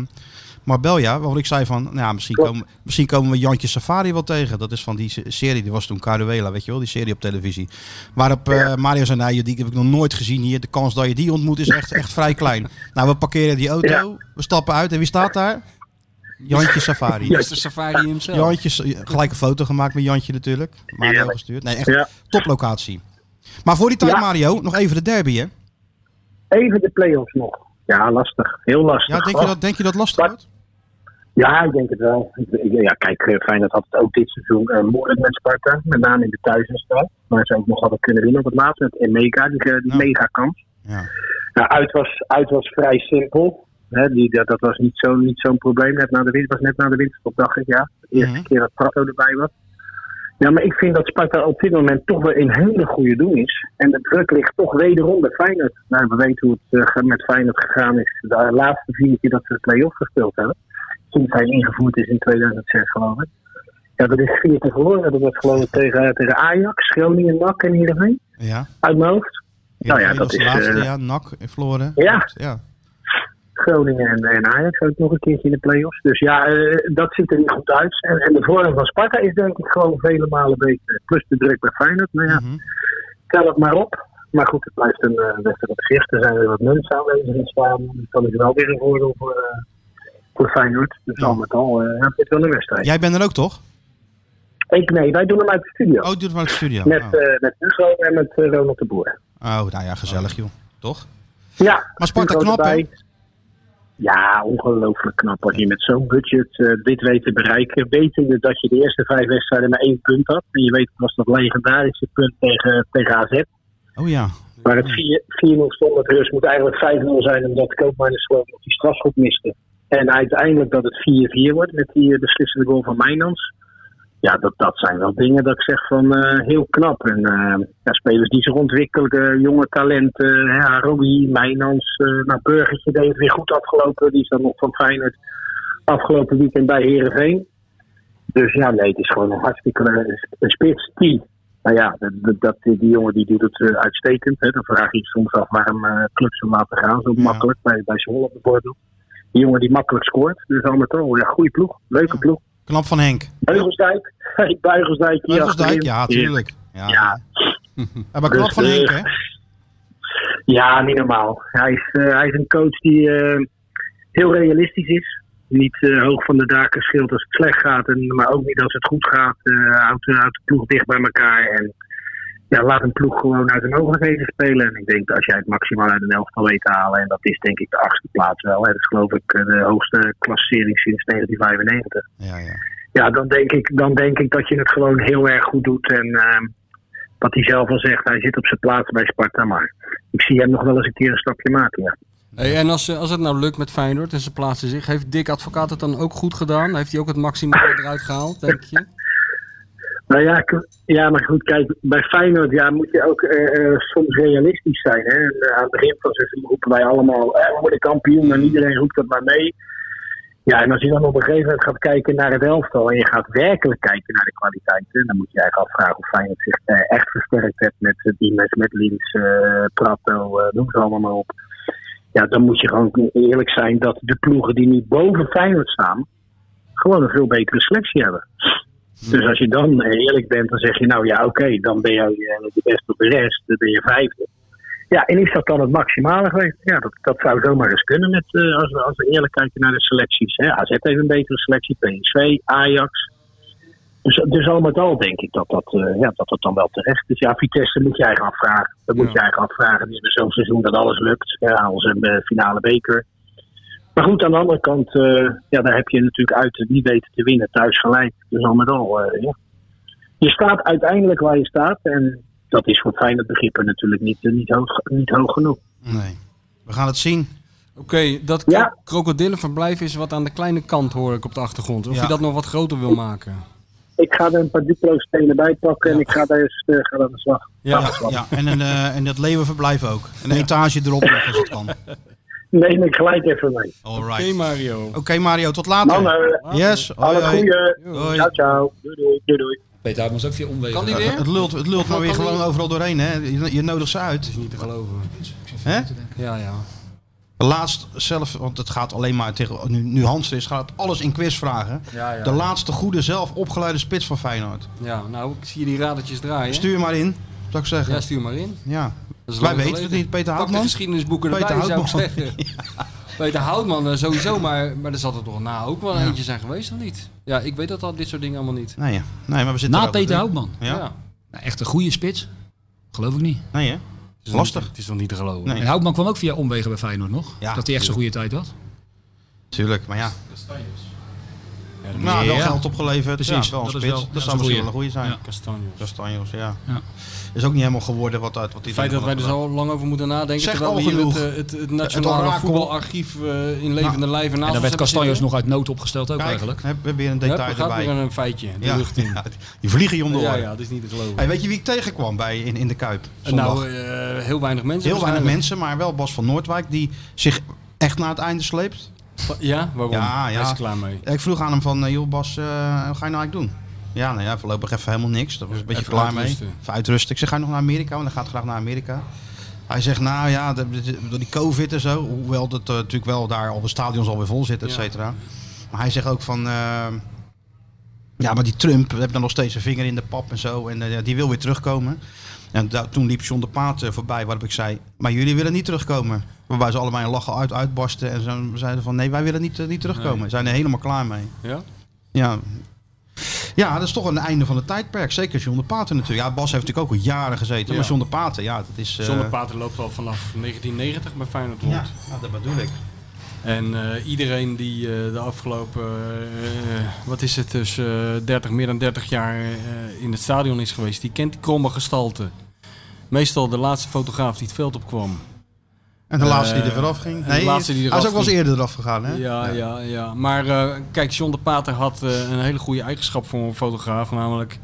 Speaker 4: Marbella. Waarvan ik zei van, nou ja, misschien komen, misschien komen we Jantje Safari wel tegen. Dat is van die se- serie, die was toen Caruela, weet je wel. Die serie op televisie. Waarop eh, Mario zei, nou, die heb ik nog nooit gezien hier. De kans dat je die ontmoet is echt, echt vrij klein. Nou, we parkeren die auto. We stappen uit. En wie staat daar? Jantje Safari.
Speaker 5: Is de safari hemzelf?
Speaker 4: Jantje, gelijk een foto gemaakt met Jantje natuurlijk. Mario gestuurd. Nee, echt
Speaker 9: Ja.
Speaker 4: toplocatie. Maar voor die tijd,
Speaker 9: Ja.
Speaker 4: Mario, nog even de derby, hè?
Speaker 9: Even de play-offs nog. Ja, lastig. Heel lastig.
Speaker 4: Ja, denk je dat, denk je dat lastig
Speaker 9: Wat?
Speaker 4: wordt?
Speaker 9: Ja, ik denk het wel. Ik- ik- Ja, kijk, eh, Feyenoord had het ook dit seizoen eh, moeilijk met Sparta. Met name in de thuiswedstrijd. Maar ze ook nog hadden kunnen winnen op het laatst met Emeka, die, eh, die
Speaker 4: Ja.
Speaker 9: mega kans.
Speaker 4: Ja.
Speaker 9: Nou, uit was, uit was vrij simpel. Hè, die, dat, dat was niet zo'n niet zo'n probleem. Net na de winst was net na de winterstop, dacht ik. Ja. De eerste
Speaker 4: Mhm.
Speaker 9: keer dat Prato erbij was. Ja, maar ik vind dat Sparta op dit moment toch wel een hele goede doen is. En de druk ligt toch wederom bij Feyenoord. Nou, we weten hoe het eh, ge- met Feyenoord gegaan is. De laatste vier keer dat ze de play-off gespeeld hebben. Sinds hij ingevoerd is in 2006, geloof ik. Ja, dat is vier keer verloren. Dat was geloof ik tegen, eh, tegen Ajax, Groningen, NAC en Heerenveen.
Speaker 4: Ja.
Speaker 9: Uit mijn hoofd. Nou ja,
Speaker 4: Heerenveen
Speaker 9: dat
Speaker 4: was
Speaker 9: is...
Speaker 4: de laatste,
Speaker 9: eh,
Speaker 4: ja. NAC, eh, Floren.
Speaker 9: Ja.
Speaker 4: Klopt, ja.
Speaker 9: Groningen en, en Ajax ook nog een keertje in de play-offs. Dus ja, eh, dat ziet er niet goed uit. En, en de vorm van Sparta is denk ik gewoon vele malen beter. Plus de druk bij Feyenoord. Nou ja,
Speaker 4: Mhm.
Speaker 9: tel het maar op. Maar goed, het blijft een eh, wedstrijd op zich. Er zijn weer wat mensen aanwezig in het stadion. Dus dat is wel weer een voordeel voor, eh, voor Feyenoord. Dus
Speaker 4: Ja.
Speaker 9: al met al eh, heb je het wel een wedstrijd.
Speaker 4: Jij bent er ook, toch?
Speaker 9: Ik nee, wij doen hem uit de studio.
Speaker 4: Oh, je doet het vanuit de studio.
Speaker 9: Met,
Speaker 4: Oh.
Speaker 9: eh, met Hugo en met eh, Ronald de Boer.
Speaker 4: Oh, nou ja, gezellig, joh. Toch?
Speaker 9: Ja,
Speaker 4: Maar Sparta
Speaker 9: Hugo
Speaker 4: knap, hè?
Speaker 9: erbij. Ja, ongelooflijk knap. Als je met zo'n budget eh, dit weet te bereiken. Wetende dat je de eerste vijf wedstrijden maar één punt had. En je weet, het was dat legendarische punt tegen, tegen AZ.
Speaker 4: Oh ja.
Speaker 9: Waar het 4 4-0 stond met rust. Moet eigenlijk 5-0 zijn omdat Koopmijn is geloof ik nog die strafschop miste. En uiteindelijk dat het 4-4 wordt met die eh, beslissende goal van Mijnans. Ja, dat, dat zijn wel dingen dat ik zeg van eh, heel knap. En eh, ja, spelers die zich ontwikkelen, eh, jonge talenten. hè, Haroui, Mijnans, eh nou, Burgertje deed het weer goed afgelopen. Die is dan nog van Feyenoord afgelopen weekend bij Herenveen. Dus ja, nee, het is gewoon een hartstikke eh, een spits die nou ja, dat, dat- die jongen die doet het eh, uitstekend. Hè. Dan vraag je je soms af waarom eh, clubs hem laten gaan zo
Speaker 4: Ja.
Speaker 9: makkelijk bij, bij Zwolle op de bordel. Die jongen die makkelijk scoort. Dus al met al, ja, goede ploeg. Leuke ploeg.
Speaker 4: Knap van Henk.
Speaker 9: Buigelsdijk. Buigelsdijk hier
Speaker 4: Beugelsdijk?
Speaker 9: achterin.
Speaker 4: Ja, tuurlijk. Ja.
Speaker 9: Ja.
Speaker 4: Ja, maar knap
Speaker 9: Dus,
Speaker 4: van
Speaker 9: eh,
Speaker 4: Henk, hè?
Speaker 9: Ja, niet normaal. Hij is, eh, hij is een coach die eh, heel realistisch is. Niet eh, hoog van de daken scheelt als het slecht gaat, en, maar ook niet als het goed gaat. Eh, houdt, houdt de ploeg dicht bij elkaar en ja, laat een ploeg gewoon uit hun mogelijkheden spelen. En ik denk dat als jij het maximaal uit een elftal weet te halen, en dat is denk ik de achtste plaats wel. Hè, dat is geloof ik eh, de hoogste klassering sinds 1995
Speaker 4: Ja, ja.
Speaker 9: ja, dan denk, ik, dan denk ik dat je het gewoon heel erg goed doet. En ehm, wat hij zelf al zegt, hij zit op zijn plaats bij Sparta. Maar ik zie hem nog wel eens een keer een stapje maken. Ja.
Speaker 5: Hey, en als, eh, als het nou lukt met Feyenoord en ze plaatsen zich, heeft Dick Advocaat het dan ook goed gedaan? Heeft hij ook het maximale eruit gehaald, denk je?
Speaker 9: Nou ja, k- ja, maar goed, kijk, bij Feyenoord ja, moet je ook eh, eh, soms realistisch zijn. Hè? En, eh, aan het begin van het seizoen roepen wij allemaal, eh, we worden kampioen en iedereen roept dat maar mee. Ja, en als je dan op een gegeven moment gaat kijken naar het elftal en je gaat werkelijk kijken naar de kwaliteiten, dan moet je je eigenlijk afvragen of Feyenoord zich eh, echt versterkt heeft met eh, Diemers, met Lins, eh Prato, eh noem ze allemaal maar op. Ja, dan moet je gewoon eerlijk zijn dat de ploegen die nu boven Feyenoord staan, gewoon een veel betere selectie hebben. Dus als je dan eerlijk bent, dan zeg je nou ja, oké, dan ben je eh, de beste op de rest, dan ben je vijfde. Ja, en is dat dan het maximale geweest? Ja, dat, dat zou zomaar eens kunnen met, eh, als, we, als we eerlijk kijken naar de selecties. Hè. AZ heeft een betere selectie, PSV, Ajax. Dus, dus al met al denk ik dat dat, eh, ja, dat dat dan wel terecht is. Ja, Vitesse moet je eigenlijk afvragen. Dat moet je eigenlijk afvragen. Die hebben zo'n seizoen dat alles lukt. Ja, onze eh, finale beker. Maar goed, aan de andere kant, eh, ja, daar heb je natuurlijk uit wie weet te winnen, thuis gelijk. Dus al met al, eh, ja. Je staat uiteindelijk waar je staat. En dat is voor fijne begrippen natuurlijk niet, eh, niet, hoog, niet hoog genoeg.
Speaker 4: Nee. We gaan het zien.
Speaker 5: Oké, dat
Speaker 9: Ja.
Speaker 5: kro- krokodillenverblijf is wat aan de kleine kant, hoor ik op de achtergrond. Of
Speaker 4: Ja.
Speaker 5: je dat nog wat groter wil maken.
Speaker 9: Ik ga er een paar duplo stenen bij pakken en ik ga daar eens eh, gaan aan de slag.
Speaker 4: Ja, ja. En, een, eh, en dat leeuwenverblijf ook. En Een etage erop nog, als het kan.
Speaker 9: Neem ik gelijk even mee.
Speaker 4: All
Speaker 5: Oké,
Speaker 4: right.
Speaker 5: Mario.
Speaker 4: Oké, Mario, tot later.
Speaker 9: Mannen,
Speaker 4: Yes. hoi,
Speaker 9: alle
Speaker 4: hoi.
Speaker 9: goeie.
Speaker 4: Hoi.
Speaker 9: Ciao, ciao. Doei, doei. doei, doei.
Speaker 6: Peter Houtman is ook via omwegen.
Speaker 5: Kan die
Speaker 4: Het
Speaker 5: weer?
Speaker 4: het lult, het lult maar weer
Speaker 5: kan
Speaker 4: gewoon
Speaker 5: niet.
Speaker 4: overal doorheen, hè? Je, je nodigt ze uit.
Speaker 5: Niet te geloven.
Speaker 4: Hè?
Speaker 5: Ja, ja.
Speaker 4: Laatst zelf, want het gaat alleen maar tegen. Nu, nu Hans er is, gaat alles in quizvragen.
Speaker 5: Ja, ja.
Speaker 4: De laatste goede zelf opgeleide spits van Feyenoord.
Speaker 5: Ja, nou, ik zie die radertjes draaien.
Speaker 4: Stuur maar in, zou ik zeggen.
Speaker 5: Ja,
Speaker 4: Ja.
Speaker 5: stuur maar in. Dat is
Speaker 4: Wij
Speaker 5: lang
Speaker 4: weten
Speaker 5: geleden.
Speaker 4: het niet, Peter
Speaker 5: Pak de
Speaker 4: Houtman.
Speaker 5: geschiedenisboeken
Speaker 4: Peter
Speaker 5: erbij, zou ik
Speaker 4: Houtman.
Speaker 5: zeggen. Peter Houtman eh, sowieso, maar, maar er zal er toch na ook wel eentje zijn geweest of niet? Ja, ik weet dat al dit soort dingen allemaal niet.
Speaker 4: Nee, ja. nee, maar we zitten
Speaker 6: Na
Speaker 4: er ook
Speaker 6: Peter
Speaker 4: in.
Speaker 6: Houtman.
Speaker 4: Ja?
Speaker 6: Nou, echt een goede spits. Geloof ik niet.
Speaker 4: Nee, hè?
Speaker 5: Het is nog
Speaker 4: Lastig.
Speaker 5: niet- Het is nog niet te geloven. Nou,
Speaker 4: Nee.
Speaker 6: En Houtman kwam ook via omwegen bij Feyenoord nog.
Speaker 4: Ja,
Speaker 6: dat hij echt zo'n goede tijd had.
Speaker 4: Tuurlijk, maar ja. Nou, wel
Speaker 6: Ja.
Speaker 4: geld opgeleverd.
Speaker 6: Precies,
Speaker 4: ja, wel een
Speaker 6: dat is
Speaker 4: spits.
Speaker 6: wel- ja,
Speaker 4: dat
Speaker 6: dat
Speaker 4: zou
Speaker 6: is
Speaker 4: misschien
Speaker 6: een
Speaker 4: wel een goede zijn.
Speaker 6: Ja.
Speaker 5: Castanjos. Het
Speaker 4: Castanjos, ja.
Speaker 6: Ja.
Speaker 4: Is ook niet helemaal geworden wat uit wat die
Speaker 5: feit dat wij dus er zo lang over moeten nadenken,
Speaker 4: Zegt
Speaker 5: terwijl we
Speaker 4: al
Speaker 5: hier het,
Speaker 4: genoeg.
Speaker 5: eh, het, het nationale
Speaker 4: orakel. Nou,
Speaker 5: voetbalarchief eh, in levende lijven naast
Speaker 6: En
Speaker 5: ons
Speaker 6: dan werd
Speaker 5: hebben
Speaker 6: Castanjos
Speaker 5: zitten.
Speaker 6: nog uit nood opgesteld ook
Speaker 4: Kijk,
Speaker 6: eigenlijk.
Speaker 4: hebben we weer een
Speaker 5: Hup,
Speaker 4: detail
Speaker 5: er gaat
Speaker 4: erbij.
Speaker 5: weer een feitje, de
Speaker 4: ja.
Speaker 5: lucht in.
Speaker 4: Ja, die vliegen je om de
Speaker 5: Ja,
Speaker 4: oren.
Speaker 5: ja, dat is niet te geloven.
Speaker 4: Hey, weet je wie ik tegenkwam bij, in, in de Kuip? zondag?
Speaker 5: nou, eh, heel
Speaker 4: Heel
Speaker 5: weinig mensen.
Speaker 4: weinig
Speaker 5: waarschijnlijk.
Speaker 4: mensen, maar wel Bas van Noordwijk die zich echt naar het einde sleept.
Speaker 5: Ja, waarom?
Speaker 4: Ja, ja.
Speaker 5: Hij is er klaar mee.
Speaker 4: Ik vroeg aan hem van, eh, joh Bas, eh, wat ga je nou eigenlijk doen? Ja, nou ja, voorlopig even helemaal niks. Daar was ik een beetje
Speaker 5: Even
Speaker 4: klaar
Speaker 5: uitrusten.
Speaker 4: mee. Even uitrusten. Ik zeg, ga je nog naar Amerika? Want hij gaat graag naar Amerika. Hij zegt, nou ja, de- de- door die covid en zo. Hoewel dat eh, natuurlijk wel daar al de stadions alweer vol zitten, et
Speaker 5: Ja.
Speaker 4: cetera. Maar hij zegt ook van... eh, ja, maar die Trump we hebben dan nog steeds een vinger in de pap en zo. En eh, ja, die wil weer terugkomen. En da- toen liep John de Paat eh, voorbij, waarop ik zei... Maar jullie willen niet terugkomen. Waarbij ze allemaal in lachen uit, uitbarsten. En ze zeiden van, nee, wij willen niet, eh, niet terugkomen. Ze zijn er helemaal klaar mee.
Speaker 5: Ja?
Speaker 4: Ja. Ja, dat is toch een einde van het tijdperk. Zeker John de Paten natuurlijk. Ja, Bas heeft natuurlijk ook al jaren gezeten.
Speaker 5: Ja.
Speaker 4: Maar John de Paten, ja, dat is... eh,
Speaker 5: John de Pater loopt al vanaf 1990 bij Feyenoord rond.
Speaker 4: Ja, ja, dat bedoel ik.
Speaker 5: En eh, iedereen die eh, de afgelopen, eh, wat is het, dus eh, 30, meer dan 30 jaar eh, in het stadion is geweest, die kent die kromme gestalte. Meestal de laatste fotograaf die het veld opkwam.
Speaker 4: En de
Speaker 5: Eh,
Speaker 4: laatste die er vooraf ging.
Speaker 5: en de
Speaker 4: Nee,
Speaker 5: laatste die
Speaker 4: hij is
Speaker 5: eraf
Speaker 4: ook wel eens
Speaker 5: ging.
Speaker 4: eerder eraf gegaan, hè?
Speaker 5: Ja, ja, ja. Maar eh, kijk, John de Pater had eh, een hele goede eigenschap voor een fotograaf. Namelijk,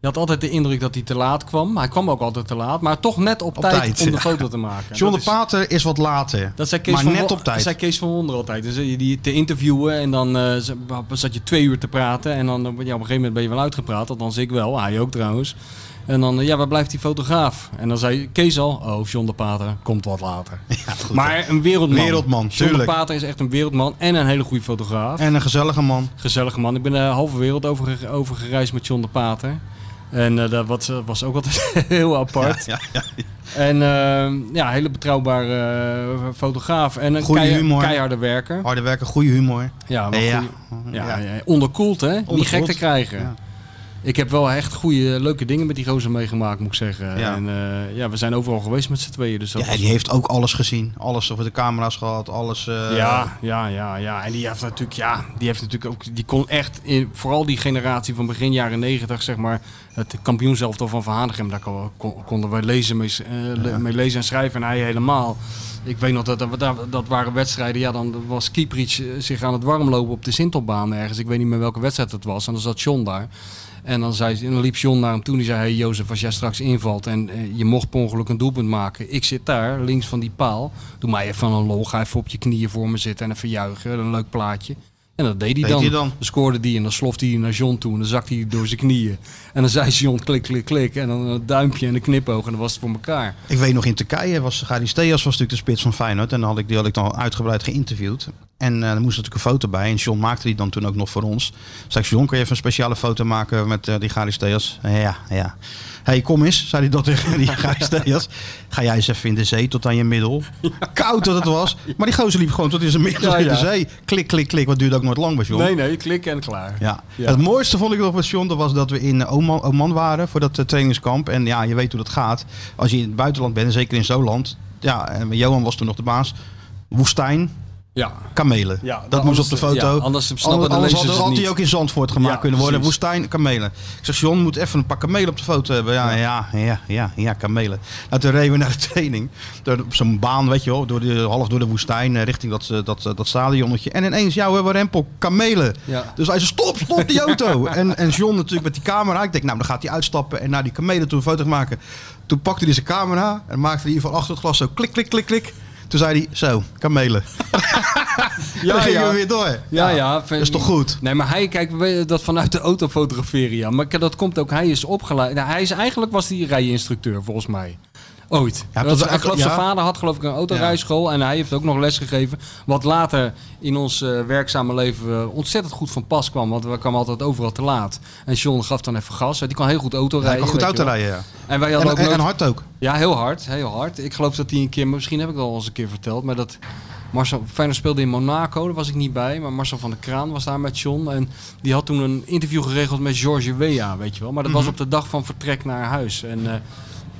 Speaker 5: je had altijd de indruk dat hij te laat kwam. Hij kwam ook altijd te laat, maar toch net op,
Speaker 4: Op
Speaker 5: tijd,
Speaker 4: tijd,
Speaker 5: om de
Speaker 4: ja.
Speaker 5: foto te maken.
Speaker 4: John
Speaker 5: Dat
Speaker 4: de
Speaker 5: is-
Speaker 4: Paten is wat later.
Speaker 5: Dat zei Kees
Speaker 4: Maar
Speaker 5: van
Speaker 4: net
Speaker 5: Wo-
Speaker 4: op tijd.
Speaker 5: Dat zei Kees van Wonder altijd. Dan zat je die te interviewen en dan eh, z- zat je twee uur te praten. En dan eh, ja, op een gegeven moment ben je wel uitgepraat. Althans, ik wel. Hij ook trouwens. En dan, eh, ja, waar blijft die fotograaf? En dan zei Kees al, oh, John de Pater komt wat later.
Speaker 4: Ja, goed, hè.
Speaker 5: maar een wereldman.
Speaker 4: Wereldman,
Speaker 5: John
Speaker 4: tuurlijk.
Speaker 5: de Pater is echt een wereldman en een hele goede fotograaf.
Speaker 4: En een gezellige man.
Speaker 5: Gezellige man. Ik ben de halve wereld over, over gereisd met John de Pater. En eh, dat was, was ook altijd heel apart.
Speaker 4: Ja, ja.
Speaker 5: En eh, ja, hele betrouwbare eh, fotograaf. En een
Speaker 4: Goeie
Speaker 5: kei-
Speaker 4: humor.
Speaker 5: keiharde werker.
Speaker 4: Harde werken, goede humor.
Speaker 5: Ja, maar
Speaker 4: Ja.
Speaker 5: goeie- ja, ja, onderkoeld hè. Niet gek te krijgen.
Speaker 4: Ja.
Speaker 5: Ik heb wel echt goede, leuke dingen met die gozer meegemaakt, moet ik zeggen.
Speaker 4: Ja.
Speaker 5: En eh, ja, we zijn overal geweest met z'n tweeën. Dus dat
Speaker 4: Ja,
Speaker 5: was-
Speaker 4: die heeft ook alles gezien. Alles over de camera's gehad, alles... eh,
Speaker 5: ja, ja, ja, ja. En die heeft natuurlijk, ja, die heeft natuurlijk ook, die kon echt, in, vooral die generatie van begin jaren negentig, zeg maar, het kampioenselftal van Van Hanegem, daar kon- kon- konden we lezen, mee, s- eh, le- mee lezen en schrijven en hij helemaal. Ik weet nog dat, dat, dat- dat waren wedstrijden, ja, dan was Kieprits eh, zich aan het warmlopen op de Sintelbaan ergens. Ik weet niet meer welke wedstrijd het was. En dan zat John daar. En dan, zei, en dan liep John naar hem toe en die zei... Hey Jozef, als jij straks invalt en eh, je mocht per ongeluk een doelpunt maken... ik zit daar, links van die paal. Doe mij even een lol, ga even op je knieën voor me zitten en even juichen. Een leuk plaatje. En dat deed hij
Speaker 4: Deed
Speaker 5: dan.
Speaker 4: hij dan.
Speaker 5: scoorde die en dan slofte hij naar John toe en dan zakte hij door zijn knieën. En dan zei John klik, klik, klik. En dan een duimpje en een knipoog en dan was het voor elkaar.
Speaker 4: Ik weet nog in Turkije was Garis Theas was natuurlijk de spits van Feyenoord en dan had ik die had ik dan uitgebreid geïnterviewd. En eh, er moest natuurlijk een foto bij en John maakte die dan toen ook nog voor ons. Zei ik, John, kun je even een speciale foto maken met eh, die Garis Theas? Ja, ja. hey, kom eens, zei hij dat tegen die Garis Theas. Ga jij eens even in de zee tot aan je middel. Koud dat het was, maar die gozer liep gewoon tot in zijn middel
Speaker 5: Ja,
Speaker 4: in de
Speaker 5: ja.
Speaker 4: zee. Klik, klik, klik, wat duurde ook nooit lang bij John.
Speaker 5: Nee, nee, klik en klaar.
Speaker 4: Ja.
Speaker 5: Ja.
Speaker 4: Het mooiste vond ik nog met John, dat was dat we in eh, Oman, Oman waren voor dat eh, trainingskamp. En ja, je weet hoe dat gaat. Als je in het buitenland bent, en zeker in zo'n land. Ja, en Johan was toen nog de baas. Woestijn,
Speaker 5: Ja.
Speaker 4: kamelen.
Speaker 5: Ja,
Speaker 4: dat
Speaker 5: nou,
Speaker 4: moest
Speaker 5: anders-
Speaker 4: op de foto.
Speaker 5: ja, anders snappen de
Speaker 4: anders
Speaker 5: lezers
Speaker 4: had,
Speaker 5: het
Speaker 4: had hij
Speaker 5: niet.
Speaker 4: ook in Zandvoort gemaakt
Speaker 5: Ja,
Speaker 4: kunnen worden.
Speaker 5: precies.
Speaker 4: Woestijn, kamelen. Ik zeg, John moet even een paar kamelen op de foto hebben. Ja, ja, ja, ja, ja kamelen. Nou, toen reden we naar de training. Door de- Op zo'n baan, weet je wel, door de, half door de woestijn, eh, richting dat, eh, dat, eh, dat stadionnetje. En ineens, ja, we hebben Rempel, kamelen.
Speaker 5: Ja.
Speaker 4: Dus hij zei, stop, stop die auto. en, en John natuurlijk met die camera. Ik denk, nou, dan gaat hij uitstappen en naar die kamelen toe een foto maken. Toen pakte hij zijn camera en maakte hij van achter het glas zo klik, klik, klik, klik. Toen zei hij, zo, kamelen. Ja, dan gingen we weer door.
Speaker 5: Ja, ja.
Speaker 4: Dat is toch goed?
Speaker 5: Nee, maar hij, kijk, we- dat vanuit de auto fotograferen, ja. Maar dat komt ook, hij is opgeleid. Nou, hij is eigenlijk, was hij rijinstructeur, volgens mij. Ooit.
Speaker 4: Ja,
Speaker 5: dat,
Speaker 4: dat is
Speaker 5: ik geloof,
Speaker 4: echt-
Speaker 5: zijn
Speaker 4: ja.
Speaker 5: vader had geloof ik een autorijschool en hij heeft ook nog les gegeven. Wat later in ons eh, werkzame leven eh, ontzettend goed van pas kwam, want we kwamen altijd overal te laat. En John gaf dan even gas. Die kan heel goed auto
Speaker 4: Ja, ik
Speaker 5: rijden.
Speaker 4: kan goed
Speaker 5: weet
Speaker 4: auto
Speaker 5: je wel.
Speaker 4: rijden, ja.
Speaker 5: En wij
Speaker 4: En,
Speaker 5: hadden ook
Speaker 4: en,
Speaker 5: nooit-
Speaker 4: en hard ook.
Speaker 5: ja, heel hard, heel hard. Ik geloof dat hij een keer, misschien heb ik dat al eens een keer verteld, maar dat Marcel Feyenoord speelde in Monaco, daar was ik niet bij, maar Marcel van der Kraan was daar met John en die had toen een interview geregeld met George Wea, weet je wel. Maar dat was op de dag van vertrek naar huis en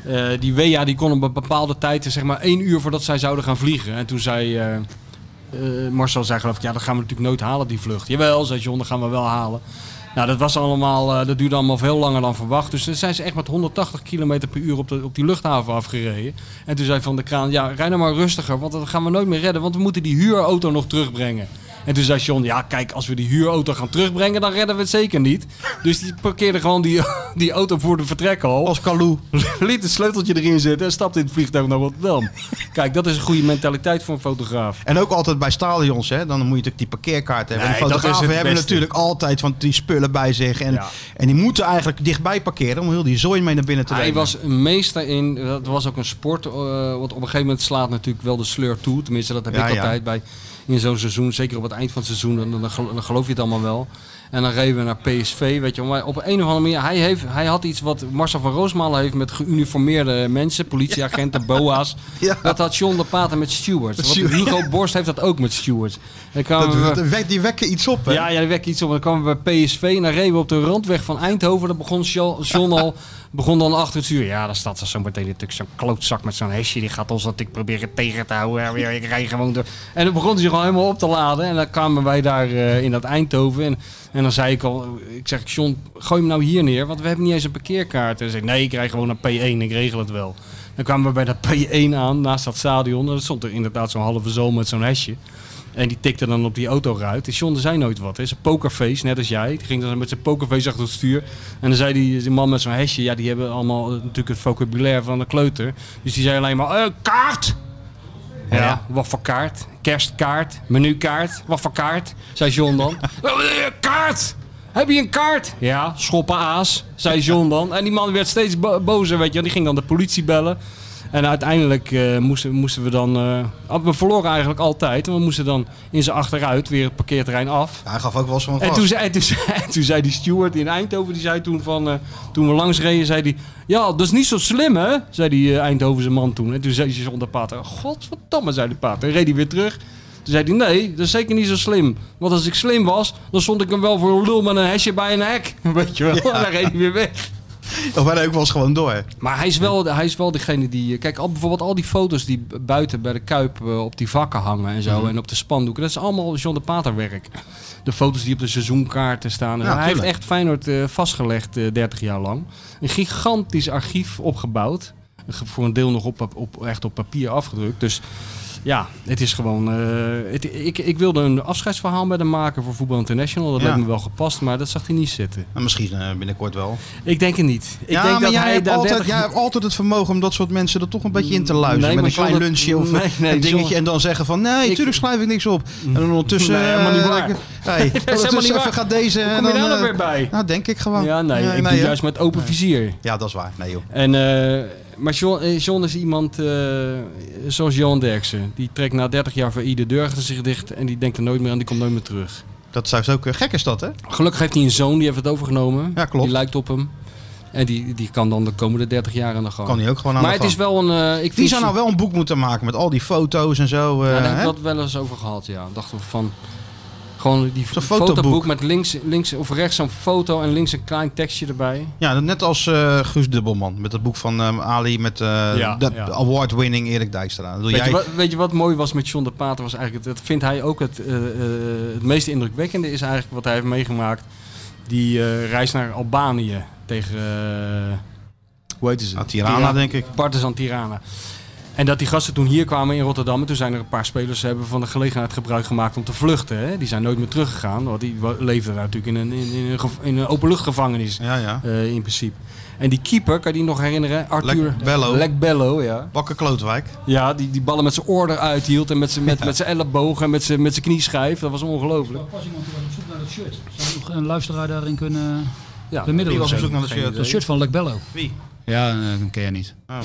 Speaker 5: eh, eh, die Wea die kon op een bepaalde tijd, zeg maar één uur voordat zij zouden gaan vliegen. En toen zei eh, eh, Marcel zei geloof ik, ja, dat gaan we natuurlijk nooit halen, die vlucht. Jawel, zei John, dat gaan we wel halen. Nou, dat, was allemaal, eh, dat duurde allemaal veel langer dan verwacht. Dus dan zijn ze echt met 180 km per uur op, de, op die luchthaven afgereden. En toen zei Van de Kraan, ja, rij nou maar rustiger, want dat gaan we nooit meer redden. Want we moeten die huurauto nog terugbrengen. En toen zei John, ja kijk, als we die huurauto gaan terugbrengen, dan redden we het zeker niet. Dus die parkeerde gewoon die, die auto voor de vertrekhal.
Speaker 4: Als Kalou.
Speaker 5: liet het sleuteltje erin zitten en stapte in het vliegtuig naar Rotterdam. Kijk, dat is een goede mentaliteit voor een fotograaf.
Speaker 4: En ook altijd bij stadions, hè? dan moet je natuurlijk die parkeerkaart hebben.
Speaker 5: Nee,
Speaker 4: en de
Speaker 5: dat is het
Speaker 4: fotografen hebben
Speaker 5: beste.
Speaker 4: natuurlijk altijd van die spullen bij zich. En,
Speaker 5: Ja.
Speaker 4: en die moeten eigenlijk dichtbij parkeren om heel die zooi mee naar binnen te
Speaker 5: Hij
Speaker 4: nemen.
Speaker 5: was een meester in, dat was ook een sport, eh, want op een gegeven moment slaat natuurlijk wel de sleur toe. Tenminste, dat heb
Speaker 4: Ja,
Speaker 5: ik
Speaker 4: ja.
Speaker 5: altijd bij, in zo'n seizoen, zeker op het eind van het seizoen, dan, dan gel- dan geloof je het allemaal wel. En dan reden we naar PSV, weet je wel. Maar op een of andere manier, hij, heeft, hij had iets wat Marcel van Roosmalen heeft met geuniformeerde mensen, politieagenten, boa's.
Speaker 4: Ja.
Speaker 5: Dat had John de Pater met
Speaker 4: Met
Speaker 5: stewards. Want
Speaker 4: stewards.
Speaker 5: Hugo Borst heeft dat ook met stewards. En dan kwamen
Speaker 4: Dat-
Speaker 5: we-
Speaker 4: dat wekt- die wekken iets op. Hè?
Speaker 5: Ja, ja, die wek iets op. En dan kwamen we bij PSV en dan reden we op de randweg van Eindhoven. Dan begon Jo- John al, begon dan achter het uur. Ja, dan staat er zo meteen natuurlijk zo'n klootzak met zo'n hesje. Die gaat ons natuurlijk proberen tegen te houden. Ja, maar Ik rij gewoon door. En dan begon hij zich al helemaal op te laden. En dan kwamen wij daar eh, in dat Eindhoven. En, en dan zei ik al, ik zeg, John, gooi hem nou hier neer. Want we hebben niet eens een parkeerkaart. En hij zei, nee, ik rij gewoon naar P1. Ik regel het wel. Dan kwamen we bij dat P1 aan, naast dat stadion. En dan stond er inderdaad zo'n halve zool met zo'n hesje. En die tikte dan op die autoruit. En John, er zei nooit wat. Hè. Zijn pokerface, net als jij. Die ging dan met zijn pokerface achter het stuur. En dan zei die, die man met zo'n hesje... Ja, die hebben allemaal eh, natuurlijk het vocabulaire van de kleuter. Dus die zei alleen maar... eh, kaart! Ja, wat voor kaart? Kerstkaart, menukaart, wat voor kaart? Zei John dan. "Eh, kaart! Heb je een kaart? Ja, schoppen aas, zei John dan. En die man werd steeds bo- bozer, weet je. wel. Die ging dan de politie bellen. En uiteindelijk eh, moesten, moesten we dan... eh, we verloren eigenlijk altijd. En we moesten dan in zijn achteruit weer het parkeerterrein af.
Speaker 4: Hij gaf ook wel zo'n
Speaker 5: En
Speaker 4: gas.
Speaker 5: toen, zei, en toen, zei, en toen zei die steward in Eindhoven, die zei toen van, eh, toen we langs reden, zei die, ja, dat is niet zo slim hè, zei die eh, Eindhovense man toen. En toen zei ze zonder pater, godverdamme, zei de pater. En reed hij weer terug. Toen zei hij, nee, dat is zeker niet zo slim. Want als ik slim was, dan stond ik hem wel voor een lul met een hesje bij een hek. Weet je wel, en dan reed hij weer weg.
Speaker 4: Of hij ook wel eens gewoon door.
Speaker 5: Maar hij is wel, hij is wel degene die. eh, Kijk, al, bijvoorbeeld al die foto's die b- buiten bij de Kuip eh, op die vakken hangen en zo. eh, En op de spandoeken. Dat is allemaal John de Pater werk. De foto's die op de seizoenkaarten staan. en zo.
Speaker 4: Ja,
Speaker 5: hij heeft
Speaker 4: tuurlijk.
Speaker 5: echt Feyenoord eh, vastgelegd eh 30 jaar lang. Een gigantisch archief opgebouwd. Ge- Voor een deel nog op, pap- op, echt op papier afgedrukt. Dus ja, het is gewoon. eh, het, ik, ik wilde een afscheidsverhaal met hem maken voor Voetbal International. Dat
Speaker 4: Ja.
Speaker 5: leek me wel gepast, maar dat zag hij niet zitten.
Speaker 4: En misschien eh, binnenkort wel.
Speaker 5: Ik denk het niet. Ik
Speaker 4: ja,
Speaker 5: denk
Speaker 4: maar jij, hebt
Speaker 5: daar
Speaker 4: altijd,
Speaker 5: 30
Speaker 4: jij hebt altijd het vermogen om dat soort mensen er toch een beetje in te luisteren.
Speaker 5: Nee,
Speaker 4: met
Speaker 5: maar
Speaker 4: een klein
Speaker 5: John, dat-
Speaker 4: lunchje of een-
Speaker 5: nee, nee,
Speaker 4: een dingetje.
Speaker 5: John.
Speaker 4: En dan zeggen van, nee,
Speaker 5: Ik- Mm.
Speaker 4: tuurlijk schrijf ik niks op. En dan ondertussen...
Speaker 5: Nee, helemaal niet waar.
Speaker 4: eh, Hey,
Speaker 5: helemaal niet
Speaker 4: ondertussen even
Speaker 5: waar.
Speaker 4: gaat deze...
Speaker 5: Hoe
Speaker 4: en
Speaker 5: kom je
Speaker 4: dan,
Speaker 5: daar nou
Speaker 4: eh,
Speaker 5: weer bij?
Speaker 4: Nou, denk ik gewoon.
Speaker 5: Ja, nee, ik doe
Speaker 4: hè?
Speaker 5: juist met open vizier.
Speaker 4: Ja, dat is waar. Nee, joh.
Speaker 5: En, eh, maar John, eh, John is iemand eh, zoals Johan Derksen. Die trekt na 30 jaar voor ieder deur achter zich dicht en die denkt er nooit meer aan, die komt nooit meer terug.
Speaker 4: Dat zou ook... eh, Gek is dat, hè?
Speaker 5: Oh. Gelukkig heeft hij een zoon, die heeft het overgenomen.
Speaker 4: Ja, klopt.
Speaker 5: Die lijkt op hem. En die, die kan dan de komende 30 jaar aan de gang.
Speaker 4: Kan hij ook gewoon aan
Speaker 5: maar
Speaker 4: de
Speaker 5: het is
Speaker 4: gang.
Speaker 5: wel een... eh, ik
Speaker 4: Die
Speaker 5: vind-
Speaker 4: zou nou wel een boek moeten maken met al die foto's en zo. eh,
Speaker 5: Ja, Nou, daar hebben
Speaker 4: hè?
Speaker 5: we dat wel eens over gehad, ja. Dachten we van... Gewoon die
Speaker 4: Zo'n
Speaker 5: fotoboek.
Speaker 4: fotoboek
Speaker 5: met links, links of rechts zo'n foto en links een klein tekstje erbij.
Speaker 4: Ja, net als eh, Guus Dubbelman. Met het boek van ehm, Ali met eh,
Speaker 5: Ja,
Speaker 4: de
Speaker 5: ja.
Speaker 4: award-winning Erik Dijkstra. Dat doe
Speaker 5: Weet,
Speaker 4: jij...
Speaker 5: je wat, weet je wat mooi was met John de Pater? Was eigenlijk, het- dat vindt hij ook het, eh, eh, het meest indrukwekkende is eigenlijk wat hij heeft meegemaakt. Die eh, reis naar Albanië tegen, eh, hoe heet ze?
Speaker 4: Ah, Tirana, denk ik.
Speaker 5: Partizan Tirana. En dat die gasten toen hier kwamen in Rotterdam. En toen zijn er een paar spelers hebben van de gelegenheid gebruik gemaakt om te vluchten. Hè? Die zijn nooit meer teruggegaan. Want die wa- leefden daar natuurlijk in een, in, in een, gev- in een openluchtgevangenis.
Speaker 4: Ja, ja.
Speaker 5: eh, in principe. En die keeper, kan je die nog herinneren? Arthur
Speaker 4: Lek Bello.
Speaker 5: Lek Bello, ja.
Speaker 4: Bakker Klootwijk.
Speaker 5: Ja, die, die ballen met zijn oor eruit hield en met zijn met, met zijn elleboog en met zijn met zijn knieschijf. Dat was ongelooflijk.
Speaker 6: Pas iemand die was op zoek naar dat shirt. Zou nog een luisteraar daarin kunnen eh,
Speaker 5: Ja,
Speaker 4: Die
Speaker 6: bemiddelen?
Speaker 4: was
Speaker 6: of
Speaker 4: op
Speaker 6: zo?
Speaker 4: zoek naar de shirt.
Speaker 6: Dat shirt van Lekbello.
Speaker 4: Wie?
Speaker 6: Ja, eh, dat ken jij niet.
Speaker 4: Oh.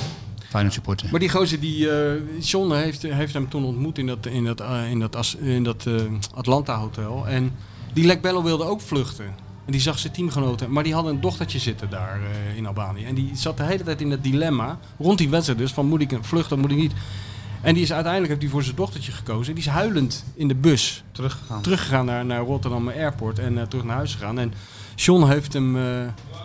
Speaker 6: Feyenoord supporter.
Speaker 5: Maar die gozer, die, eh, John heeft, heeft hem toen ontmoet in dat, in dat, eh, in dat, as- in dat eh, Atlanta Hotel. En die Lek Bello wilde ook vluchten. En die zag zijn teamgenoten, maar die had een dochtertje zitten daar eh, in Albanië. En die zat de hele tijd in dat dilemma, rond die wedstrijd dus, van moet ik vluchten, moet ik niet. En die is uiteindelijk, heeft hij voor zijn dochtertje gekozen. En die is huilend in de bus
Speaker 4: Teruggegaan.
Speaker 5: teruggegaan naar, naar Rotterdam Airport en eh, terug naar huis gegaan. En John heeft hem, eh,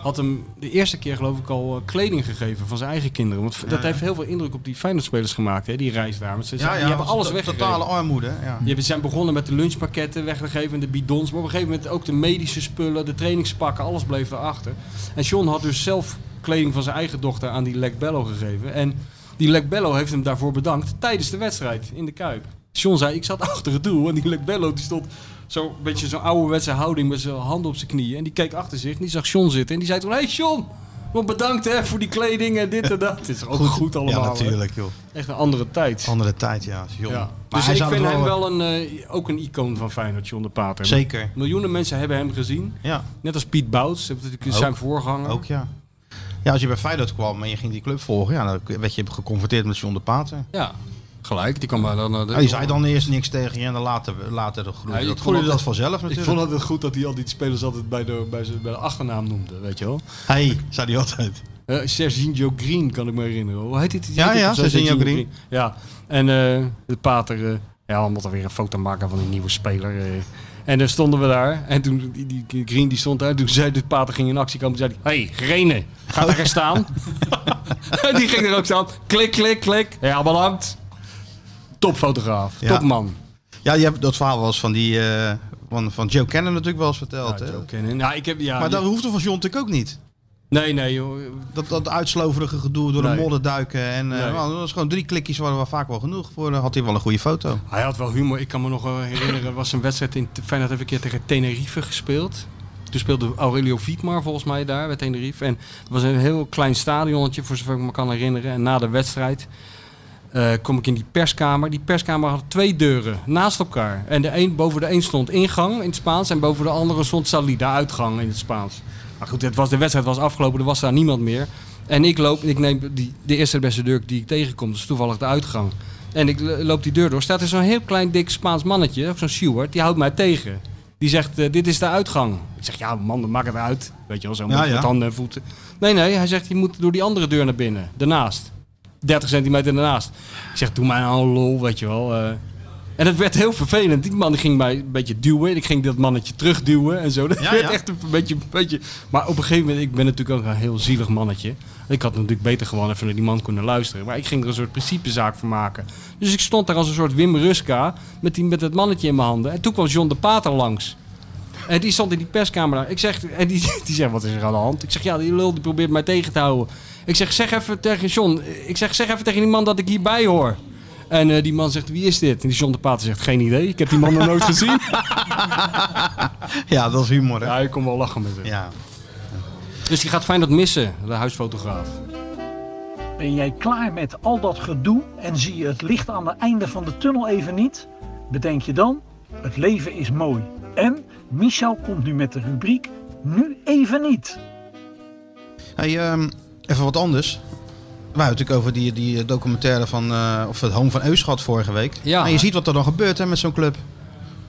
Speaker 5: had hem de eerste keer geloof ik al eh, kleding gegeven van zijn eigen kinderen. Want dat heeft heel veel indruk op die Feyenoord-spelers gemaakt, hè, die reis daar. Want ze, die hebben
Speaker 4: dat is
Speaker 5: alles
Speaker 4: to-
Speaker 5: weggegeven.
Speaker 4: Totale armoede, hè, ja.
Speaker 5: Die hebben- zijn begonnen met de lunchpakketten weggegeven en de bidons. Maar op een gegeven moment ook de medische spullen, de trainingspakken, alles bleef daarachter. En John had dus zelf kleding van zijn eigen dochter aan die Lek Bello gegeven. En die Lek Bello heeft hem daarvoor bedankt tijdens de wedstrijd in de Kuip. John zei, ik zat achter het doel en die Lek Bello die stond zo'n beetje zo'n ouderwetse houding met zijn handen op zijn knieën. En die keek achter zich en die zag John zitten en die zei toen, hé hey John! Wat bedankt hè, voor die kleding en dit en dat. Het is ook goed, allemaal.
Speaker 4: Ja,
Speaker 5: hè.
Speaker 4: natuurlijk, joh.
Speaker 5: Echt een andere tijd.
Speaker 4: Andere tijd, ja. als jong.
Speaker 5: Ja.
Speaker 4: Maar
Speaker 5: Dus
Speaker 4: hij
Speaker 5: ik
Speaker 4: zou
Speaker 5: vind
Speaker 4: het
Speaker 5: hem wel een, eh, ook een icoon van Feyenoord, John de Pater.
Speaker 4: eh, Zeker.
Speaker 5: Miljoenen mensen hebben hem gezien.
Speaker 4: Ja,
Speaker 5: Net als Piet Bouts, dat is natuurlijk
Speaker 4: Ook.
Speaker 5: zijn voorganger.
Speaker 4: ook ja. Ja, als je bij Feyenoord kwam en je ging die club volgen, ja, dan werd je geconfronteerd met John de Pater.
Speaker 5: Ja, gelijk. Die kwam maar dan... eh, de-
Speaker 4: Ja, die zei dan eerst niks tegen je en dan later, later
Speaker 5: Ja,
Speaker 4: groeide
Speaker 5: ik
Speaker 4: dat,
Speaker 5: vond
Speaker 4: groeide
Speaker 5: het-
Speaker 4: dat vanzelf
Speaker 5: Ik
Speaker 4: natuurlijk.
Speaker 5: vond altijd goed dat hij al die spelers altijd bij de, bij zijn- bij de achternaam noemde, weet je wel.
Speaker 4: Hey, zei hij altijd.
Speaker 5: Eh, Serginho Green kan ik me herinneren. Hoe heet dit?
Speaker 4: Ja,
Speaker 5: Heet dit?
Speaker 4: ja, Serginho Green.
Speaker 5: Ja, en eh, de pater, eh, ja, we moeten weer een foto maken van die nieuwe speler. eh. En dan stonden we daar. En toen, die, die- die Green die stond daar. Toen zei de pater, ging in actie komen. Toen zei hij, hey, Grene, ga daar gaan staan. en die ging er ook staan. Klik, klik, klik. Ja, bedankt. Topfotograaf,
Speaker 4: Ja.
Speaker 5: topman.
Speaker 4: Ja, je hebt dat verhaal wel eens van die... eh, van, van Joe Cannon natuurlijk wel eens verteld.
Speaker 5: Ja,
Speaker 4: hè?
Speaker 5: Joe Cannon. Ja, ik heb, ja,
Speaker 4: maar dat
Speaker 5: je-
Speaker 4: hoefde van John natuurlijk ook niet.
Speaker 5: Nee, nee, joh.
Speaker 4: Dat, dat uitsloverige gedoe door
Speaker 5: Nee.
Speaker 4: de modder duiken. En, eh
Speaker 5: Nee.
Speaker 4: nou, dat was gewoon drie klikjes waren wel vaak wel genoeg. Voor, eh, had hij wel een goede foto.
Speaker 5: Hij had wel humor. Ik kan me nog wel herinneren, er was een wedstrijd in Feyenoord heeft een keer tegen Tenerife gespeeld. Toen speelde Aurelio Vietmar volgens mij daar bij Tenerife. En het was een heel klein stadionnetje, voor zover ik me kan herinneren. En na de wedstrijd eh, kom ik in die perskamer. Die perskamer had twee deuren naast elkaar. En de een, boven de een stond ingang in het Spaans en boven de andere stond salida, uitgang in het Spaans. Maar goed, het was, de wedstrijd was afgelopen, er was daar niemand meer. En ik loop, ik neem die, de eerste beste deur die ik tegenkom, dat is toevallig de uitgang. En ik lo- loop die deur door, staat er zo'n heel klein dik Spaans mannetje, ook zo'n steward, die houdt mij tegen. Die zegt, eh, dit is de uitgang. Ik zeg, ja man, dan maakt het uit. Weet je wel, zo
Speaker 4: Ja,
Speaker 5: met-
Speaker 4: ja.
Speaker 5: met handen en voeten. Nee, nee, hij zegt, je moet door die andere deur naar binnen, daarnaast. 30 centimeter daarnaast. Ik zeg, doe mij nou een lol, weet je wel. eh. En het werd heel vervelend. Die man ging mij een beetje duwen. en Ik ging dat mannetje terugduwen en zo. Dat
Speaker 4: Ja,
Speaker 5: werd
Speaker 4: ja.
Speaker 5: echt een beetje, een beetje... Maar op een gegeven moment, ik ben natuurlijk ook een heel zielig mannetje. Ik had natuurlijk beter gewoon even naar die man kunnen luisteren. Maar ik ging er een soort principezaak van maken. Dus ik stond daar als een soort Wim Ruska met, die, met dat mannetje in mijn handen. En toen kwam John de Pater langs. En die stond in die perskamer daar. Ik zeg, en die, die zegt, wat is er aan de hand? Ik zeg, ja, die lul die probeert mij tegen te houden. Ik zeg, zeg even tegen John. Ik zeg, zeg even tegen die man dat ik hierbij hoor. En eh, die man zegt, wie is dit? En die John de Pater zegt, geen idee. Ik heb die man nog nooit gezien.
Speaker 4: Ja, dat is humor. Hè?
Speaker 5: Ja, ik kon wel lachen met hem.
Speaker 4: Ja.
Speaker 5: Dus die gaat fijn dat missen, de huisfotograaf.
Speaker 10: Ben jij klaar met al dat gedoe en zie je het licht aan het einde van de tunnel even niet? Bedenk je dan, het leven is mooi. En Michel komt nu met de rubriek Nu even niet.
Speaker 4: Hey, ehm, even wat anders. Wij hebben het natuurlijk over die, die documentaire van eh, of het Home van Eus gehad vorige week.
Speaker 5: Ja.
Speaker 4: En je ziet wat er dan gebeurt hè, met zo'n club.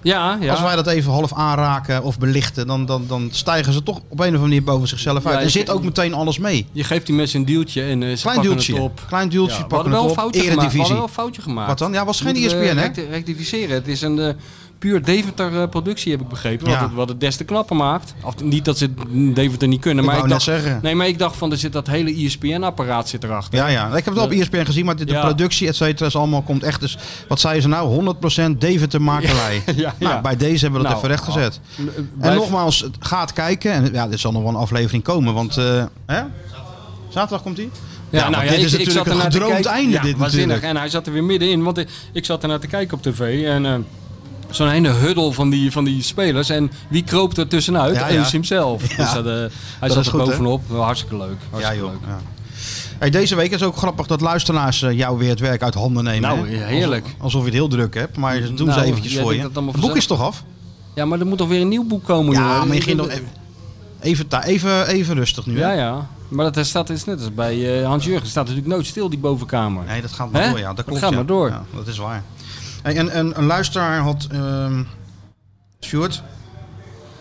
Speaker 5: Ja, ja.
Speaker 4: Als wij dat even half aanraken of belichten, dan, dan, dan stijgen ze toch op een of andere manier boven zichzelf uit.
Speaker 5: Ja,
Speaker 4: er
Speaker 5: ik-
Speaker 4: zit ook meteen alles mee.
Speaker 5: Je geeft die mensen een duwtje en eh, ze
Speaker 4: Klein
Speaker 5: pakken
Speaker 4: duwtje.
Speaker 5: het op.
Speaker 4: Klein duwtje,
Speaker 5: Ja, we
Speaker 4: pakken
Speaker 5: hadden wel
Speaker 4: het op.
Speaker 5: een foutje gemaakt. We
Speaker 4: Eredivisie.
Speaker 5: hadden wel een foutje gemaakt.
Speaker 4: Wat dan? Ja, was geen E
Speaker 5: Moeten we
Speaker 4: ESPN, hè?
Speaker 5: recti- Rectificeren. Het is een eh, puur Deventer-productie, heb ik begrepen. Wat,
Speaker 4: Ja.
Speaker 5: het, wat het des te knapper maakt. Of, niet dat ze het Deventer niet kunnen,
Speaker 4: Ik
Speaker 5: maar
Speaker 4: wou
Speaker 5: ik
Speaker 4: net
Speaker 5: dacht...
Speaker 4: zeggen.
Speaker 5: Nee, maar ik dacht van, er zit dat hele E ESPN-apparaat zit erachter.
Speaker 4: Ja, ja. Ik heb het op E
Speaker 5: De-
Speaker 4: ESPN gezien, maar de, de
Speaker 5: Ja.
Speaker 4: productie, et cetera, is allemaal komt echt. Dus wat zeiden ze nou? 100% Deventer makelij.
Speaker 5: Ja, ja.
Speaker 4: Nou, bij deze hebben we dat
Speaker 5: Nou,
Speaker 4: even rechtgezet. En
Speaker 5: Blijf-
Speaker 4: nogmaals, het gaat kijken. En ja, er zal nog wel een aflevering komen, want... eh, hè? Zaterdag komt die?
Speaker 5: Ja, nou
Speaker 4: want
Speaker 5: ja,
Speaker 4: dit
Speaker 5: ik-
Speaker 4: is
Speaker 5: ik
Speaker 4: natuurlijk
Speaker 5: zat
Speaker 4: een
Speaker 5: ernaar te
Speaker 4: gedroomd
Speaker 5: kijken.
Speaker 4: einde,
Speaker 5: Ja,
Speaker 4: dit
Speaker 5: waanzinnig.
Speaker 4: natuurlijk.
Speaker 5: En hij zat er weer middenin, want ik- ik zat ernaar te kijken op tv. En eh, zo'n hele huddel van die, van die spelers. En wie kroop er tussenuit?
Speaker 4: Ja,
Speaker 5: Ja,
Speaker 4: ja.
Speaker 5: hemzelf. Dus dat, eh, hij zat
Speaker 4: is
Speaker 5: er
Speaker 4: goed, hè?
Speaker 5: bovenop. Wel Hartstikke leuk.
Speaker 4: Ja,
Speaker 5: Hartstikke
Speaker 4: joh.
Speaker 5: leuk.
Speaker 4: Ja. Hey, deze week is ook grappig dat luisteraars eh, jou weer het werk uit handen nemen.
Speaker 5: Nou,
Speaker 4: hè?
Speaker 5: heerlijk.
Speaker 4: Alsof, alsof je het heel druk hebt, maar ze doen
Speaker 5: Nou,
Speaker 4: ze eventjes
Speaker 5: jij
Speaker 4: voor
Speaker 5: doet
Speaker 4: je.
Speaker 5: dat allemaal
Speaker 4: Het boek is
Speaker 5: vanzelf.
Speaker 4: toch af?
Speaker 5: Ja, maar er moet toch weer een nieuw boek komen,
Speaker 4: Ja,
Speaker 5: joh.
Speaker 4: maar je ging nog
Speaker 5: Ik-
Speaker 4: even, even, ta- even, even rustig nu, hè?
Speaker 5: Ja, ja. Maar dat staat is net als bij eh, Hans Jurgen. staat natuurlijk nooit stil, die bovenkamer.
Speaker 4: Nee, dat gaat maar
Speaker 5: Hè?
Speaker 4: door, ja. Dat
Speaker 5: Dat
Speaker 4: klopt,
Speaker 5: gaat
Speaker 4: ja.
Speaker 5: maar door.
Speaker 4: Ja, dat is waar. Hey, en, en een luisteraar had... ehm Stuart?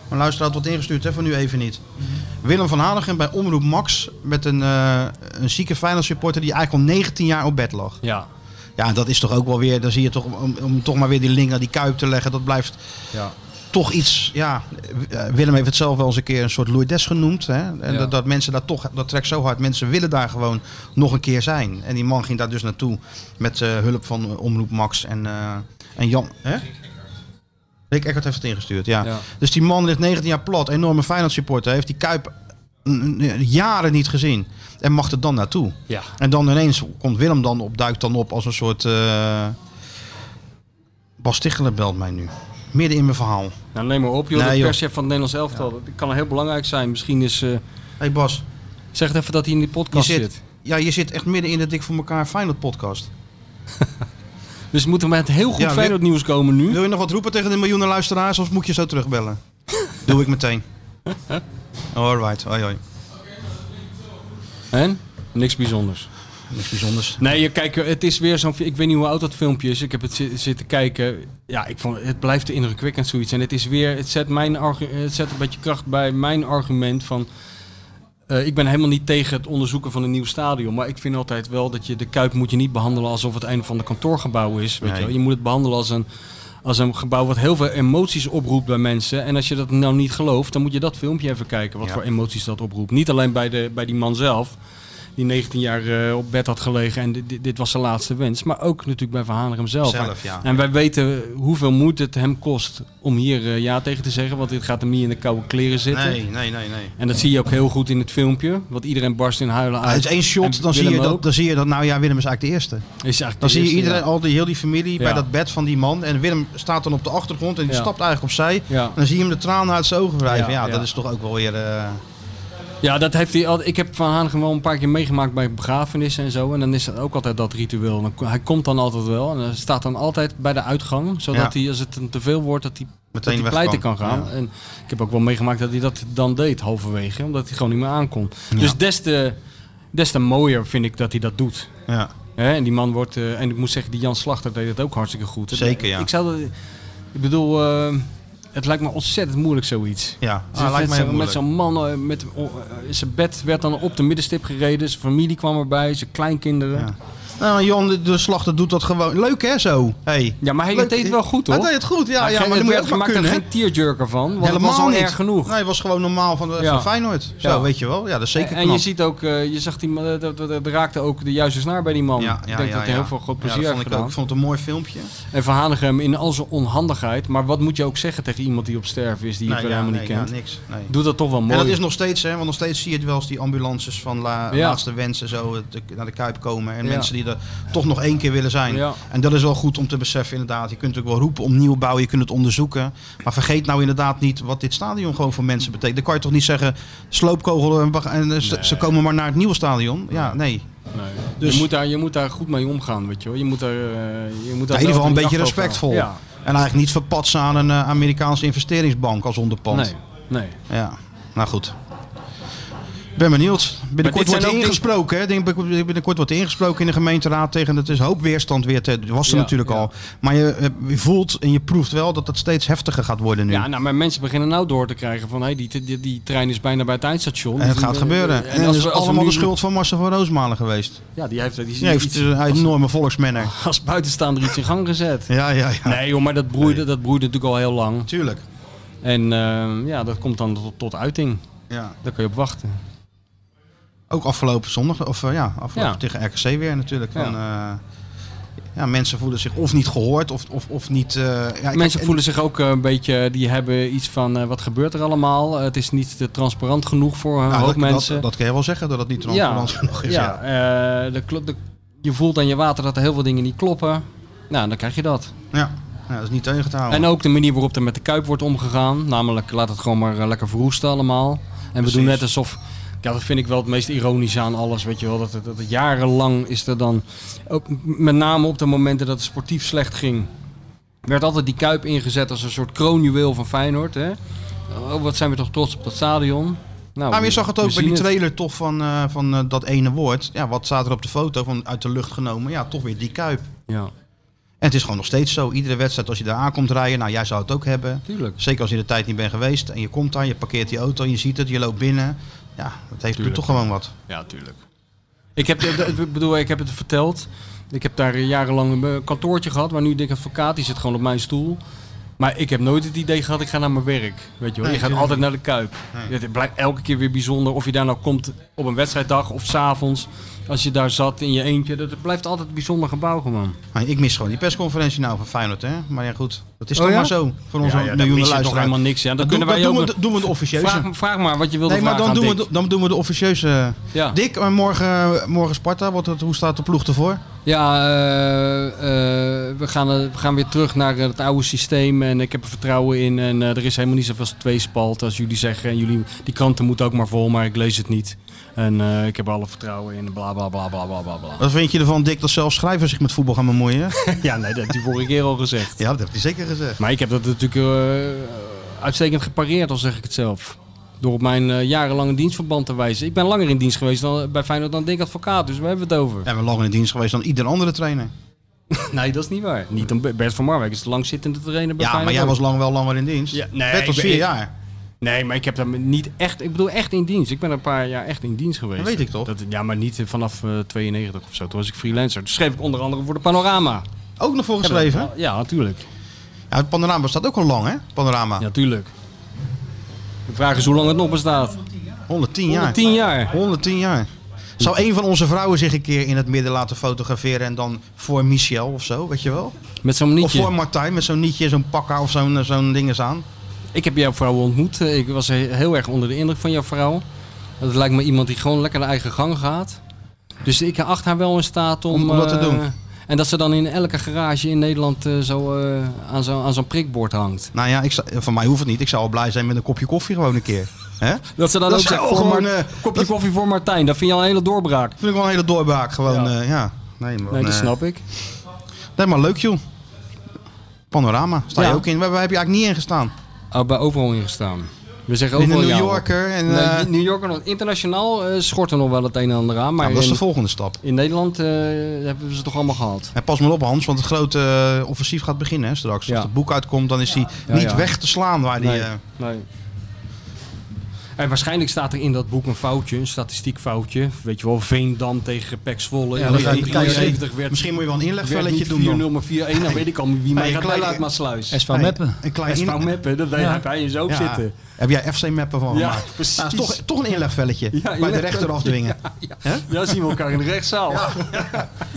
Speaker 4: Een luisteraar had wat ingestuurd, hè? Voor nu even niet.
Speaker 5: Mhm.
Speaker 4: Willem van Hanegem bij Omroep Max met een, eh, een zieke Feyenoord supporter die eigenlijk al 19 jaar op bed lag.
Speaker 5: Ja,
Speaker 4: Ja, dat is toch ook wel weer... Dan zie je toch, om, om toch maar weer die link naar die kuip te leggen, dat blijft...
Speaker 5: ja.
Speaker 4: toch iets, ja, eh, Willem heeft het zelf wel eens een keer een soort Lourdes genoemd. Hè? En
Speaker 5: Ja.
Speaker 4: dat, dat mensen daar toch, dat trekt zo hard. Mensen willen daar gewoon nog een keer zijn. En die man ging daar dus naartoe met eh, hulp van eh, Omroep Max en, eh, en Jan. Hè? Rick Eckert heeft het ingestuurd, ja.
Speaker 5: Ja.
Speaker 4: Dus die man ligt 19 jaar plat, enorme Feyenoord supporter, heeft die Kuip mm, mm, jaren niet gezien. En mag er dan naartoe.
Speaker 5: Ja.
Speaker 4: En dan ineens komt Willem dan op, duikt dan op als een soort... eh Bas Tichelen belt mij nu. Midden in mijn verhaal.
Speaker 5: Nou, neem maar op, joh.
Speaker 4: Nee,
Speaker 5: de
Speaker 4: joh.
Speaker 5: perschef van het Nederlands elftal. Dat kan heel belangrijk zijn. Misschien is... eh,
Speaker 4: hey Bas,
Speaker 5: zeg het even dat hij in die
Speaker 4: je
Speaker 5: podcast
Speaker 4: zit,
Speaker 5: zit.
Speaker 4: Ja, je zit echt midden in de Dik voor elkaar Feyenoord podcast.
Speaker 5: Dus moeten we met heel goed
Speaker 4: Ja, Wil-
Speaker 5: Feyenoord nieuws komen nu.
Speaker 4: Wil je nog wat roepen tegen de miljoenen luisteraars of moet je zo terugbellen? Doe ik meteen. Alright, hoi hoi.
Speaker 5: En? Niks bijzonders.
Speaker 4: Niks bijzonders.
Speaker 5: Nee, je- kijk, het is weer zo'n... Ik weet niet hoe oud dat filmpje is. Ik heb het zi- zitten kijken. Ja, ik vond, het blijft indrukwekkend zoiets. En het is weer... Het zet, mijn argu- het zet een beetje kracht bij mijn argument van... eh, ik ben helemaal niet tegen het onderzoeken van een nieuw stadion. Maar ik vind altijd wel dat je de Kuip moet je niet behandelen alsof het een van de kantoorgebouw is. Weet
Speaker 4: Nee.
Speaker 5: je, wel. je moet het behandelen als een, als een gebouw wat heel veel emoties oproept bij mensen. En als je dat nou niet gelooft, dan moet je dat filmpje even kijken. Wat
Speaker 4: Ja.
Speaker 5: voor emoties dat oproept. Niet alleen bij, de, bij die man zelf, die 19 jaar eh, op bed had gelegen en dit, dit- dit was zijn laatste wens. Maar ook natuurlijk bij Van Hanegem zelf.
Speaker 4: Zelf, ja.
Speaker 5: En wij weten hoeveel moed het hem kost om hier eh, ja tegen te zeggen. Want dit gaat hem niet in de koude kleren zitten.
Speaker 4: Nee, nee, nee, nee.
Speaker 5: En dat zie je ook heel goed in het filmpje. Want iedereen barst in huilen uit.
Speaker 4: Ah, Het is één shot,
Speaker 5: En
Speaker 4: dan zie,
Speaker 5: Willem
Speaker 4: je dat,
Speaker 5: ook.
Speaker 4: dan zie je dat, nou ja, Willem is eigenlijk de eerste.
Speaker 5: Is eigenlijk
Speaker 4: Dan
Speaker 5: de
Speaker 4: zie je
Speaker 5: eerste,
Speaker 4: iedereen,
Speaker 5: ja.
Speaker 4: al die, heel die familie bij
Speaker 5: Ja.
Speaker 4: dat bed van die man. En Willem staat dan op de achtergrond en die
Speaker 5: Ja.
Speaker 4: stapt eigenlijk opzij.
Speaker 5: Ja.
Speaker 4: En dan zie je hem de tranen uit zijn ogen wrijven. Ja,
Speaker 5: Ja,
Speaker 4: dat
Speaker 5: ja.
Speaker 4: is toch ook wel weer... eh,
Speaker 5: Ja, dat heeft hij al. Ik heb Van Hanegem wel een paar keer meegemaakt bij begrafenissen en zo. En dan is dat ook altijd dat ritueel. Dan, ko- hij komt dan altijd wel en hij staat dan altijd bij de uitgang. Zodat
Speaker 4: Ja.
Speaker 5: hij, als het hem te veel wordt, dat hij, dat
Speaker 4: Meteen
Speaker 5: hij
Speaker 4: weg
Speaker 5: pleiten
Speaker 4: kan.
Speaker 5: kan gaan.
Speaker 4: Ja.
Speaker 5: En ik heb ook wel meegemaakt dat hij dat dan deed halverwege. Omdat hij gewoon niet meer aankon. Dus des te, des te mooier vind ik dat hij dat doet.
Speaker 4: ja.
Speaker 5: Hè, en die man wordt, eh, en ik moet zeggen, die Jan Slachter deed het ook hartstikke goed.
Speaker 4: Zeker, ja.
Speaker 5: Ik zou dat, ik bedoel, eh, het lijkt me ontzettend moeilijk zoiets.
Speaker 4: Ja,
Speaker 5: Ze
Speaker 4: ah, lijkt
Speaker 5: met
Speaker 4: mij heel
Speaker 5: zo'n- met
Speaker 4: moeilijk.
Speaker 5: zo'n man, eh, met, oh, eh, zijn bed werd dan op de middenstip gereden, zijn familie kwam erbij, zijn kleinkinderen.
Speaker 4: Ja.
Speaker 5: Ja,
Speaker 4: Nou, Jan de, de Slachter doet dat gewoon. Leuk hè, zo. Hey.
Speaker 5: maar hij
Speaker 4: Leuk.
Speaker 5: deed het wel goed hoor.
Speaker 4: Hij deed het goed, ja. ja maar dan moet je ook maar
Speaker 5: maakt er
Speaker 4: kunnen. hè?
Speaker 5: geen tearjerker van, want
Speaker 4: Helemaal
Speaker 5: het was al
Speaker 4: niet.
Speaker 5: erg genoeg.
Speaker 4: Nee, het was gewoon normaal van, de,
Speaker 5: Ja.
Speaker 4: van Feyenoord. Zo,
Speaker 5: Ja.
Speaker 4: weet je wel. Ja, dat is zeker
Speaker 5: en, en
Speaker 4: knap.
Speaker 5: je ziet ook, eh, je zag die, man- eh, dat, dat, dat raakte ook de juiste snaar bij die man.
Speaker 4: ja,
Speaker 5: ik
Speaker 4: ja,
Speaker 5: denk
Speaker 4: ja,
Speaker 5: dat hij
Speaker 4: ja.
Speaker 5: heel veel groot plezier
Speaker 4: ja, dat vond
Speaker 5: heeft
Speaker 4: ik
Speaker 5: gedaan.
Speaker 4: ook. Ik vond het een mooi filmpje.
Speaker 5: En Van Hanegem in al zijn onhandigheid. Maar wat moet je ook zeggen tegen iemand die op sterven is, die je
Speaker 4: Nee,
Speaker 5: verder
Speaker 4: ja,
Speaker 5: helemaal
Speaker 4: nee,
Speaker 5: niet kent?
Speaker 4: Ja, niks. Nee.
Speaker 5: Doe dat toch wel mooi.
Speaker 4: En dat is nog steeds, hè, want nog steeds zie je het wel eens die ambulances van la,
Speaker 5: Ja.
Speaker 4: laatste wensen zo eh, te- naar de Kuip komen. En
Speaker 5: Ja.
Speaker 4: mensen die er toch nog één keer willen zijn.
Speaker 5: Ja.
Speaker 4: En dat is wel goed om te beseffen inderdaad. Je kunt ook wel roepen om nieuwbouw, je kunt het onderzoeken. Maar vergeet nou inderdaad niet wat dit stadion gewoon voor mensen betekent. Dan kan je toch niet zeggen, sloopkogel en, bag- en eh, ze, ze komen maar naar het nieuwe stadion. Ja, nee.
Speaker 5: Nee.
Speaker 4: Dus-
Speaker 5: je, moet daar, je moet daar goed mee omgaan, weet je wel. Je moet daar, eh, je moet
Speaker 4: Ja,
Speaker 5: daar
Speaker 4: in ieder
Speaker 5: wel
Speaker 4: geval een
Speaker 5: de
Speaker 4: beetje
Speaker 5: jacht op
Speaker 4: respectvol.
Speaker 5: houden.
Speaker 4: En eigenlijk niet verpatsen aan een eh, Amerikaanse investeringsbank als
Speaker 5: Ja,
Speaker 4: onderpand.
Speaker 5: nee, nee.
Speaker 4: Ja, nou goed. Ik ben benieuwd. Binnenkort
Speaker 5: dit zijn
Speaker 4: wordt er
Speaker 5: ook
Speaker 4: ingesproken. hè? Denk- Binnenkort wordt er ingesproken in de gemeenteraad tegen. Dat is een hoop weerstand weer. Te, was er
Speaker 5: Ja,
Speaker 4: natuurlijk
Speaker 5: ja.
Speaker 4: al. Maar je, eh, je voelt en je proeft wel dat het steeds heftiger gaat worden nu.
Speaker 5: Ja, nou, maar mensen beginnen nou door te krijgen van... Hey, die, die, die trein is bijna bij het eindstation.
Speaker 4: en het
Speaker 5: Dus
Speaker 4: gaat
Speaker 5: die-
Speaker 4: gebeuren. En, dat
Speaker 5: als
Speaker 4: is
Speaker 5: we- als we
Speaker 4: allemaal
Speaker 5: nu-
Speaker 4: de schuld van Marcel van Roosmalen geweest.
Speaker 5: Ja, die heeft, die, die,
Speaker 4: Die heeft
Speaker 5: iets-
Speaker 4: een
Speaker 5: als,
Speaker 4: enorme volksmanner.
Speaker 5: als buitenstaander iets in gang gezet.
Speaker 4: Ja, ja, ja.
Speaker 5: Nee joh, maar dat broeide, dat broeide natuurlijk al heel lang.
Speaker 4: Tuurlijk.
Speaker 5: En eh, ja, dat komt dan tot, tot uiting.
Speaker 4: Ja.
Speaker 5: Daar kun je op wachten.
Speaker 4: Ook afgelopen zondag, of eh, ja, afgelopen
Speaker 5: Ja.
Speaker 4: tegen RKC weer natuurlijk. Van, ja. ja, mensen voelen zich of niet gehoord of, of, of niet... eh, ja, kijk,
Speaker 5: Mensen
Speaker 4: en-
Speaker 5: voelen zich ook eh, een beetje, die hebben iets van eh, wat gebeurt er allemaal. Eh, het is niet te transparant genoeg voor een
Speaker 4: Nou,
Speaker 5: hoop
Speaker 4: dat,
Speaker 5: mensen.
Speaker 4: Dat, dat kan je wel zeggen, dat het niet transparant genoeg is. Ja.
Speaker 5: ja, eh, de klo- de- je voelt aan je water dat er heel veel dingen niet kloppen. Nou, dan krijg je dat.
Speaker 4: Ja. ja, dat is niet tegen te houden.
Speaker 5: En ook de manier waarop er met de kuip wordt omgegaan. Namelijk, laat het gewoon maar eh, lekker verroesten allemaal. En we doen
Speaker 4: Precies.
Speaker 5: net alsof. Ja, dat vind ik wel het meest ironische aan alles. Weet je wel, dat het, dat het jarenlang is er dan. Ook m- met name op de momenten dat het sportief slecht ging. werd altijd die kuip ingezet als een soort kroonjuweel van Feyenoord. Hè? Oh, wat zijn we toch trots op dat stadion? Nou,
Speaker 4: maar je zag het ook
Speaker 5: we
Speaker 4: bij die
Speaker 5: zien het.
Speaker 4: trailer toch van, eh, van eh, dat ene woord. Ja, wat staat er op de foto van uit de lucht genomen? Ja, toch weer die kuip.
Speaker 5: Ja,
Speaker 4: En het is gewoon nog steeds zo. Iedere wedstrijd als je daar aankomt rijden, nou jij zou het ook hebben.
Speaker 5: tuurlijk.
Speaker 4: Zeker als je de tijd niet bent geweest en je komt daar, je parkeert die auto, je ziet het, je loopt binnen. Ja, dat heeft nu
Speaker 5: Tuurlijk.
Speaker 4: toch gewoon wat.
Speaker 5: Ja, tuurlijk. Ik heb, ik bedoel, ik heb het eh, verteld. Ik heb daar jarenlang een kantoortje gehad, maar nu denk ik advocaat, die zit gewoon op mijn stoel. Maar ik heb nooit het idee gehad, ik ga naar mijn werk. Weet je
Speaker 4: Nee,
Speaker 5: wel. je gaat
Speaker 4: tuurlijk niet.
Speaker 5: altijd naar de Kuip. Het blijkt elke keer weer bijzonder of je daar nou komt op een wedstrijddag of s'avonds. Als je daar zat in je eentje. Dat het blijft altijd een bijzonder gebouw gewoon.
Speaker 4: Maar ik mis gewoon die persconferentie nou van Feyenoord, hè? Maar ja, goed, dat is
Speaker 5: Oh,
Speaker 4: toch
Speaker 5: ja?
Speaker 4: maar zo voor onze
Speaker 5: Ja, ja, dan
Speaker 4: miljoenen
Speaker 5: mis je toch
Speaker 4: luisteraars.
Speaker 5: helemaal niks, ja. Dan kunnen
Speaker 4: doen- dan
Speaker 5: wij ook
Speaker 4: doen we,
Speaker 5: nog-
Speaker 4: doen we de officieuze.
Speaker 5: Vraag, vraag maar wat je wilde
Speaker 4: nee, maar
Speaker 5: vragen
Speaker 4: dan
Speaker 5: aan
Speaker 4: doen, we,
Speaker 5: Dick.
Speaker 4: de- dan doen we de officieuze.
Speaker 5: Ja.
Speaker 4: Dick, maar morgen, eh, morgen Sparta, wat, het- hoe staat de ploeg ervoor?
Speaker 5: Ja, eh, eh, we, gaan, eh, we gaan weer terug naar eh, het oude systeem en ik heb er vertrouwen in. En eh, er is helemaal niet zoveel tweespalt als jullie zeggen. En jullie, die kranten moeten ook maar vol, maar ik lees het niet. En eh, ik heb er alle vertrouwen in, bla bla bla bla bla bla bla.
Speaker 4: Wat vind je ervan, Dick, dat zelfs schrijvers zich met voetbal gaan bemoeien?
Speaker 5: Ja, nee, dat heb je vorige keer al gezegd.
Speaker 4: ja, dat heeft hij zeker gezegd.
Speaker 5: Maar ik heb dat natuurlijk eh, uitstekend gepareerd, al zeg ik het zelf. Door op mijn eh, jarenlange dienstverband te wijzen. Ik ben langer in dienst geweest dan, bij Feyenoord dan Dick Advocaat, dus waar hebben we het over?
Speaker 4: Ja, we langer in dienst geweest dan ieder andere trainer.
Speaker 5: Nee, dat is niet waar. Niet dan Bert van Marwijk is de langzittende trainer bij
Speaker 4: Ja,
Speaker 5: Feyenoord.
Speaker 4: maar jij
Speaker 5: ook.
Speaker 4: was lang, wel langer in dienst.
Speaker 5: Ja,
Speaker 4: Ja,
Speaker 5: nee,
Speaker 4: Net als
Speaker 5: ik-
Speaker 4: vier
Speaker 5: ik-
Speaker 4: jaar.
Speaker 5: Nee, maar ik heb daar niet echt. Ik bedoel, echt in dienst. Ik ben een paar jaar echt in dienst geweest.
Speaker 4: Dat weet ik toch?
Speaker 5: Dat, ja, maar niet eh, vanaf eh, 92 of zo. Toen was ik freelancer. Toen schreef ik onder andere voor de Panorama. Oh,
Speaker 4: Ook nog voor geschreven. hè?
Speaker 5: Ja, natuurlijk.
Speaker 4: Ja, het panorama staat ook al lang, hè? Panorama.
Speaker 5: Ja, natuurlijk. De vraag is hoe lang het nog bestaat.
Speaker 4: 110 jaar.
Speaker 5: 110 jaar.
Speaker 4: 110 jaar. Zou een van onze vrouwen zich een keer in het midden laten fotograferen en dan voor Michel of zo, weet je wel?
Speaker 5: Met zo'n
Speaker 4: Of voor
Speaker 5: nietje.
Speaker 4: Martijn met zo'n nietje, zo'n pakka of zo'n eh, zo'n dinges aan.
Speaker 5: Ik heb jouw vrouw ontmoet. Eh, Ik was he- heel erg onder de indruk van jouw vrouw. Dat lijkt me iemand die gewoon lekker de eigen gang gaat. Dus ik acht haar wel in staat om...
Speaker 4: Om- om dat te
Speaker 5: eh,
Speaker 4: doen.
Speaker 5: En dat ze dan in elke garage in Nederland eh, zo, eh, aan zo'n aan zo'n prikbord hangt.
Speaker 4: Nou ja, ik, zou- van mij hoeft het niet. Ik zou al blij zijn met een kopje koffie gewoon een keer. Hè?
Speaker 5: Dat ze dan
Speaker 4: Dat
Speaker 5: ook
Speaker 4: zou
Speaker 5: zeggen, voor
Speaker 4: gewoon,
Speaker 5: Mar-
Speaker 4: eh,
Speaker 5: kopje
Speaker 4: dat-
Speaker 5: koffie voor Martijn. Dat vind je al een hele doorbraak.
Speaker 4: Vind ik wel een hele doorbraak gewoon,
Speaker 5: Ja.
Speaker 4: ja. ja. Nee, maar,
Speaker 5: Nee, dat
Speaker 4: eh,
Speaker 5: snap ik.
Speaker 4: nee, maar leuk joh. Panorama, sta
Speaker 5: Ja.
Speaker 4: je ook in. Waar, waar heb je eigenlijk niet in gestaan?
Speaker 5: Oh, bij overal ingestaan. We zeggen
Speaker 4: In de
Speaker 5: overal
Speaker 4: New
Speaker 5: ja op.
Speaker 4: Yorker en...
Speaker 5: Nee,
Speaker 4: eh,
Speaker 5: die New Yorker nog. Internationaal eh, schort er nog wel het een en ander aan. Maar
Speaker 4: nou, dat is de
Speaker 5: in,
Speaker 4: volgende stap.
Speaker 5: in Nederland eh, hebben we ze toch allemaal gehad.
Speaker 4: En pas maar op Hans, want het grote eh, offensief gaat beginnen hè, straks.
Speaker 5: Ja.
Speaker 4: Als het boek uitkomt, dan is hij
Speaker 5: Ja,
Speaker 4: niet
Speaker 5: ja.
Speaker 4: weg te slaan waar die.
Speaker 5: Nee,
Speaker 4: eh,
Speaker 5: nee. En waarschijnlijk staat er in dat boek een foutje, een statistiek foutje. Weet je wel, Veendam tegen Pek Zwolle.
Speaker 4: Ja,
Speaker 5: in
Speaker 4: dan ga je
Speaker 5: 1973
Speaker 4: kijken.
Speaker 5: werd,
Speaker 4: Misschien moet je wel een
Speaker 5: werd
Speaker 4: inlegvelletje
Speaker 5: niet
Speaker 4: doen.
Speaker 5: 4-0
Speaker 4: dan.
Speaker 5: maar 4-1. Dan weet ik al wie mij
Speaker 4: een
Speaker 5: gaat
Speaker 4: klein-
Speaker 5: bellen uit Maasluis.
Speaker 6: SV Meppen.
Speaker 4: Een klein
Speaker 5: SV
Speaker 4: in-
Speaker 5: Meppen, dat
Speaker 6: Ja.
Speaker 5: heb hij eens ook
Speaker 4: Ja.
Speaker 5: zitten.
Speaker 4: Heb jij FC-mappen van
Speaker 5: Ja,
Speaker 4: gemaakt?
Speaker 5: precies.
Speaker 4: Nou, is toch, toch een inlegvelletje. bij de
Speaker 5: inlegvelletje.
Speaker 4: rechter afdwingen.
Speaker 5: Ja,
Speaker 4: Hè?
Speaker 5: ja, zien we elkaar in de rechtszaal. Ja,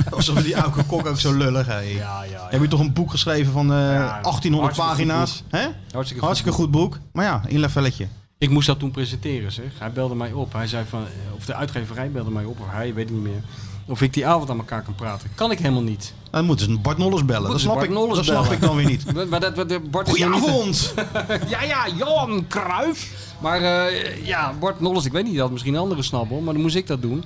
Speaker 4: Alsof die oude kok ook zo lullig. hè.
Speaker 5: ja, ja.
Speaker 4: Heb je toch een boek geschreven van eh,
Speaker 5: Ja,
Speaker 4: 1800
Speaker 5: hartstikke
Speaker 4: pagina's? Hè?
Speaker 5: Hartstikke, goed.
Speaker 4: Hartstikke goed boek. Maar ja, inlegvelletje.
Speaker 5: Ik moest dat toen presenteren, zeg. Hij belde mij op. Hij zei van, eh, of de uitgeverij belde mij op, of hij, weet ik niet meer. Of ik die avond aan elkaar kan praten. Kan ik helemaal niet.
Speaker 4: Dan moeten ze Bart Nolles bellen. Dat
Speaker 5: Moeten ze
Speaker 4: snap,
Speaker 5: Bart
Speaker 4: ik,
Speaker 5: Nolles
Speaker 4: dat snap
Speaker 5: bellen.
Speaker 4: ik dan weer niet.
Speaker 5: Maar dat, wat- dat- Bart is nog niet-
Speaker 4: Goedenavond!
Speaker 5: Ja, ja, Johan Cruijff. Maar eh, ja, Bart Nolles, ik weet niet, dat had misschien een andere snap hoor, maar dan moest ik dat doen.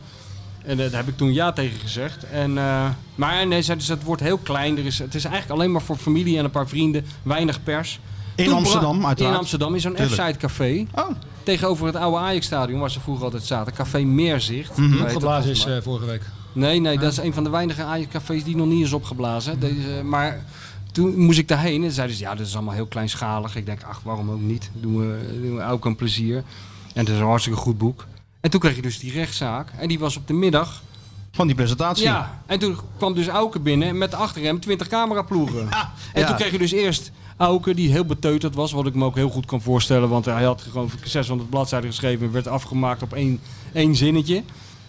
Speaker 5: En eh, daar heb ik toen ja tegen gezegd. En, eh, maar nee, zeiden ze, het wordt heel klein. Er is, het is eigenlijk alleen maar voor familie en een paar vrienden. Weinig pers.
Speaker 4: In
Speaker 5: Toen
Speaker 4: Amsterdam,
Speaker 5: bra-
Speaker 4: uiteraard.
Speaker 5: In Amsterdam, in zo'n
Speaker 4: Tuurlijk.
Speaker 5: F-side café.
Speaker 4: Oh.
Speaker 5: Tegenover het oude Ajax-stadion, waar ze vroeger altijd zaten. Café Meerzicht.
Speaker 4: Mhm.
Speaker 5: Hoe heet dat
Speaker 6: Opgeblazen is
Speaker 5: volgens mij?
Speaker 6: eh, vorige week.
Speaker 5: Nee, nee, dat is een van de weinige Ajax-cafés die nog niet is opgeblazen. Deze, maar toen moest ik daarheen en zeiden ze, ja, dat is allemaal heel kleinschalig. Ik denk, ach, waarom ook niet? Doen we, doen we ook een plezier. En het is een hartstikke goed boek. En toen kreeg je dus die rechtszaak. En die was op de middag.
Speaker 4: Van die presentatie.
Speaker 5: Ja, en toen kwam dus Auken binnen met achter hem 20 cameraploegen. en
Speaker 4: ja.
Speaker 5: toen kreeg je dus eerst Auken, die heel beteuterd was. Wat ik me ook heel goed kan voorstellen. Want hij had gewoon 600 bladzijden geschreven en werd afgemaakt op één, één zinnetje.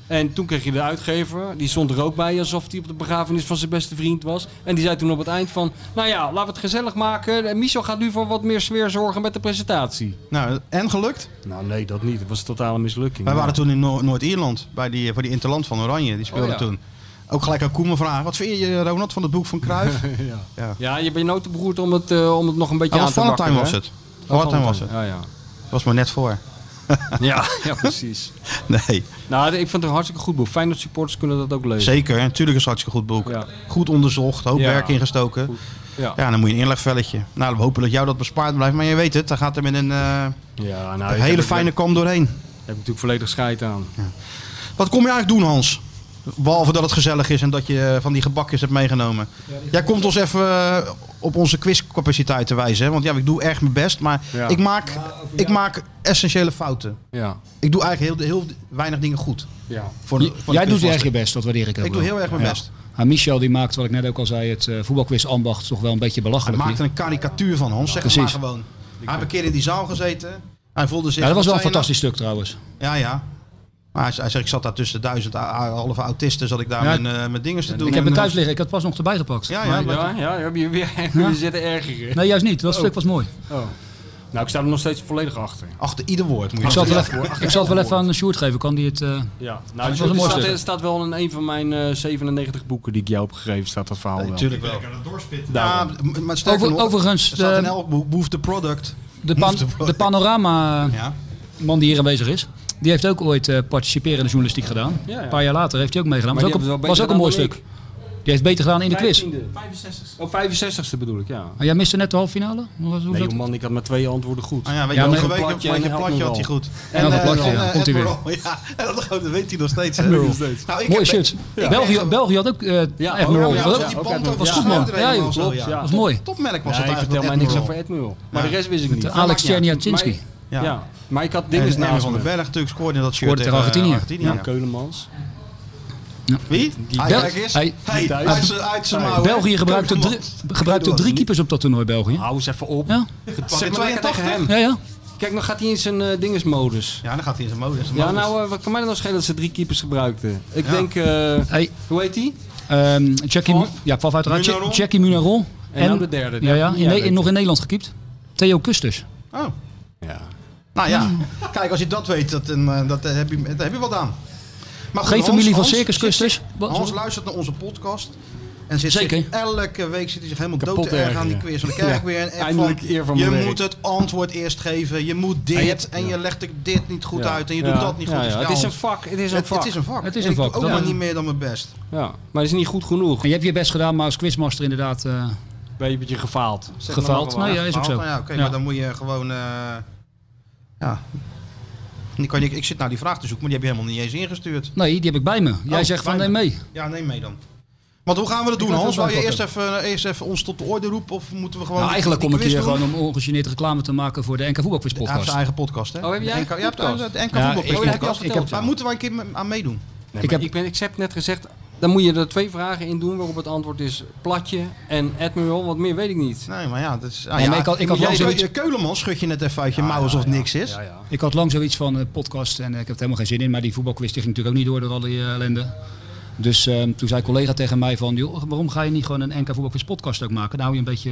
Speaker 5: En toen kreeg je de uitgever, die stond er ook bij alsof hij op de begrafenis van zijn beste vriend was. En die zei toen op het eind van, nou ja, laten we het gezellig maken. En Michel gaat nu voor wat meer sfeer zorgen met de presentatie.
Speaker 4: Nou, en gelukt?
Speaker 5: Nou nee, dat niet. Dat was een totale mislukking.
Speaker 4: Wij waren toen in Noor- Noord-Ierland bij die, eh, voor die Interland van Oranje. Die speelde
Speaker 5: Oh, ja.
Speaker 4: toen. Ook gelijk aan Koeman vragen. Wat vind je, eh, Ronald, van het boek van Cruijff? ja,
Speaker 5: Ja, je bent nooit te beroerd om het, eh, om het nog een beetje
Speaker 4: want
Speaker 5: aan te
Speaker 4: Ah, Valentijn
Speaker 5: wakkeren,
Speaker 4: was
Speaker 5: hè?
Speaker 4: het. Valentijn was het.
Speaker 5: Ja, ja.
Speaker 4: Dat was maar net voor.
Speaker 5: Ja, ja precies.
Speaker 4: Nee,
Speaker 5: Nou, ik vind het een hartstikke goed boek. Fijn dat supporters kunnen dat ook lezen.
Speaker 4: zeker. Natuurlijk is het hartstikke goed boek.
Speaker 5: Ja.
Speaker 4: Goed onderzocht, hoop
Speaker 5: Ja.
Speaker 4: werk ingestoken.
Speaker 5: Ja.
Speaker 4: Ja, dan moet je een inlegvelletje. Nou, we hopen dat jou dat bespaard blijft. Maar je weet het, daar gaat er met een eh,
Speaker 5: ja nou, ik heb
Speaker 4: hele
Speaker 5: er-
Speaker 4: fijne kam doorheen.
Speaker 5: Daar heb ik natuurlijk volledig scheid aan.
Speaker 4: Wat kom je eigenlijk doen, Hans? Behalve dat het gezellig is en dat je eh, van die gebakjes hebt meegenomen. Jij komt ons even eh, op onze quizcapaciteit te wijzen. Hè? Want ja, ik doe erg mijn best, maar
Speaker 5: Ja.
Speaker 4: ik, maak, ik maak essentiële fouten.
Speaker 5: Ja.
Speaker 4: Ik doe eigenlijk heel, heel weinig dingen goed.
Speaker 5: Ja.
Speaker 4: Voor, voor de
Speaker 6: Jij doet
Speaker 4: quizmaster.
Speaker 6: erg je best, dat waardeer ik ook
Speaker 4: Ik doe
Speaker 6: wel.
Speaker 4: heel erg mijn
Speaker 6: Ja.
Speaker 4: best.
Speaker 6: Hij Maar Michel die maakt, wat ik net ook al zei, het eh voetbalquiz ambacht toch wel een beetje
Speaker 4: Hij
Speaker 6: belachelijk.
Speaker 4: maakte een karikatuur van Hans, zeg
Speaker 6: Precies.
Speaker 4: het maar gewoon. Hij heeft een keer in die zaal gezeten. Hij voelde zich...
Speaker 6: Ja, dat was wel
Speaker 4: wat zei je
Speaker 6: een fantastisch stuk trouwens.
Speaker 4: nou? Ja, ja. Maar hij, hij zegt, ik zat daar tussen duizend a- a- halve autisten, zat ik daar
Speaker 6: Ja,
Speaker 4: mijn, eh, mijn dingen te doen.
Speaker 6: Ik heb het
Speaker 4: Mijn-
Speaker 6: thuis liggen, ik had pas nog erbij gepakt.
Speaker 4: Ja,
Speaker 6: Maar-
Speaker 4: ja, maar-
Speaker 5: Ja, ja, heb je weer zitten ergeren.
Speaker 6: Nee, juist niet. Dat
Speaker 4: Oh.
Speaker 6: stuk was mooi.
Speaker 5: Nou, ik sta er nog steeds volledig achter.
Speaker 4: achter ieder woord moet je
Speaker 6: Ik zal het wel
Speaker 4: zeggen.
Speaker 6: even, ik zal het wel even aan Sjoerd geven. Kan die het... eh,
Speaker 5: Ja. Nou,
Speaker 6: was een mooi
Speaker 5: het staat,
Speaker 6: stuk.
Speaker 5: staat wel in een van mijn eh, 97 boeken die ik jou heb gegeven, staat dat verhaal wel.
Speaker 4: Natuurlijk wel.
Speaker 7: Ik kan het doorspitten.
Speaker 4: Ja, m- maar sterker
Speaker 6: Over-
Speaker 4: nog,
Speaker 6: overigens,
Speaker 4: er staat in
Speaker 6: de-
Speaker 4: elk boek behoefte product.
Speaker 6: De, pan-
Speaker 4: Hoeft te-
Speaker 6: de panorama-man
Speaker 4: Ja.
Speaker 6: die hier aanwezig is, die heeft ook ooit eh, participeren in de journalistiek gedaan.
Speaker 5: Ja, ja.
Speaker 6: Een paar jaar later heeft hij ook meegedaan.
Speaker 5: Maar
Speaker 6: Was ook,
Speaker 5: die
Speaker 6: een-
Speaker 5: hebben het wel
Speaker 6: was ook
Speaker 5: beter
Speaker 6: een mooi
Speaker 5: gedaan
Speaker 6: stuk. Die heeft beter gedaan in de quiz.
Speaker 7: 65.
Speaker 5: Oh, 65ste bedoel ik, ja.
Speaker 6: Maar jij miste net de halve finale? Hoe was-
Speaker 5: Nee,
Speaker 6: hoe zat
Speaker 5: joh,
Speaker 6: het?
Speaker 5: man, ik had maar twee antwoorden goed.
Speaker 4: Ah ja, weet
Speaker 6: Ja,
Speaker 4: je,
Speaker 6: maar-
Speaker 4: vorige week
Speaker 5: Een
Speaker 4: een
Speaker 5: platje
Speaker 4: platje,
Speaker 5: en
Speaker 4: platje had
Speaker 5: Admiral.
Speaker 4: hij goed.
Speaker 6: En nog een
Speaker 4: eh,
Speaker 6: platje,
Speaker 4: en,
Speaker 6: ja.
Speaker 4: eh,
Speaker 6: Komt-ie weer.
Speaker 4: Admiral, Ja, en dat, dat weet hij nog steeds. hè.
Speaker 5: Admiral. Nog steeds.
Speaker 4: Nou, ik
Speaker 6: Mooie
Speaker 4: heb-
Speaker 6: shirts.
Speaker 4: Ja.
Speaker 6: België, België had ook eh
Speaker 5: Ja,
Speaker 6: Admiral.
Speaker 5: oh, ja,
Speaker 6: Dat
Speaker 5: ja,
Speaker 6: ook-
Speaker 5: ja.
Speaker 4: die
Speaker 5: ook
Speaker 4: band
Speaker 5: Admiral.
Speaker 4: was
Speaker 5: Ja,
Speaker 4: goed, man.
Speaker 6: ja, joh,
Speaker 4: zo,
Speaker 5: klopt,
Speaker 4: ja.
Speaker 5: ja.
Speaker 6: Dat is mooi.
Speaker 4: Topmerk was
Speaker 5: Nee,
Speaker 4: het
Speaker 5: ik vertel
Speaker 4: eigenlijk.
Speaker 5: mij niks
Speaker 4: Admiral.
Speaker 5: over Admiral. Maar de rest wist ik niet.
Speaker 6: De Alex Czerniaczynski.
Speaker 5: Maar- Ja.
Speaker 4: Ja.
Speaker 5: maar ik had
Speaker 4: En
Speaker 5: dingen
Speaker 4: Emmer
Speaker 5: naast
Speaker 4: van
Speaker 5: me.
Speaker 4: den Berg natuurlijk scoorde in dat shirt
Speaker 6: Scoorde tegen
Speaker 4: eh,
Speaker 6: Argentinië.
Speaker 5: Ja,
Speaker 4: ja.
Speaker 5: Keulemans.
Speaker 4: Wie? Hij
Speaker 6: Bel-
Speaker 4: kijk eens.
Speaker 6: hij-
Speaker 4: Hey, uit zijn- uit zijn mouwen.
Speaker 6: België gebruikte, drie,
Speaker 4: Keulemans.
Speaker 6: gebruikte drie keepers op dat toernooi, België.
Speaker 5: Hou eens even op.
Speaker 6: Ja,
Speaker 5: Zeg maar lekker tegen
Speaker 4: 82.
Speaker 5: hem.
Speaker 6: ja. ja.
Speaker 5: Kijk, dan gaat hij in zijn eh, dingesmodus.
Speaker 4: Ja, dan gaat hij in zijn mode. in zijn
Speaker 5: Ja,
Speaker 4: modus.
Speaker 5: nou, eh, wat kan mij dan nog schelen dat ze drie keepers gebruikten? Ik
Speaker 4: Ja.
Speaker 5: denk, eh,
Speaker 6: Hey,
Speaker 5: hoe heet die?
Speaker 6: ehm Jackie, Mu-
Speaker 5: Valf?
Speaker 6: ja, Valf uiteraard.
Speaker 4: Munarol.
Speaker 6: Jackie Munarol.
Speaker 5: En nou de derde.
Speaker 6: Ja, ja, in,
Speaker 5: Ja,
Speaker 6: Ne-
Speaker 5: weet
Speaker 6: nog
Speaker 5: ik.
Speaker 6: in Nederland gekiept. Theo Kusters.
Speaker 4: Oh.
Speaker 5: Ja.
Speaker 4: Nou ja,
Speaker 6: Hmm.
Speaker 4: kijk, als je dat weet, dat, eh, dat, eh, heb, je, dat heb je wat aan. Maar goed,
Speaker 6: Geen
Speaker 4: Hans-
Speaker 6: familie van
Speaker 4: Hans-
Speaker 6: circuskusters. Wat-
Speaker 4: Hans luistert naar onze podcast. En zit
Speaker 6: Zeker.
Speaker 4: zich- elke week zit hij zich helemaal
Speaker 5: Kapot
Speaker 4: dood te erg aan die
Speaker 5: ergeren.
Speaker 4: quiz. En dan krijg ik
Speaker 5: Ja,
Speaker 4: weer een app
Speaker 5: eindelijk
Speaker 4: van,
Speaker 5: eer van
Speaker 4: je
Speaker 5: mijn werk.
Speaker 4: moet het antwoord eerst geven. Je moet
Speaker 6: Ah,
Speaker 4: dit en je,
Speaker 5: hebt-
Speaker 4: legt dit niet goed
Speaker 5: Ja.
Speaker 4: uit en je
Speaker 5: Ja.
Speaker 4: doet dat niet
Speaker 5: Ja,
Speaker 4: goed.
Speaker 5: ja.
Speaker 4: Dus
Speaker 5: Het
Speaker 4: ja,
Speaker 5: is een
Speaker 4: Hans,
Speaker 5: vak. Het is een
Speaker 4: het,
Speaker 5: vak.
Speaker 4: het is een vak.
Speaker 6: Het is
Speaker 4: En
Speaker 6: een
Speaker 4: Ik
Speaker 6: vak,
Speaker 4: doe ook
Speaker 6: ja.
Speaker 4: maar niet meer dan mijn best.
Speaker 5: Ja, maar het is niet goed genoeg.
Speaker 6: En je hebt je best gedaan, maar als quizmaster inderdaad eh,
Speaker 5: Ben je een beetje gefaald.
Speaker 4: Zeg maar
Speaker 6: gefaald.
Speaker 4: maar
Speaker 6: Nee,
Speaker 4: waar.
Speaker 6: ja, is ook zo.
Speaker 4: Nou ja, oké,
Speaker 6: Ja.
Speaker 4: maar dan moet je gewoon... eh, ja. Ik, kan, ik, ik zit nou die vraag te zoeken, maar die heb je helemaal niet eens ingestuurd.
Speaker 6: Nee, die heb ik bij me. Jij
Speaker 4: Oh,
Speaker 6: zegt van
Speaker 4: bij
Speaker 6: nee
Speaker 4: me.
Speaker 6: mee.
Speaker 4: Ja, neem mee dan. Want hoe gaan we dat doen,
Speaker 6: laat
Speaker 4: Hans?
Speaker 6: het
Speaker 4: Wou je
Speaker 6: antwoord
Speaker 4: eerst even, eh, eerst even ons tot de orde roepen? Of moeten we gewoon...
Speaker 6: nou, eigenlijk
Speaker 4: die
Speaker 6: kom ik
Speaker 4: quiz
Speaker 6: hier
Speaker 4: doen?
Speaker 6: gewoon om ongegeneerd reclame te maken voor de NK Voetbalquiz
Speaker 4: Hij heeft
Speaker 6: podcast.
Speaker 4: zijn eigen podcast, hè?
Speaker 5: Oh, heb jij
Speaker 4: De
Speaker 5: een
Speaker 4: NK Ja,
Speaker 5: podcast?
Speaker 4: de NK
Speaker 6: Ja,
Speaker 4: Voetbalquiz
Speaker 6: ik-
Speaker 5: oh, dat heb je al
Speaker 4: podcast.
Speaker 5: verteld,
Speaker 4: Ik heb-
Speaker 5: ja.
Speaker 4: Maar moeten wij een keer me- aan meedoen?
Speaker 5: Nee,
Speaker 6: Ik
Speaker 5: maar
Speaker 6: heb-
Speaker 5: ik, ben, ik heb net gezegd, dan moet je er twee vragen in doen waarop het antwoord is platje en Admiral, want meer weet ik niet.
Speaker 4: Nee, maar ja, dat is... ah,
Speaker 6: Nee,
Speaker 4: ja,
Speaker 6: maar ik had- ik had
Speaker 4: jij-
Speaker 6: wel zoiets-
Speaker 4: Ke- Keulemans schud je net even uit je mouw alsof het niks is.
Speaker 5: Ja, ja.
Speaker 6: Ik had lang zoiets van eh, podcast en eh, ik heb er helemaal geen zin in, maar die voetbalquiz die ging natuurlijk ook niet door door al die eh, ellende. Dus eh, toen zei een collega tegen mij van, joh, waarom ga je niet gewoon een NK Voetbalquiz podcast ook maken? Dan hou je een beetje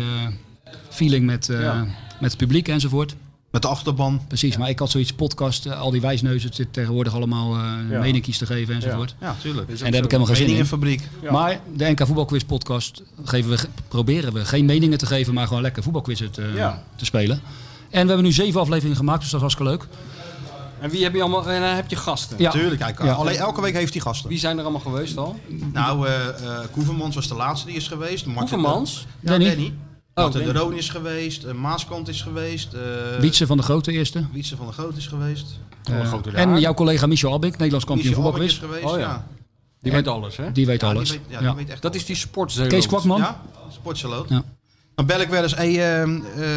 Speaker 6: eh, feeling met, eh,
Speaker 5: Ja.
Speaker 6: met het publiek enzovoort.
Speaker 4: Met de achterban.
Speaker 6: Precies, maar ik had zoiets podcast, eh, al die wijsneuzen zitten tegenwoordig allemaal eh
Speaker 5: Ja.
Speaker 6: meningkies te geven enzovoort.
Speaker 4: Ja, tuurlijk.
Speaker 6: En daar heb ik helemaal geen zin in.
Speaker 4: Meningenfabriek.
Speaker 5: Ja.
Speaker 6: Maar de NK Voetbalquiz podcast geven we, ge- proberen we geen meningen te geven, maar gewoon lekker voetbalquizzen te,
Speaker 5: Ja.
Speaker 6: te spelen. En we hebben nu zeven afleveringen gemaakt, dus dat was hartstikke leuk.
Speaker 5: En wie heb je allemaal? En dan heb je gasten.
Speaker 6: Ja.
Speaker 4: Tuurlijk, hij kan-
Speaker 6: Ja.
Speaker 4: alleen elke week heeft hij gasten.
Speaker 5: Wie zijn er allemaal geweest al?
Speaker 4: Nou, eh, eh, Koevermans was de laatste die is geweest. Martin-
Speaker 5: Koevermans?
Speaker 4: Ja,
Speaker 6: Danny.
Speaker 4: Danny.
Speaker 5: Oh,
Speaker 4: Martin de
Speaker 5: Danny.
Speaker 4: Roon is geweest. eh, Maaskant is geweest. eh,
Speaker 6: Wietse van de Grote eerste.
Speaker 4: Wietse van der Groot is geweest.
Speaker 6: Eh,
Speaker 4: Van der Groot,
Speaker 6: en
Speaker 4: ja.
Speaker 6: jouw collega Michel Albink, Nederlands kampioen
Speaker 4: Michel Albert is
Speaker 6: voetbalquiz.
Speaker 4: geweest.
Speaker 5: Oh, ja.
Speaker 4: ja.
Speaker 5: Die weet alles, hè?
Speaker 6: Die weet
Speaker 4: Ja,
Speaker 6: alles.
Speaker 4: Die weet, ja,
Speaker 6: Ja.
Speaker 4: Die weet echt
Speaker 5: Dat is die sportzeeland.
Speaker 6: Kees Kwakman.
Speaker 4: Ja, sportsalon.
Speaker 6: Ja.
Speaker 4: Dan bel ik wel eens, hey, ehm, eh,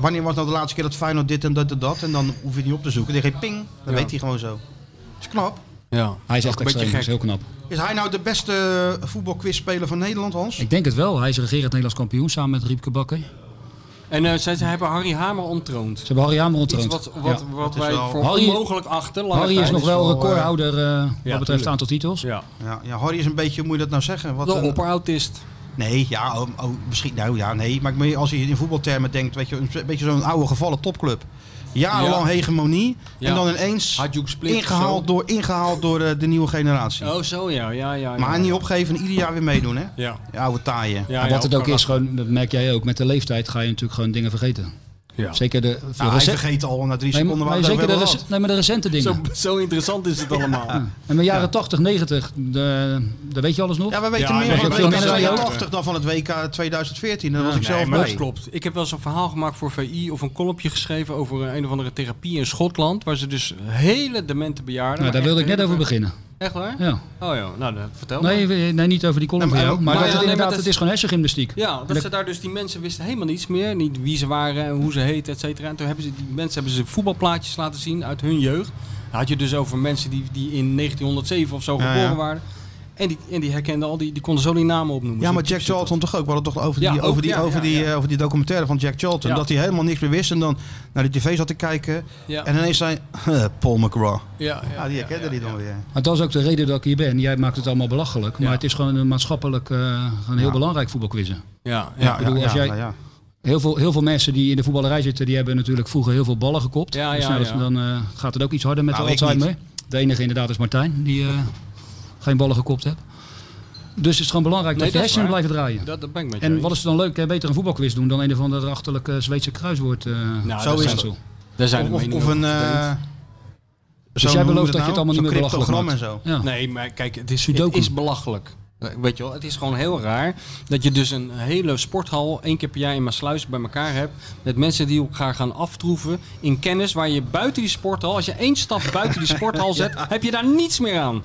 Speaker 4: wanneer was nou de laatste keer dat Feyenoord dit en dat en dat? En dan hoef je het niet op te zoeken. Dan geeft ping, dan
Speaker 5: Ja.
Speaker 4: weet hij gewoon zo. Dat is knap.
Speaker 5: Ja.
Speaker 6: Hij is echt
Speaker 5: Ook een
Speaker 6: extreem,
Speaker 5: beetje
Speaker 6: dat is heel
Speaker 5: gek.
Speaker 6: knap.
Speaker 4: Is hij nou de beste voetbalquizspeler van Nederland, Hans?
Speaker 6: Ik denk het wel. Hij is regerend Nederlands kampioen samen met Riepke Bakker. Ze
Speaker 5: En eh, zij, zij hebben Harry Hamer ontroond.
Speaker 6: hebben Harry Hamer
Speaker 5: Iets
Speaker 6: ontroond.
Speaker 5: wat, wat,
Speaker 6: Ja.
Speaker 5: wat
Speaker 4: is
Speaker 5: wij
Speaker 4: wel-
Speaker 5: voor
Speaker 6: Harry-
Speaker 5: onmogelijk achten. lange
Speaker 6: Harry is
Speaker 5: tijd.
Speaker 6: nog wel
Speaker 4: wel, eh,
Speaker 6: recordhouder eh, wat betreft
Speaker 5: tuurlijk.
Speaker 6: het aantal titels.
Speaker 5: Ja.
Speaker 4: Ja, ja, Harry is een beetje, hoe moet je dat nou zeggen? Wat
Speaker 5: De
Speaker 4: een-
Speaker 5: opperautist.
Speaker 4: Nee, ja, oh, oh, misschien, nou ja, nee. Maar ik meen, als je in voetbaltermen denkt, weet je, een beetje zo'n oude gevallen topclub. Jarenlang
Speaker 5: Ja.
Speaker 4: hegemonie.
Speaker 5: Ja.
Speaker 4: En dan ineens
Speaker 5: Hadjoek Split.
Speaker 4: ingehaald door, ingehaald door eh, de nieuwe generatie.
Speaker 5: zo. Oh, zo ja. Ja, ja. ja.
Speaker 4: Maar niet opgeven en ieder jaar weer meedoen, hè?
Speaker 5: Ja.
Speaker 4: Die oude taaien. Nou,
Speaker 5: Ja,
Speaker 6: Maar
Speaker 5: ja,
Speaker 6: wat het ook is,
Speaker 5: karakter.
Speaker 6: gewoon, dat merk jij ook, met de leeftijd ga je natuurlijk gewoon dingen vergeten.
Speaker 5: Ja.
Speaker 6: Zeker de,
Speaker 4: Nou,
Speaker 6: de
Speaker 4: hij
Speaker 6: recen-
Speaker 4: vergeet al na drie
Speaker 6: nee,
Speaker 4: seconden
Speaker 6: maar
Speaker 4: waar
Speaker 6: zeker de,
Speaker 4: het
Speaker 6: rec- nee, maar de recente dingen.
Speaker 5: Zo, zo interessant is het allemaal.
Speaker 6: En de jaren 80, 90, de, daar weet je alles nog.
Speaker 4: Ja, we weten
Speaker 5: Ja,
Speaker 4: meer
Speaker 5: nee,
Speaker 4: van
Speaker 6: dat
Speaker 4: het WK
Speaker 6: is wel
Speaker 4: 82 dan van het WK 2014. Daar was ik
Speaker 5: Nee,
Speaker 4: zelf
Speaker 5: maar
Speaker 4: bij.
Speaker 5: dat klopt. Ik heb wel eens een verhaal gemaakt voor VI of een kolompje geschreven over een, een of andere therapie in Schotland. Waar ze dus hele demente bejaarden.
Speaker 6: nou,
Speaker 5: maar
Speaker 6: daar
Speaker 5: echt
Speaker 6: wilde ik net
Speaker 5: hele-
Speaker 6: over beginnen.
Speaker 5: Echt waar?
Speaker 6: Ja.
Speaker 5: Oh ja, nou dat- vertel
Speaker 6: Nee,
Speaker 5: maar.
Speaker 6: we- nee, niet over die column
Speaker 4: Ja, maar-
Speaker 6: van jou, Maar,
Speaker 4: maar
Speaker 6: dat
Speaker 4: ja,
Speaker 6: het
Speaker 5: nee, maar
Speaker 6: inderdaad,
Speaker 5: dat-
Speaker 6: het is gewoon hersengymnastiek.
Speaker 5: Ja, dat ze daar dus die mensen wisten helemaal niets meer. Niet wie ze waren en hoe ze heten, et cetera. En toen hebben ze, die mensen hebben ze voetbalplaatjes laten zien uit hun jeugd. Dan had je dus over mensen die, die in 1907 of zo
Speaker 4: Ja,
Speaker 5: geboren
Speaker 4: ja.
Speaker 5: waren. En die, en die herkenden al die, die konden zo die namen opnoemen.
Speaker 4: Ja,
Speaker 5: Zo
Speaker 4: maar
Speaker 5: diep
Speaker 4: Jack
Speaker 5: zit dat.
Speaker 4: Charlton toch ook. We hadden toch over die,
Speaker 5: Ja, ook,
Speaker 4: over die,
Speaker 5: ja,
Speaker 4: over
Speaker 5: ja,
Speaker 4: die,
Speaker 5: ja.
Speaker 4: eh, over die documentaire van Jack Charlton.
Speaker 5: Ja.
Speaker 4: Dat hij helemaal niks meer wist en dan naar de tv zat te kijken.
Speaker 5: Ja.
Speaker 4: En ineens zei "Huh, Paul McGraw.
Speaker 5: Ja, ja,
Speaker 4: Ja, die herkende die dan weer.
Speaker 6: Maar dat is ook de reden dat ik hier ben. Jij maakt het allemaal belachelijk. Maar
Speaker 5: Ja.
Speaker 6: het is gewoon een maatschappelijk eh, gewoon heel belangrijk voetbalquizzen.
Speaker 5: ja, ja.
Speaker 4: Ja,
Speaker 6: bedoel,
Speaker 4: ja,
Speaker 6: als jij-
Speaker 4: nou ja.
Speaker 6: Heel veel, heel veel mensen die in de voetballerij zitten, die hebben natuurlijk vroeger heel veel ballen gekopt.
Speaker 5: Ja,
Speaker 6: dus
Speaker 5: ja,
Speaker 6: nou,
Speaker 5: ja.
Speaker 6: dan eh, gaat het ook iets harder met
Speaker 4: Nou,
Speaker 6: de
Speaker 4: ik
Speaker 6: Alzheimer. De enige inderdaad is Martijn, die eh, geen ballen gekopt heeft. Dus het is gewoon belangrijk
Speaker 5: Nee,
Speaker 6: dat je
Speaker 5: dat is
Speaker 6: hersenen
Speaker 5: waar.
Speaker 6: blijven draaien.
Speaker 5: Dat, dat ben ik met je
Speaker 6: En
Speaker 5: eens.
Speaker 6: wat is het dan leuk, hè? beter een voetbalquiz doen dan een of ander achterlijke Zweedse kruiswoord. eh
Speaker 5: Nou,
Speaker 4: Zo
Speaker 5: daar
Speaker 4: is
Speaker 5: zijn-
Speaker 6: zo.
Speaker 5: Daar zijn
Speaker 4: Of,
Speaker 5: de
Speaker 4: of,
Speaker 5: meningen
Speaker 4: of een...
Speaker 5: over verdeeld.
Speaker 4: eh,
Speaker 6: Dus
Speaker 4: zo'n-
Speaker 6: jij
Speaker 4: hoe
Speaker 6: belooft
Speaker 4: heet
Speaker 6: dat je het allemaal niet
Speaker 4: nou, Zo'n
Speaker 6: meer belachelijk
Speaker 4: cryptogram en
Speaker 6: maakt.
Speaker 4: zo.
Speaker 6: Ja.
Speaker 5: Nee, maar kijk, het is,
Speaker 6: Sudoku.
Speaker 5: het is belachelijk. Eh, Weet je wel, het is gewoon heel raar dat je dus een hele sporthal één keer per jaar in Maasluis bij elkaar hebt. Met mensen die elkaar gaan aftroeven in kennis waar je buiten die sporthal, als je één stap buiten die sporthal zet, heb je daar niets meer aan.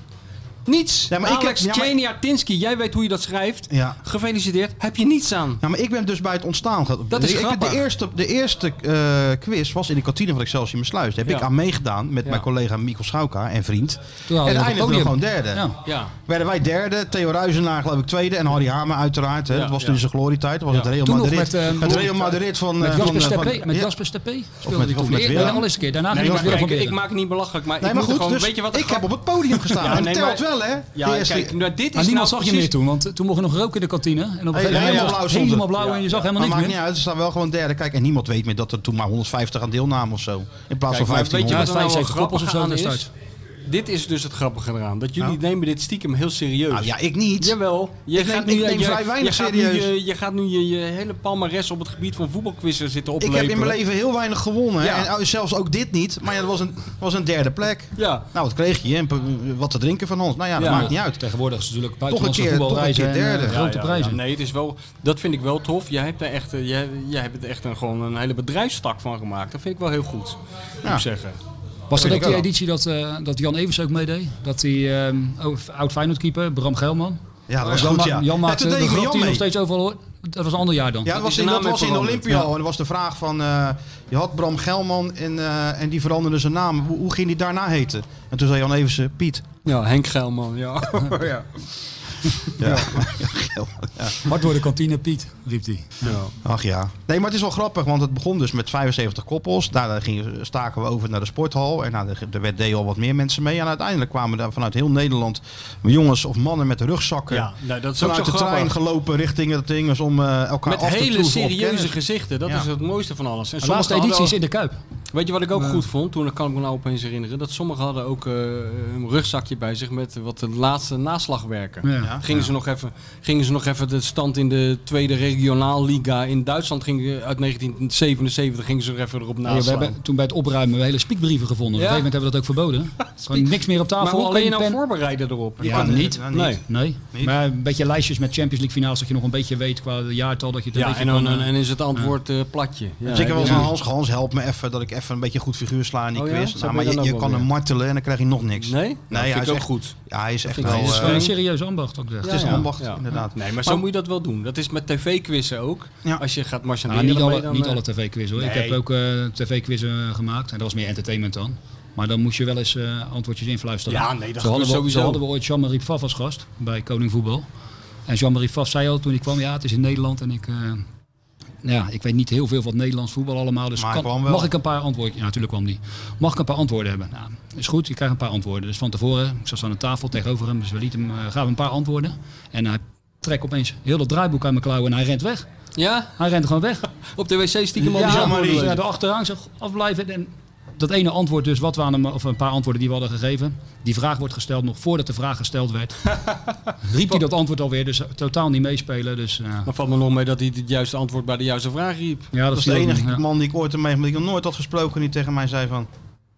Speaker 5: Niets.
Speaker 4: Ja, maar ik
Speaker 5: Alex
Speaker 4: heb- ja, maar-
Speaker 5: Jeniatinski, jij weet hoe je dat schrijft.
Speaker 4: Ja.
Speaker 5: Gefeliciteerd, heb je niets aan.
Speaker 4: Ja, maar ik ben dus bij het ontstaan. ge-
Speaker 5: Dat is
Speaker 4: ik, ik-
Speaker 5: grappig.
Speaker 4: de eerste, de eerste eh, quiz was in de kantine van Excelsior Mesluis. Daar heb
Speaker 5: Ja.
Speaker 4: ik aan meegedaan met
Speaker 5: Ja.
Speaker 4: mijn collega Mikkel Schouka en vriend.
Speaker 6: Toen hadden
Speaker 4: en
Speaker 6: we het
Speaker 4: eindigden we
Speaker 6: podium.
Speaker 4: gewoon derde.
Speaker 6: Ja.
Speaker 5: Ja,
Speaker 4: Werden wij derde, Theo Ruizenaar geloof ik tweede en Harry Hamer uiteraard. Hè.
Speaker 5: Ja,
Speaker 4: dat was
Speaker 5: ja.
Speaker 4: toen in zijn glorietijd. Dat was
Speaker 5: Ja.
Speaker 4: het Real
Speaker 6: Toen nog
Speaker 4: Madrid.
Speaker 6: met, eh,
Speaker 4: het Real Madrid van...
Speaker 6: Met
Speaker 4: eh, van,
Speaker 6: Jasper
Speaker 4: eh, van-
Speaker 6: Steppé. Met
Speaker 4: ja.
Speaker 6: Jasper Steppé
Speaker 4: met-
Speaker 6: speelde hij
Speaker 4: of
Speaker 6: toen.
Speaker 4: met
Speaker 6: Eer-
Speaker 4: Willem.
Speaker 6: Nee, al eens een keer. Daarna
Speaker 5: nee,
Speaker 6: ging
Speaker 5: maar
Speaker 6: het weer van
Speaker 5: kijk, ik
Speaker 6: Beren.
Speaker 5: maak het niet belachelijk, maar
Speaker 4: Nee,
Speaker 5: ik
Speaker 4: maar
Speaker 5: moet er
Speaker 4: goed,
Speaker 5: gewoon,
Speaker 4: dus
Speaker 5: weet je wat de
Speaker 4: ik
Speaker 5: grap-
Speaker 4: heb op het podium gestaan.
Speaker 5: Ja,
Speaker 4: en dat
Speaker 5: nee,
Speaker 4: telt
Speaker 5: maar-
Speaker 4: wel, hè?
Speaker 5: Ja,
Speaker 4: De eerste-
Speaker 5: kijk, nou, dit is
Speaker 6: Maar niemand
Speaker 5: nou
Speaker 6: zag je
Speaker 5: precies-
Speaker 6: meer toen, want toen mocht je nog roken in de kantine. En op een gegeven moment
Speaker 4: helemaal blauw
Speaker 6: helemaal blauw,
Speaker 4: stond
Speaker 6: helemaal
Speaker 4: het.
Speaker 6: blauw en je zag helemaal
Speaker 4: Maar maakt
Speaker 6: niks
Speaker 4: niet
Speaker 6: meer.
Speaker 4: uit, ze staan wel gewoon derde. Kijk, en niemand weet meer dat er toen maar 150 aan deelnamen of zo. In plaats
Speaker 5: Kijk,
Speaker 4: van
Speaker 5: maar weet
Speaker 4: 1500.
Speaker 5: je wat er
Speaker 6: Ja,
Speaker 5: nou wel
Speaker 6: 75 koppels of
Speaker 5: grappig
Speaker 6: zo
Speaker 5: aan
Speaker 6: in de
Speaker 5: is? Dit is dus het grappige eraan. Dat jullie
Speaker 4: Nou.
Speaker 5: nemen dit stiekem heel serieus.
Speaker 4: Nou ja, ik niet.
Speaker 5: Jawel. Je
Speaker 4: Ik neem- ik neem vrij weinig
Speaker 5: gaat
Speaker 4: serieus.
Speaker 5: Nu, je, je gaat nu je, je hele palmares op het gebied van voetbalquizzen zitten
Speaker 4: Ik
Speaker 5: oplepen.
Speaker 4: heb in mijn leven heel weinig gewonnen.
Speaker 5: Ja.
Speaker 4: En oh, zelfs ook dit niet. Maar ja, dat was een, was een derde plek.
Speaker 5: Ja.
Speaker 4: Nou, wat kreeg je? En p- wat te drinken van ons? Nou ja, dat
Speaker 5: Ja.
Speaker 4: maakt niet uit.
Speaker 6: Tegenwoordig is het natuurlijk
Speaker 4: buitenlandse
Speaker 6: buitenlandse
Speaker 4: keer- voetbalreizen
Speaker 6: voetbalreizen
Speaker 4: toch een keer en, eh, derde.
Speaker 5: Ja,
Speaker 6: grote
Speaker 5: ja,
Speaker 6: prijzen.
Speaker 5: ja. Nee, het is wel, dat vind ik wel tof. Jij hebt er echt, eh, jij, jij hebt er echt een, gewoon een hele bedrijfstak van gemaakt. Dat vind ik wel heel goed. Moet
Speaker 4: Ja.
Speaker 5: ik zeggen.
Speaker 6: Was dat
Speaker 4: Vind
Speaker 6: ook
Speaker 4: ik
Speaker 6: die
Speaker 4: wel.
Speaker 6: editie dat, eh, dat Jan Evers ook meedeed? Dat die ehm, o- oud Feyenoordkeeper, Bram Geelman.
Speaker 4: Ja, dat was
Speaker 6: Jan,
Speaker 4: goed,
Speaker 6: ma-
Speaker 4: ja.
Speaker 6: Jan
Speaker 4: En
Speaker 6: maakte
Speaker 4: toen deed
Speaker 6: de
Speaker 4: ik met
Speaker 6: grap die je
Speaker 4: Jan
Speaker 6: nog
Speaker 4: mee.
Speaker 6: steeds overal hoort. Dat was een ander jaar dan.
Speaker 4: Ja, dat was
Speaker 5: de
Speaker 4: in,
Speaker 5: naam
Speaker 4: dat was in
Speaker 5: heeft veranderd.
Speaker 4: Olympia al. En er was de vraag van... eh, je had Bram Gelman en, eh, en die veranderde zijn naam. Hoe, hoe ging die daarna heten? En toen zei Jan Eversen, Piet.
Speaker 5: Ja, Henk Geilman. Ja. ja.
Speaker 4: Ja. Gelman, ja.
Speaker 6: Hard door de kantine Piet, riep hij.
Speaker 4: Ach ja. Nee, maar het is wel grappig, want het begon dus met 75 koppels. Daarna gingen, staken we over naar de sporthal. En nou, er- er werd deden al wat meer mensen mee. En uiteindelijk kwamen daar vanuit heel Nederland jongens of mannen met rugzakken.
Speaker 5: Ja, nou, dat is ook
Speaker 4: vanuit
Speaker 5: zo
Speaker 4: de trein
Speaker 5: grappig.
Speaker 4: gelopen richting het ding. Dus om eh, elkaar
Speaker 5: Met
Speaker 4: af te
Speaker 5: hele
Speaker 4: troeven op
Speaker 5: serieuze
Speaker 4: kennis.
Speaker 5: gezichten. Dat
Speaker 4: Ja.
Speaker 5: is het mooiste van alles. En
Speaker 6: De laatste
Speaker 5: sommigen
Speaker 6: editie
Speaker 5: hadden Nou,
Speaker 6: is in de Kuip.
Speaker 5: Weet je wat ik ook goed vond? Toen kan ik me nou opeens herinneren. Dat sommigen hadden ook eh, een rugzakje bij zich met wat de laatste naslagwerken.
Speaker 6: Ja.
Speaker 5: Gingen, ze nog even, gingen ze nog even de stand in de tweede regionaal liga in Duitsland gingen, uit 1977 gingen ze er even erop
Speaker 6: Ja, we
Speaker 5: naslaan.
Speaker 6: hebben toen bij het opruimen hele spiekbrieven gevonden.
Speaker 5: Ja.
Speaker 6: Op een gegeven moment hebben we dat ook verboden. Gewoon niks meer op tafel.
Speaker 5: maar hoe kan
Speaker 6: alleen
Speaker 5: je nou
Speaker 6: pen.
Speaker 5: voorbereiden erop?
Speaker 4: Ja,
Speaker 5: kan
Speaker 4: nee,
Speaker 5: niet.
Speaker 4: nou niet.
Speaker 5: Nee.
Speaker 6: Nee,
Speaker 4: Niet?
Speaker 6: maar een beetje lijstjes met Champions League finales, dat je nog een beetje weet qua jaartal, dat je het een
Speaker 5: Ja,
Speaker 6: beetje
Speaker 5: en, dan,
Speaker 6: kan,
Speaker 5: en
Speaker 6: eh,
Speaker 5: en is het antwoord eh, platje. Ja,
Speaker 4: Dus ik heb wel eens aan
Speaker 5: ja.
Speaker 4: Hans, Hans help me even, dat ik even een beetje een goed figuur sla in die
Speaker 5: Oh ja?
Speaker 4: quiz.
Speaker 5: Zo
Speaker 4: Nou,
Speaker 5: ben
Speaker 4: maar
Speaker 5: je
Speaker 4: je,
Speaker 5: dan ook
Speaker 4: je
Speaker 5: wel
Speaker 4: kan
Speaker 5: weer.
Speaker 4: hem martelen en dan krijg je nog niks.
Speaker 5: Nee? Nee,
Speaker 4: hij
Speaker 5: vind
Speaker 4: is
Speaker 5: ik ook
Speaker 4: echt-
Speaker 5: goed.
Speaker 4: Ja, hij is echt
Speaker 5: vind
Speaker 4: wel...
Speaker 5: ik
Speaker 6: Het is
Speaker 5: wel-
Speaker 4: eh,
Speaker 6: gewoon een serieus ambacht ook. echt.
Speaker 4: Het is een ambacht, inderdaad.
Speaker 5: Nee, maar zo
Speaker 4: Maar-
Speaker 5: moet je dat wel doen. Dat is met tv-quizzen ook.
Speaker 4: Ja.
Speaker 5: Als je gaat
Speaker 6: Nou,
Speaker 5: marchanderen
Speaker 6: niet
Speaker 5: ermee,
Speaker 6: alle,
Speaker 5: dan,
Speaker 6: niet
Speaker 5: eh,
Speaker 6: alle tv-quizzen hoor. Ik
Speaker 5: Nee.
Speaker 6: heb ook eh, tv-quizzen gemaakt en dat was meer entertainment dan. Maar dan moest je wel eens eh, antwoordjes influisteren.
Speaker 5: Ja, nee, dat
Speaker 6: zo hadden we,
Speaker 5: gebeurt sowieso.
Speaker 6: Zo hadden we ooit Jean-Marie Pfaff als gast bij Koning Voetbal. En Jean-Marie Pfaff zei al toen hij kwam, ja het is in Nederland en ik... eh, nou ja, ik weet niet heel veel van het Nederlands voetbal allemaal, dus
Speaker 4: Maar hij
Speaker 6: kan,
Speaker 4: kwam wel.
Speaker 6: mag ik een paar antwoorden? Ja, natuurlijk kwam die. Mag ik een paar antwoorden hebben? Nou, is goed, je krijgt een paar antwoorden. Dus van tevoren, ik zat aan de tafel tegenover hem, dus we lieten hem, eh, gaven een paar antwoorden. En hij trekt opeens heel dat draaiboek uit mijn klauwen en hij rent weg.
Speaker 5: eh, Ja,
Speaker 6: Hij rent gewoon weg.
Speaker 5: op de wc stiekem al
Speaker 6: Ja,
Speaker 5: die
Speaker 6: ja,
Speaker 5: antwoorden
Speaker 6: dus,
Speaker 5: lezen.
Speaker 6: ja, de achteraan zeg, afblijven. En dat ene antwoord dus, wat we aan hem, of een paar antwoorden die we hadden gegeven. Die vraag wordt gesteld nog voordat de vraag gesteld werd. riep hij dat antwoord alweer, dus totaal niet meespelen. Dus, eh,
Speaker 5: Dan valt me nog mee dat hij het juiste antwoord bij de juiste vraag riep.
Speaker 6: ja,
Speaker 4: Dat is
Speaker 6: viel
Speaker 4: de
Speaker 6: ook
Speaker 4: enige
Speaker 6: nog, ja.
Speaker 4: man die ik ooit heb meegemaakt, die ik nog nooit had gesproken, die tegen mij zei van...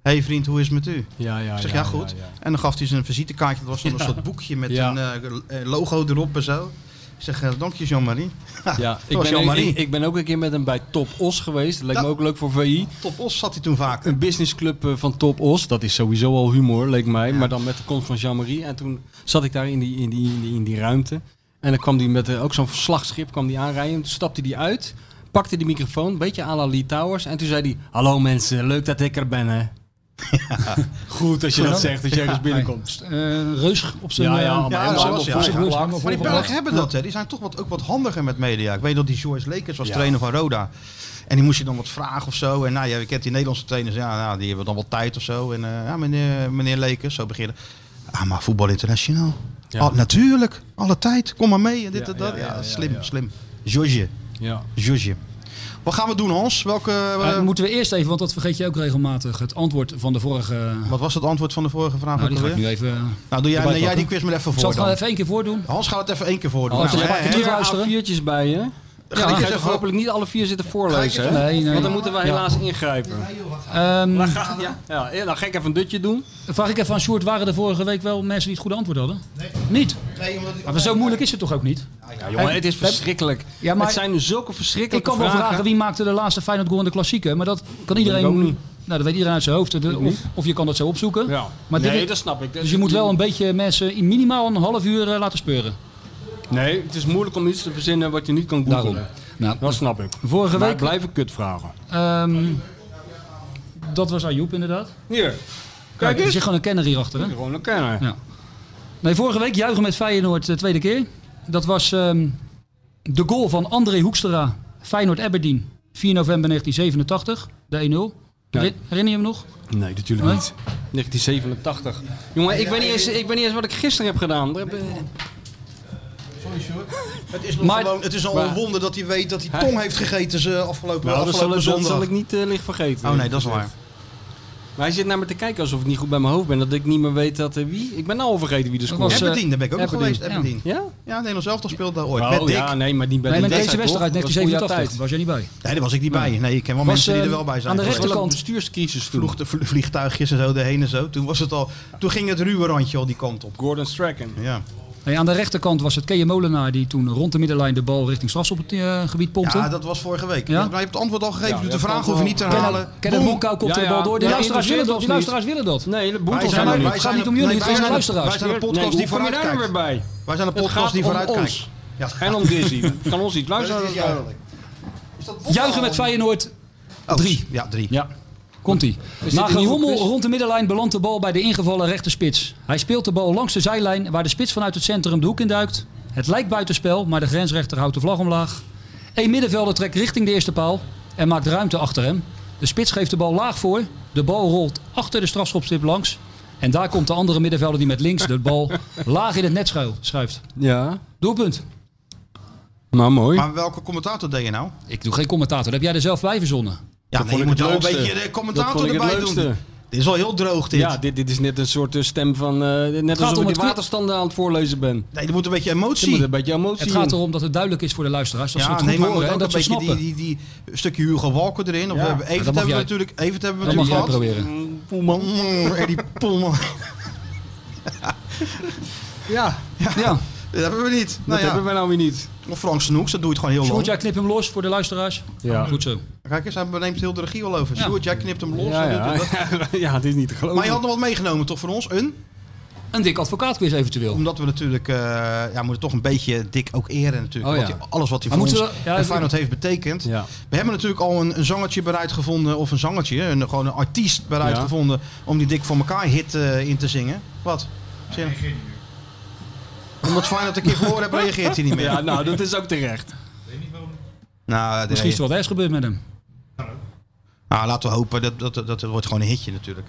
Speaker 4: Hé hey vriend, hoe is het met u?
Speaker 5: Ja, ja,
Speaker 4: Ik zeg, ja, goed. En dan gaf hij zijn visitekaartje. Dat was dan een soort boekje met
Speaker 5: Ja.
Speaker 4: een eh, eh, logo erop en zo. Ik zeg, eh, dank je Jean-Marie.
Speaker 5: Ja, ik,
Speaker 4: was
Speaker 5: ben,
Speaker 4: Jean-Marie.
Speaker 5: ik, ik ben ook een keer met hem bij Top Os geweest. Dat leek
Speaker 4: Ja.
Speaker 5: me ook leuk voor VI.
Speaker 4: Top Os zat hij toen vaak.
Speaker 5: Een businessclub eh, van Top Os. Dat is sowieso al humor, leek mij. Maar dan met de kont van Jean-Marie. En toen zat ik daar in die, in die, in die, in die ruimte. En dan kwam hij met eh, ook zo'n verslagschip kwam die aanrijden. Toen stapte hij uit, pakte die microfoon, een beetje à la Lee Towers. En toen zei hij, hallo mensen, leuk dat ik er ben hè.
Speaker 11: Goed als je dat zegt, als je
Speaker 5: dus
Speaker 11: ergens binnenkomt.
Speaker 6: Reus Eh, op zijn...
Speaker 11: Ja, ja,
Speaker 6: eh,
Speaker 11: maar
Speaker 4: Ja, dat
Speaker 11: helemaal
Speaker 4: was,
Speaker 11: vol-
Speaker 4: ja.
Speaker 11: vol-
Speaker 4: Ja.
Speaker 11: vol-
Speaker 6: Maar
Speaker 11: vol-
Speaker 4: Maar die
Speaker 11: vol-
Speaker 4: Belgen hebben dat, hè. Die zijn toch wat, ook wat handiger met media. Ik weet dat die Joyce Lekers was trainer van Roda. En die moest je dan wat vragen of zo. En nou, ja, je kent die Nederlandse trainers. Ja, nou, die hebben dan wat tijd of zo. En eh, ja, meneer, meneer Lekers, zo beginnen. Ah, maar voetbal internationaal.
Speaker 11: Ja.
Speaker 4: Ah, natuurlijk, alle tijd. Kom maar mee. En dit
Speaker 11: Ja,
Speaker 4: en dat.
Speaker 11: ja,
Speaker 4: Ja,
Speaker 11: ja, ja,
Speaker 4: slim,
Speaker 11: ja.
Speaker 4: slim. George,
Speaker 11: Ja.
Speaker 4: George. Wat gaan we doen, Hans? Welke, eh,
Speaker 6: Eh, moeten we eerst even, want dat vergeet je ook regelmatig, het antwoord van de vorige...
Speaker 4: wat was het antwoord van de vorige vraag?
Speaker 6: nou,
Speaker 4: ook
Speaker 6: die ga ik
Speaker 4: alweer?
Speaker 6: nu even...
Speaker 4: nou, doe jij, nee,
Speaker 6: erbij
Speaker 4: jij die
Speaker 6: pakken.
Speaker 4: quiz maar even
Speaker 6: Ik zal
Speaker 4: voor
Speaker 6: het gewoon
Speaker 4: dan.
Speaker 6: even één keer voordoen.
Speaker 4: Hans gaat het even één keer voordoen.
Speaker 6: Hans,
Speaker 4: Nou, hè,
Speaker 6: je pakt
Speaker 4: hè?
Speaker 6: het
Speaker 5: Vier
Speaker 6: luisteren.
Speaker 5: A4'tjes bij je.
Speaker 4: ik
Speaker 5: Ja,
Speaker 4: eens
Speaker 5: ik ga
Speaker 4: even-
Speaker 5: hopelijk niet alle vier zitten voorlezen. hè?
Speaker 6: Nee, nee.
Speaker 5: Want dan moeten we helaas ingrijpen.
Speaker 6: Ehm,
Speaker 5: Ja, ja,
Speaker 6: nou,
Speaker 5: ja, dan ga ik even een dutje doen.
Speaker 6: vraag ik even aan Sjoerd, waren er vorige week wel mensen die het goede antwoord hadden? Nee. Niet? Maar zo moeilijk is het toch ook niet?
Speaker 5: Ja, jongen, het is verschrikkelijk.
Speaker 6: Ja, maar-
Speaker 5: het zijn zulke
Speaker 6: Ik
Speaker 5: verschrikkelijke
Speaker 6: kan wel
Speaker 5: vragen.
Speaker 6: vragen wie maakte de laatste Feyenoord goal in de klassieker, maar dat kan iedereen...
Speaker 5: ik ook niet.
Speaker 6: Nou, dat weet iedereen uit zijn hoofd. De- Of, of je kan dat zo opzoeken.
Speaker 5: Ja.
Speaker 6: Maar dit
Speaker 5: nee,
Speaker 6: is-
Speaker 5: dat snap ik. Dat
Speaker 6: Dus je
Speaker 5: is-
Speaker 6: moet wel een beetje mensen in minimaal een half uur eh, laten speuren.
Speaker 5: Nee, het is moeilijk om iets te verzinnen wat je niet kan googlen.
Speaker 6: Daarom. Nou,
Speaker 5: Dat snap ik.
Speaker 6: vorige
Speaker 5: Maar
Speaker 6: week...
Speaker 5: het blijven kutvragen.
Speaker 6: ehm, dat was Ayoub inderdaad.
Speaker 5: Hier,
Speaker 6: Kijk,
Speaker 5: kijk
Speaker 6: er
Speaker 5: eens.
Speaker 6: zit gewoon een kenner hierachter. Hè?
Speaker 5: Gewoon een kenner.
Speaker 6: Ja. Nee, vorige week juichen met Feyenoord de tweede keer. Dat was ehm, de goal van André Hoekstra, Feyenoord-Aberdeen, 4 november 1987, de 1-0. Herinner herinner je hem nog?
Speaker 5: Nee, natuurlijk
Speaker 6: Nee?
Speaker 5: 1987. Jongen, ik weet, niet eens, ik weet niet eens wat ik gisteren heb gedaan. Er heb-
Speaker 4: Sorry, Sjoerd. Het is, nog
Speaker 6: Maar-
Speaker 4: gewoon, het is al een
Speaker 5: maar-
Speaker 4: wonder dat hij weet dat hij tong heeft gegeten ze afgelopen,
Speaker 5: Nou, dat, zal,
Speaker 4: afgelopen
Speaker 5: ik- dat
Speaker 4: zondag.
Speaker 5: zal ik niet eh, licht vergeten.
Speaker 4: Oh nee, dat is waar.
Speaker 5: Maar hij zit naar me te kijken alsof ik niet goed bij mijn hoofd ben. Dat ik niet meer weet dat eh, wie. Ik ben nou al vergeten wie de scoort.
Speaker 6: was, eh,
Speaker 4: Aberdeen, daar ben ik ook nog
Speaker 6: Aberdeen,
Speaker 4: geweest.
Speaker 6: ja.
Speaker 4: Aberdeen. Ja,
Speaker 5: Ja?
Speaker 4: Nederland zelf speelde daar ooit.
Speaker 5: Oh,
Speaker 4: Met Dick.
Speaker 5: ja, nee, maar niet bij
Speaker 6: Nee,
Speaker 5: de
Speaker 6: met deze Westerheid,
Speaker 5: toch? Dat was voor jouw
Speaker 6: 1987.
Speaker 5: tijd.
Speaker 6: Was jij niet bij?
Speaker 4: Nee, daar was ik niet bij. Nee, ik ken wel
Speaker 6: Was,
Speaker 4: mensen die er
Speaker 6: eh,
Speaker 4: wel bij zijn.
Speaker 6: aan de
Speaker 4: geweest.
Speaker 5: Terwijl
Speaker 6: rechterkant.
Speaker 5: een bestuurscrisis toen.
Speaker 4: Vloeg de vl- vliegtuigjes en zo erheen en zo. Toen, was het al, toen ging het ruwe randje al die kant op.
Speaker 5: Gordon Strachan.
Speaker 4: Ja.
Speaker 6: Nee, aan de rechterkant was het Keje Molenaar die toen rond de middenlijn de bal richting strafschopgebied eh, pompte.
Speaker 4: ja, dat was vorige week.
Speaker 6: Ja?
Speaker 4: Ja? Maar je hebt het antwoord al gegeven,
Speaker 5: Ja,
Speaker 4: dus de
Speaker 5: dat
Speaker 4: vraag
Speaker 5: kan
Speaker 4: hoef je
Speaker 5: wel.
Speaker 4: niet te
Speaker 6: Ken-
Speaker 4: herhalen.
Speaker 6: Kenneth
Speaker 4: Boem.
Speaker 6: Bonkau komt
Speaker 5: Ja,
Speaker 6: er de bal
Speaker 5: ja.
Speaker 6: door. De
Speaker 5: Ja,
Speaker 6: luisteraars willen
Speaker 5: interesseert
Speaker 6: dat.
Speaker 5: ons
Speaker 6: Die
Speaker 5: niet.
Speaker 6: luisteraars willen dat.
Speaker 5: Nee,
Speaker 4: Wij
Speaker 5: de boetels
Speaker 4: zijn
Speaker 5: zijn er
Speaker 4: wij
Speaker 5: niet.
Speaker 6: gaat
Speaker 4: zijn
Speaker 6: niet
Speaker 4: de-
Speaker 6: om jullie,
Speaker 4: nee,
Speaker 6: het
Speaker 4: wij
Speaker 6: gaat om
Speaker 4: zijn Wij
Speaker 6: de luisteraars.
Speaker 4: zijn een podcast die
Speaker 5: hoe kom je daar nou
Speaker 4: vooruitkijkt.
Speaker 5: weer bij?
Speaker 4: Wij zijn een
Speaker 5: Het
Speaker 4: podcast
Speaker 5: gaat
Speaker 4: die
Speaker 5: om
Speaker 4: vooruitkijkt.
Speaker 5: ons.
Speaker 4: Ja,
Speaker 5: En om Dizzy. Kan ons niet
Speaker 4: dat
Speaker 5: luisteren.
Speaker 4: is juichelijk. Is dat Bob
Speaker 6: Juichen
Speaker 4: al?
Speaker 6: met Feyenoord.
Speaker 4: Oh,
Speaker 6: Drie.
Speaker 4: Ja, drie.
Speaker 6: Ja. Komt-ie.
Speaker 5: dit
Speaker 6: Na
Speaker 5: een nieuwe
Speaker 6: gerommel
Speaker 5: quiz?
Speaker 6: rond de middenlijn belandt de bal bij de ingevallen rechterspits. Hij speelt de bal langs de zijlijn waar de spits vanuit het centrum de hoek induikt. Het lijkt buitenspel, maar de grensrechter houdt de vlag omlaag. Eén middenvelder trekt richting de eerste paal en maakt ruimte achter hem. De spits geeft de bal laag voor. De bal rolt achter de strafschopstip langs. En daar komt de andere middenvelder die met links de bal laag in het net schuil- schuift.
Speaker 5: Ja.
Speaker 6: Doelpunt.
Speaker 5: Nou, mooi.
Speaker 4: Maar welke commentator deed je nou?
Speaker 6: Ik doe geen commentator. Dat heb jij er zelf bij verzonnen.
Speaker 4: Ja,
Speaker 5: vond
Speaker 4: nee, je
Speaker 5: ik
Speaker 4: moet
Speaker 5: het
Speaker 4: wel een
Speaker 5: leukste.
Speaker 4: beetje de
Speaker 5: Dat
Speaker 4: commentator
Speaker 5: vond ik het
Speaker 4: erbij doen.
Speaker 5: leukste.
Speaker 4: Dit is wel heel droog dit.
Speaker 5: Ja, dit, dit is net een soort eh, stem van... eh net
Speaker 6: om
Speaker 5: alsof ik
Speaker 6: het
Speaker 5: de
Speaker 6: kwi-
Speaker 5: waterstanden aan het voorlezen ben.
Speaker 4: Nee, er moet een beetje
Speaker 5: Je moet
Speaker 4: emotie.
Speaker 5: een beetje emotie
Speaker 6: Het gaat
Speaker 5: in.
Speaker 6: erom dat het duidelijk is voor de luisteraars. Dat ze
Speaker 4: Ja,
Speaker 6: het goed
Speaker 4: nee, maar
Speaker 6: horen
Speaker 4: ook
Speaker 6: en
Speaker 4: een
Speaker 6: dat ze
Speaker 4: beetje
Speaker 6: snappen.
Speaker 4: die, die, die een stukje Hugo Walker erin. Of we hebben Evert
Speaker 6: dat
Speaker 4: hebben
Speaker 6: mag
Speaker 4: we
Speaker 6: jij.
Speaker 4: natuurlijk, Evert hebben we
Speaker 6: Dat mag jij
Speaker 4: natuurlijk gehad.
Speaker 6: proberen.
Speaker 4: Poelman. Mm, Eddie Poelman.
Speaker 5: Ja,
Speaker 6: Ja.
Speaker 4: Dat hebben we niet.
Speaker 5: dat
Speaker 4: Nou ja.
Speaker 5: hebben wij nou weer niet.
Speaker 4: Of Frank Snoeks, dat doe je het gewoon heel
Speaker 6: Sjoerd,
Speaker 4: lang.
Speaker 6: jij knip hem los voor de luisteraars.
Speaker 5: Ja.
Speaker 6: Goed zo.
Speaker 4: Kijk eens, hij neemt heel de regie al over.
Speaker 6: Ja.
Speaker 4: Sjoerd, jij knipt hem los.
Speaker 5: Ja,
Speaker 4: en doet
Speaker 5: ja.
Speaker 4: dat.
Speaker 5: ja, het is niet te geloven.
Speaker 4: Maar je had nog wat meegenomen toch van ons? Een?
Speaker 6: Een dik advocaatquiz eventueel.
Speaker 4: Omdat we natuurlijk, eh, ja, moeten toch een beetje dik ook eren natuurlijk.
Speaker 6: Oh,
Speaker 4: Wat
Speaker 6: ja.
Speaker 4: hij- alles wat hij
Speaker 6: Maar
Speaker 4: voor ons
Speaker 6: moeten we- ja,
Speaker 4: en
Speaker 6: ik-
Speaker 4: Feyenoord heeft betekend.
Speaker 5: Ja.
Speaker 4: We hebben natuurlijk al een, een zangertje bereid gevonden, of een zangertje, een, gewoon een artiest bereid
Speaker 5: Ja.
Speaker 4: gevonden om die dik voor elkaar hit eh, in te zingen. Wat? Zin?
Speaker 7: reageert niet meer.
Speaker 4: Omdat Feyenoord een keer voor hebt, reageert hij niet meer.
Speaker 5: Ja, nou, dat is ook terecht.
Speaker 7: Weet niet waarom.
Speaker 4: Nou, nee.
Speaker 6: Misschien is er wat ergs gebeurd met hem.
Speaker 4: Nou, laten we hopen, dat, dat, dat, dat wordt gewoon een hitje natuurlijk.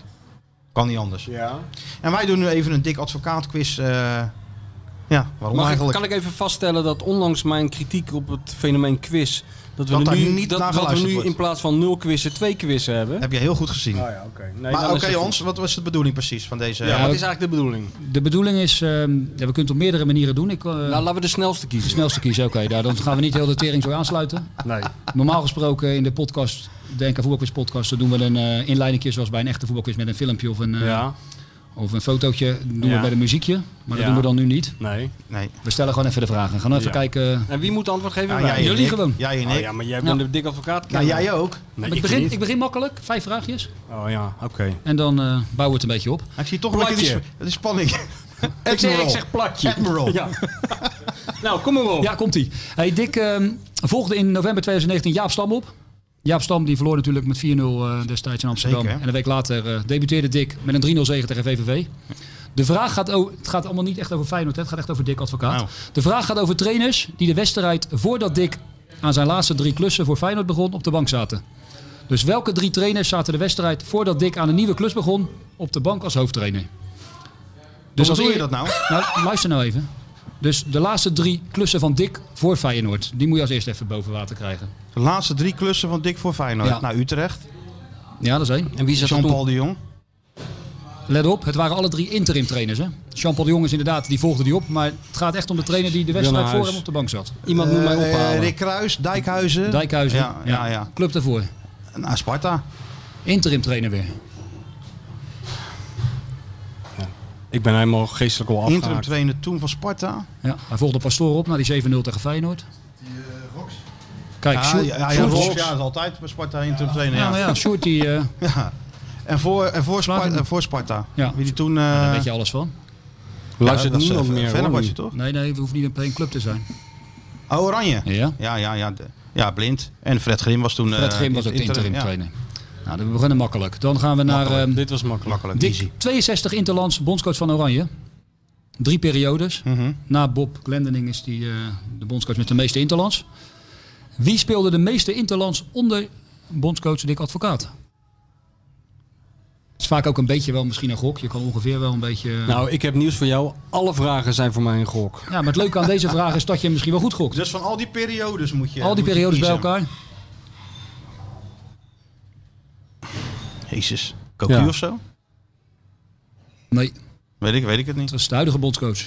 Speaker 4: Kan niet anders.
Speaker 5: Ja.
Speaker 4: En wij doen nu even een dik advocaatquiz. eh, ja, waarom
Speaker 5: Mag ik,
Speaker 4: eigenlijk?
Speaker 5: kan ik even vaststellen dat ondanks mijn kritiek op het fenomeen quiz... dat we,
Speaker 4: Dat
Speaker 5: er
Speaker 4: daar
Speaker 5: nu,
Speaker 4: niet naar
Speaker 5: dat, dat we
Speaker 4: geluisterd
Speaker 5: nu
Speaker 4: wordt.
Speaker 5: in plaats van nul quizzen twee quizzen hebben?
Speaker 4: Heb je heel goed gezien.
Speaker 5: Ah ja, oké. Nee,
Speaker 4: maar
Speaker 5: dan
Speaker 4: oké,
Speaker 5: is het goed.
Speaker 4: Hans, wat was de bedoeling precies van deze?
Speaker 5: Ja, wat
Speaker 6: ook-
Speaker 5: is eigenlijk de bedoeling?
Speaker 6: De bedoeling is, ehm, ja, we kunnen het op meerdere manieren doen. Ik, eh,
Speaker 5: Nou, laten we de snelste
Speaker 6: de
Speaker 5: kiezen.
Speaker 6: snelste kiezen, oké. nou, dan gaan we niet heel de tering zo aansluiten.
Speaker 5: Nee.
Speaker 6: Normaal gesproken in de podcast, de NK Voetbalquiz podcast, dan doen we een eh inleidingje zoals bij een echte voetbalquiz met een filmpje of een, eh,
Speaker 5: Ja.
Speaker 6: of een fotootje. Dat doen
Speaker 5: Ja.
Speaker 6: we bij een muziekje, maar dat
Speaker 5: Ja.
Speaker 6: doen we dan nu niet.
Speaker 5: Nee.
Speaker 4: Nee.
Speaker 6: We stellen gewoon even de vragen. Gaan we even
Speaker 5: Ja.
Speaker 6: kijken.
Speaker 5: En wie moet antwoord geven?
Speaker 4: Ja,
Speaker 5: Wij.
Speaker 4: jij en
Speaker 6: jullie
Speaker 4: ik.
Speaker 6: gewoon.
Speaker 4: Jij en
Speaker 5: Oh,
Speaker 4: ik.
Speaker 5: ja, maar jij
Speaker 6: Ja.
Speaker 5: bent een dik advocaat.
Speaker 4: Nou, jij ook.
Speaker 5: Nee,
Speaker 6: ik,
Speaker 5: ik
Speaker 6: begin,
Speaker 5: niet.
Speaker 6: ik begin makkelijk, vijf vraagjes.
Speaker 5: Oh ja, oké.
Speaker 6: En dan eh, bouwen we het een beetje op.
Speaker 4: Ik zie toch een beetje die,
Speaker 5: Platje.
Speaker 4: sp- die spanning.
Speaker 5: Ik zeg, ik
Speaker 4: Admiral.
Speaker 5: zeg platje.
Speaker 4: Admiral.
Speaker 5: Ja. nou, kom maar op.
Speaker 6: Ja, komt ie. Hey, Dick ehm, volgde in november 2019 Jaap Stam op. Jaap Stam die verloor natuurlijk met 4-0 eh, destijds in Amsterdam.
Speaker 4: Zeker, hè?
Speaker 6: en een week later eh, debuteerde Dick met een 3-0 zege tegen VVV. De vraag gaat over, het gaat allemaal niet echt over Feyenoord, hè, het gaat echt over Dick Advocaat. De vraag gaat over trainers die de wedstrijd voordat Dick aan zijn laatste drie klussen voor Feyenoord begon op de bank zaten. Dus welke drie trainers zaten de wedstrijd voordat Dick aan een nieuwe klus begon op de bank als hoofdtrainer?
Speaker 4: Hoe doe je
Speaker 6: eer-
Speaker 4: dat nou?
Speaker 6: Nou, luister nou even. Dus de laatste drie klussen van Dick voor Feyenoord, die moet je als eerst even boven water krijgen.
Speaker 4: De laatste drie klussen van Dick voor Feyenoord
Speaker 6: Ja.
Speaker 4: naar Utrecht.
Speaker 6: Ja, dat is één. En wie zat er
Speaker 4: Jean-Paul
Speaker 6: toen?
Speaker 4: de Jong.
Speaker 6: Let op, het waren alle drie interim trainers. Hè? Jean-Paul de Jong is inderdaad, die volgde die op. Maar het gaat echt om de trainer die de wedstrijd
Speaker 4: naar
Speaker 6: voor
Speaker 4: huis.
Speaker 6: hem op de bank zat.
Speaker 4: Iemand moet mij Eh, ophalen. Rick Kruis, Dijkhuizen.
Speaker 6: Dijkhuizen,
Speaker 4: Ja,
Speaker 6: ja.
Speaker 4: ja, ja.
Speaker 6: Club daarvoor.
Speaker 4: Naar Sparta.
Speaker 6: Interim trainer weer.
Speaker 5: Ik ben helemaal geestelijk al
Speaker 4: Interim
Speaker 5: afgehaakt.
Speaker 4: trainer toen van Sparta.
Speaker 6: Ja, hij volgde Pastoor op na die 7-0 tegen Feyenoord. Kijk,
Speaker 4: ja,
Speaker 6: Sjoerd-
Speaker 4: ja, ja,
Speaker 6: Sjoerd-
Speaker 4: Rolf, ja, is altijd bij Sparta interim trainer.
Speaker 6: Ja, maar ja, Sjoerd die... eh,
Speaker 4: Ja. En voor, en voor, Sparta, en voor Sparta.
Speaker 6: Ja.
Speaker 4: Wie die toen... eh,
Speaker 6: Daar weet je alles van.
Speaker 4: Luistert dat is niemand even meer, verder hoor, was je nu. toch?
Speaker 6: Nee, nee, we hoeven niet bij een club te zijn.
Speaker 4: Oh, Oranje.
Speaker 6: Ja.
Speaker 4: Ja, ja, ja. de- ja, blind. En Fred Grim was toen...
Speaker 6: Fred
Speaker 4: eh,
Speaker 6: Grim was ook de interim
Speaker 4: ja.
Speaker 6: trainer. Nou, dan beginnen we makkelijk. Dan gaan we naar... ehm,
Speaker 5: Dit was makkelijk.
Speaker 4: Makkelijk,
Speaker 6: Dick,
Speaker 4: easy.
Speaker 6: 62 Interlands, bondscoach van Oranje. Drie periodes.
Speaker 4: Mhm.
Speaker 6: Na Bob Glendening is hij de bondscoach met de meeste Interlands. Wie speelde de meeste Interlands onder bondscoach Dick Advocaat? Het is vaak ook een beetje wel misschien een gok. Je kan ongeveer wel een beetje... eh,
Speaker 5: Nou, ik heb nieuws voor jou. Alle vragen zijn voor mij een gok.
Speaker 6: Ja, maar het leuke aan deze vraag is dat je hem misschien wel goed gokt.
Speaker 4: Dus van al die periodes moet je
Speaker 6: Al die
Speaker 4: moet je
Speaker 6: periodes bij
Speaker 4: kiezen.
Speaker 6: elkaar.
Speaker 4: Jezus. Cocu
Speaker 6: Ja.
Speaker 4: of zo?
Speaker 6: Nee,
Speaker 4: Weet ik, weet ik het niet.
Speaker 6: het was de huidige bondscoach.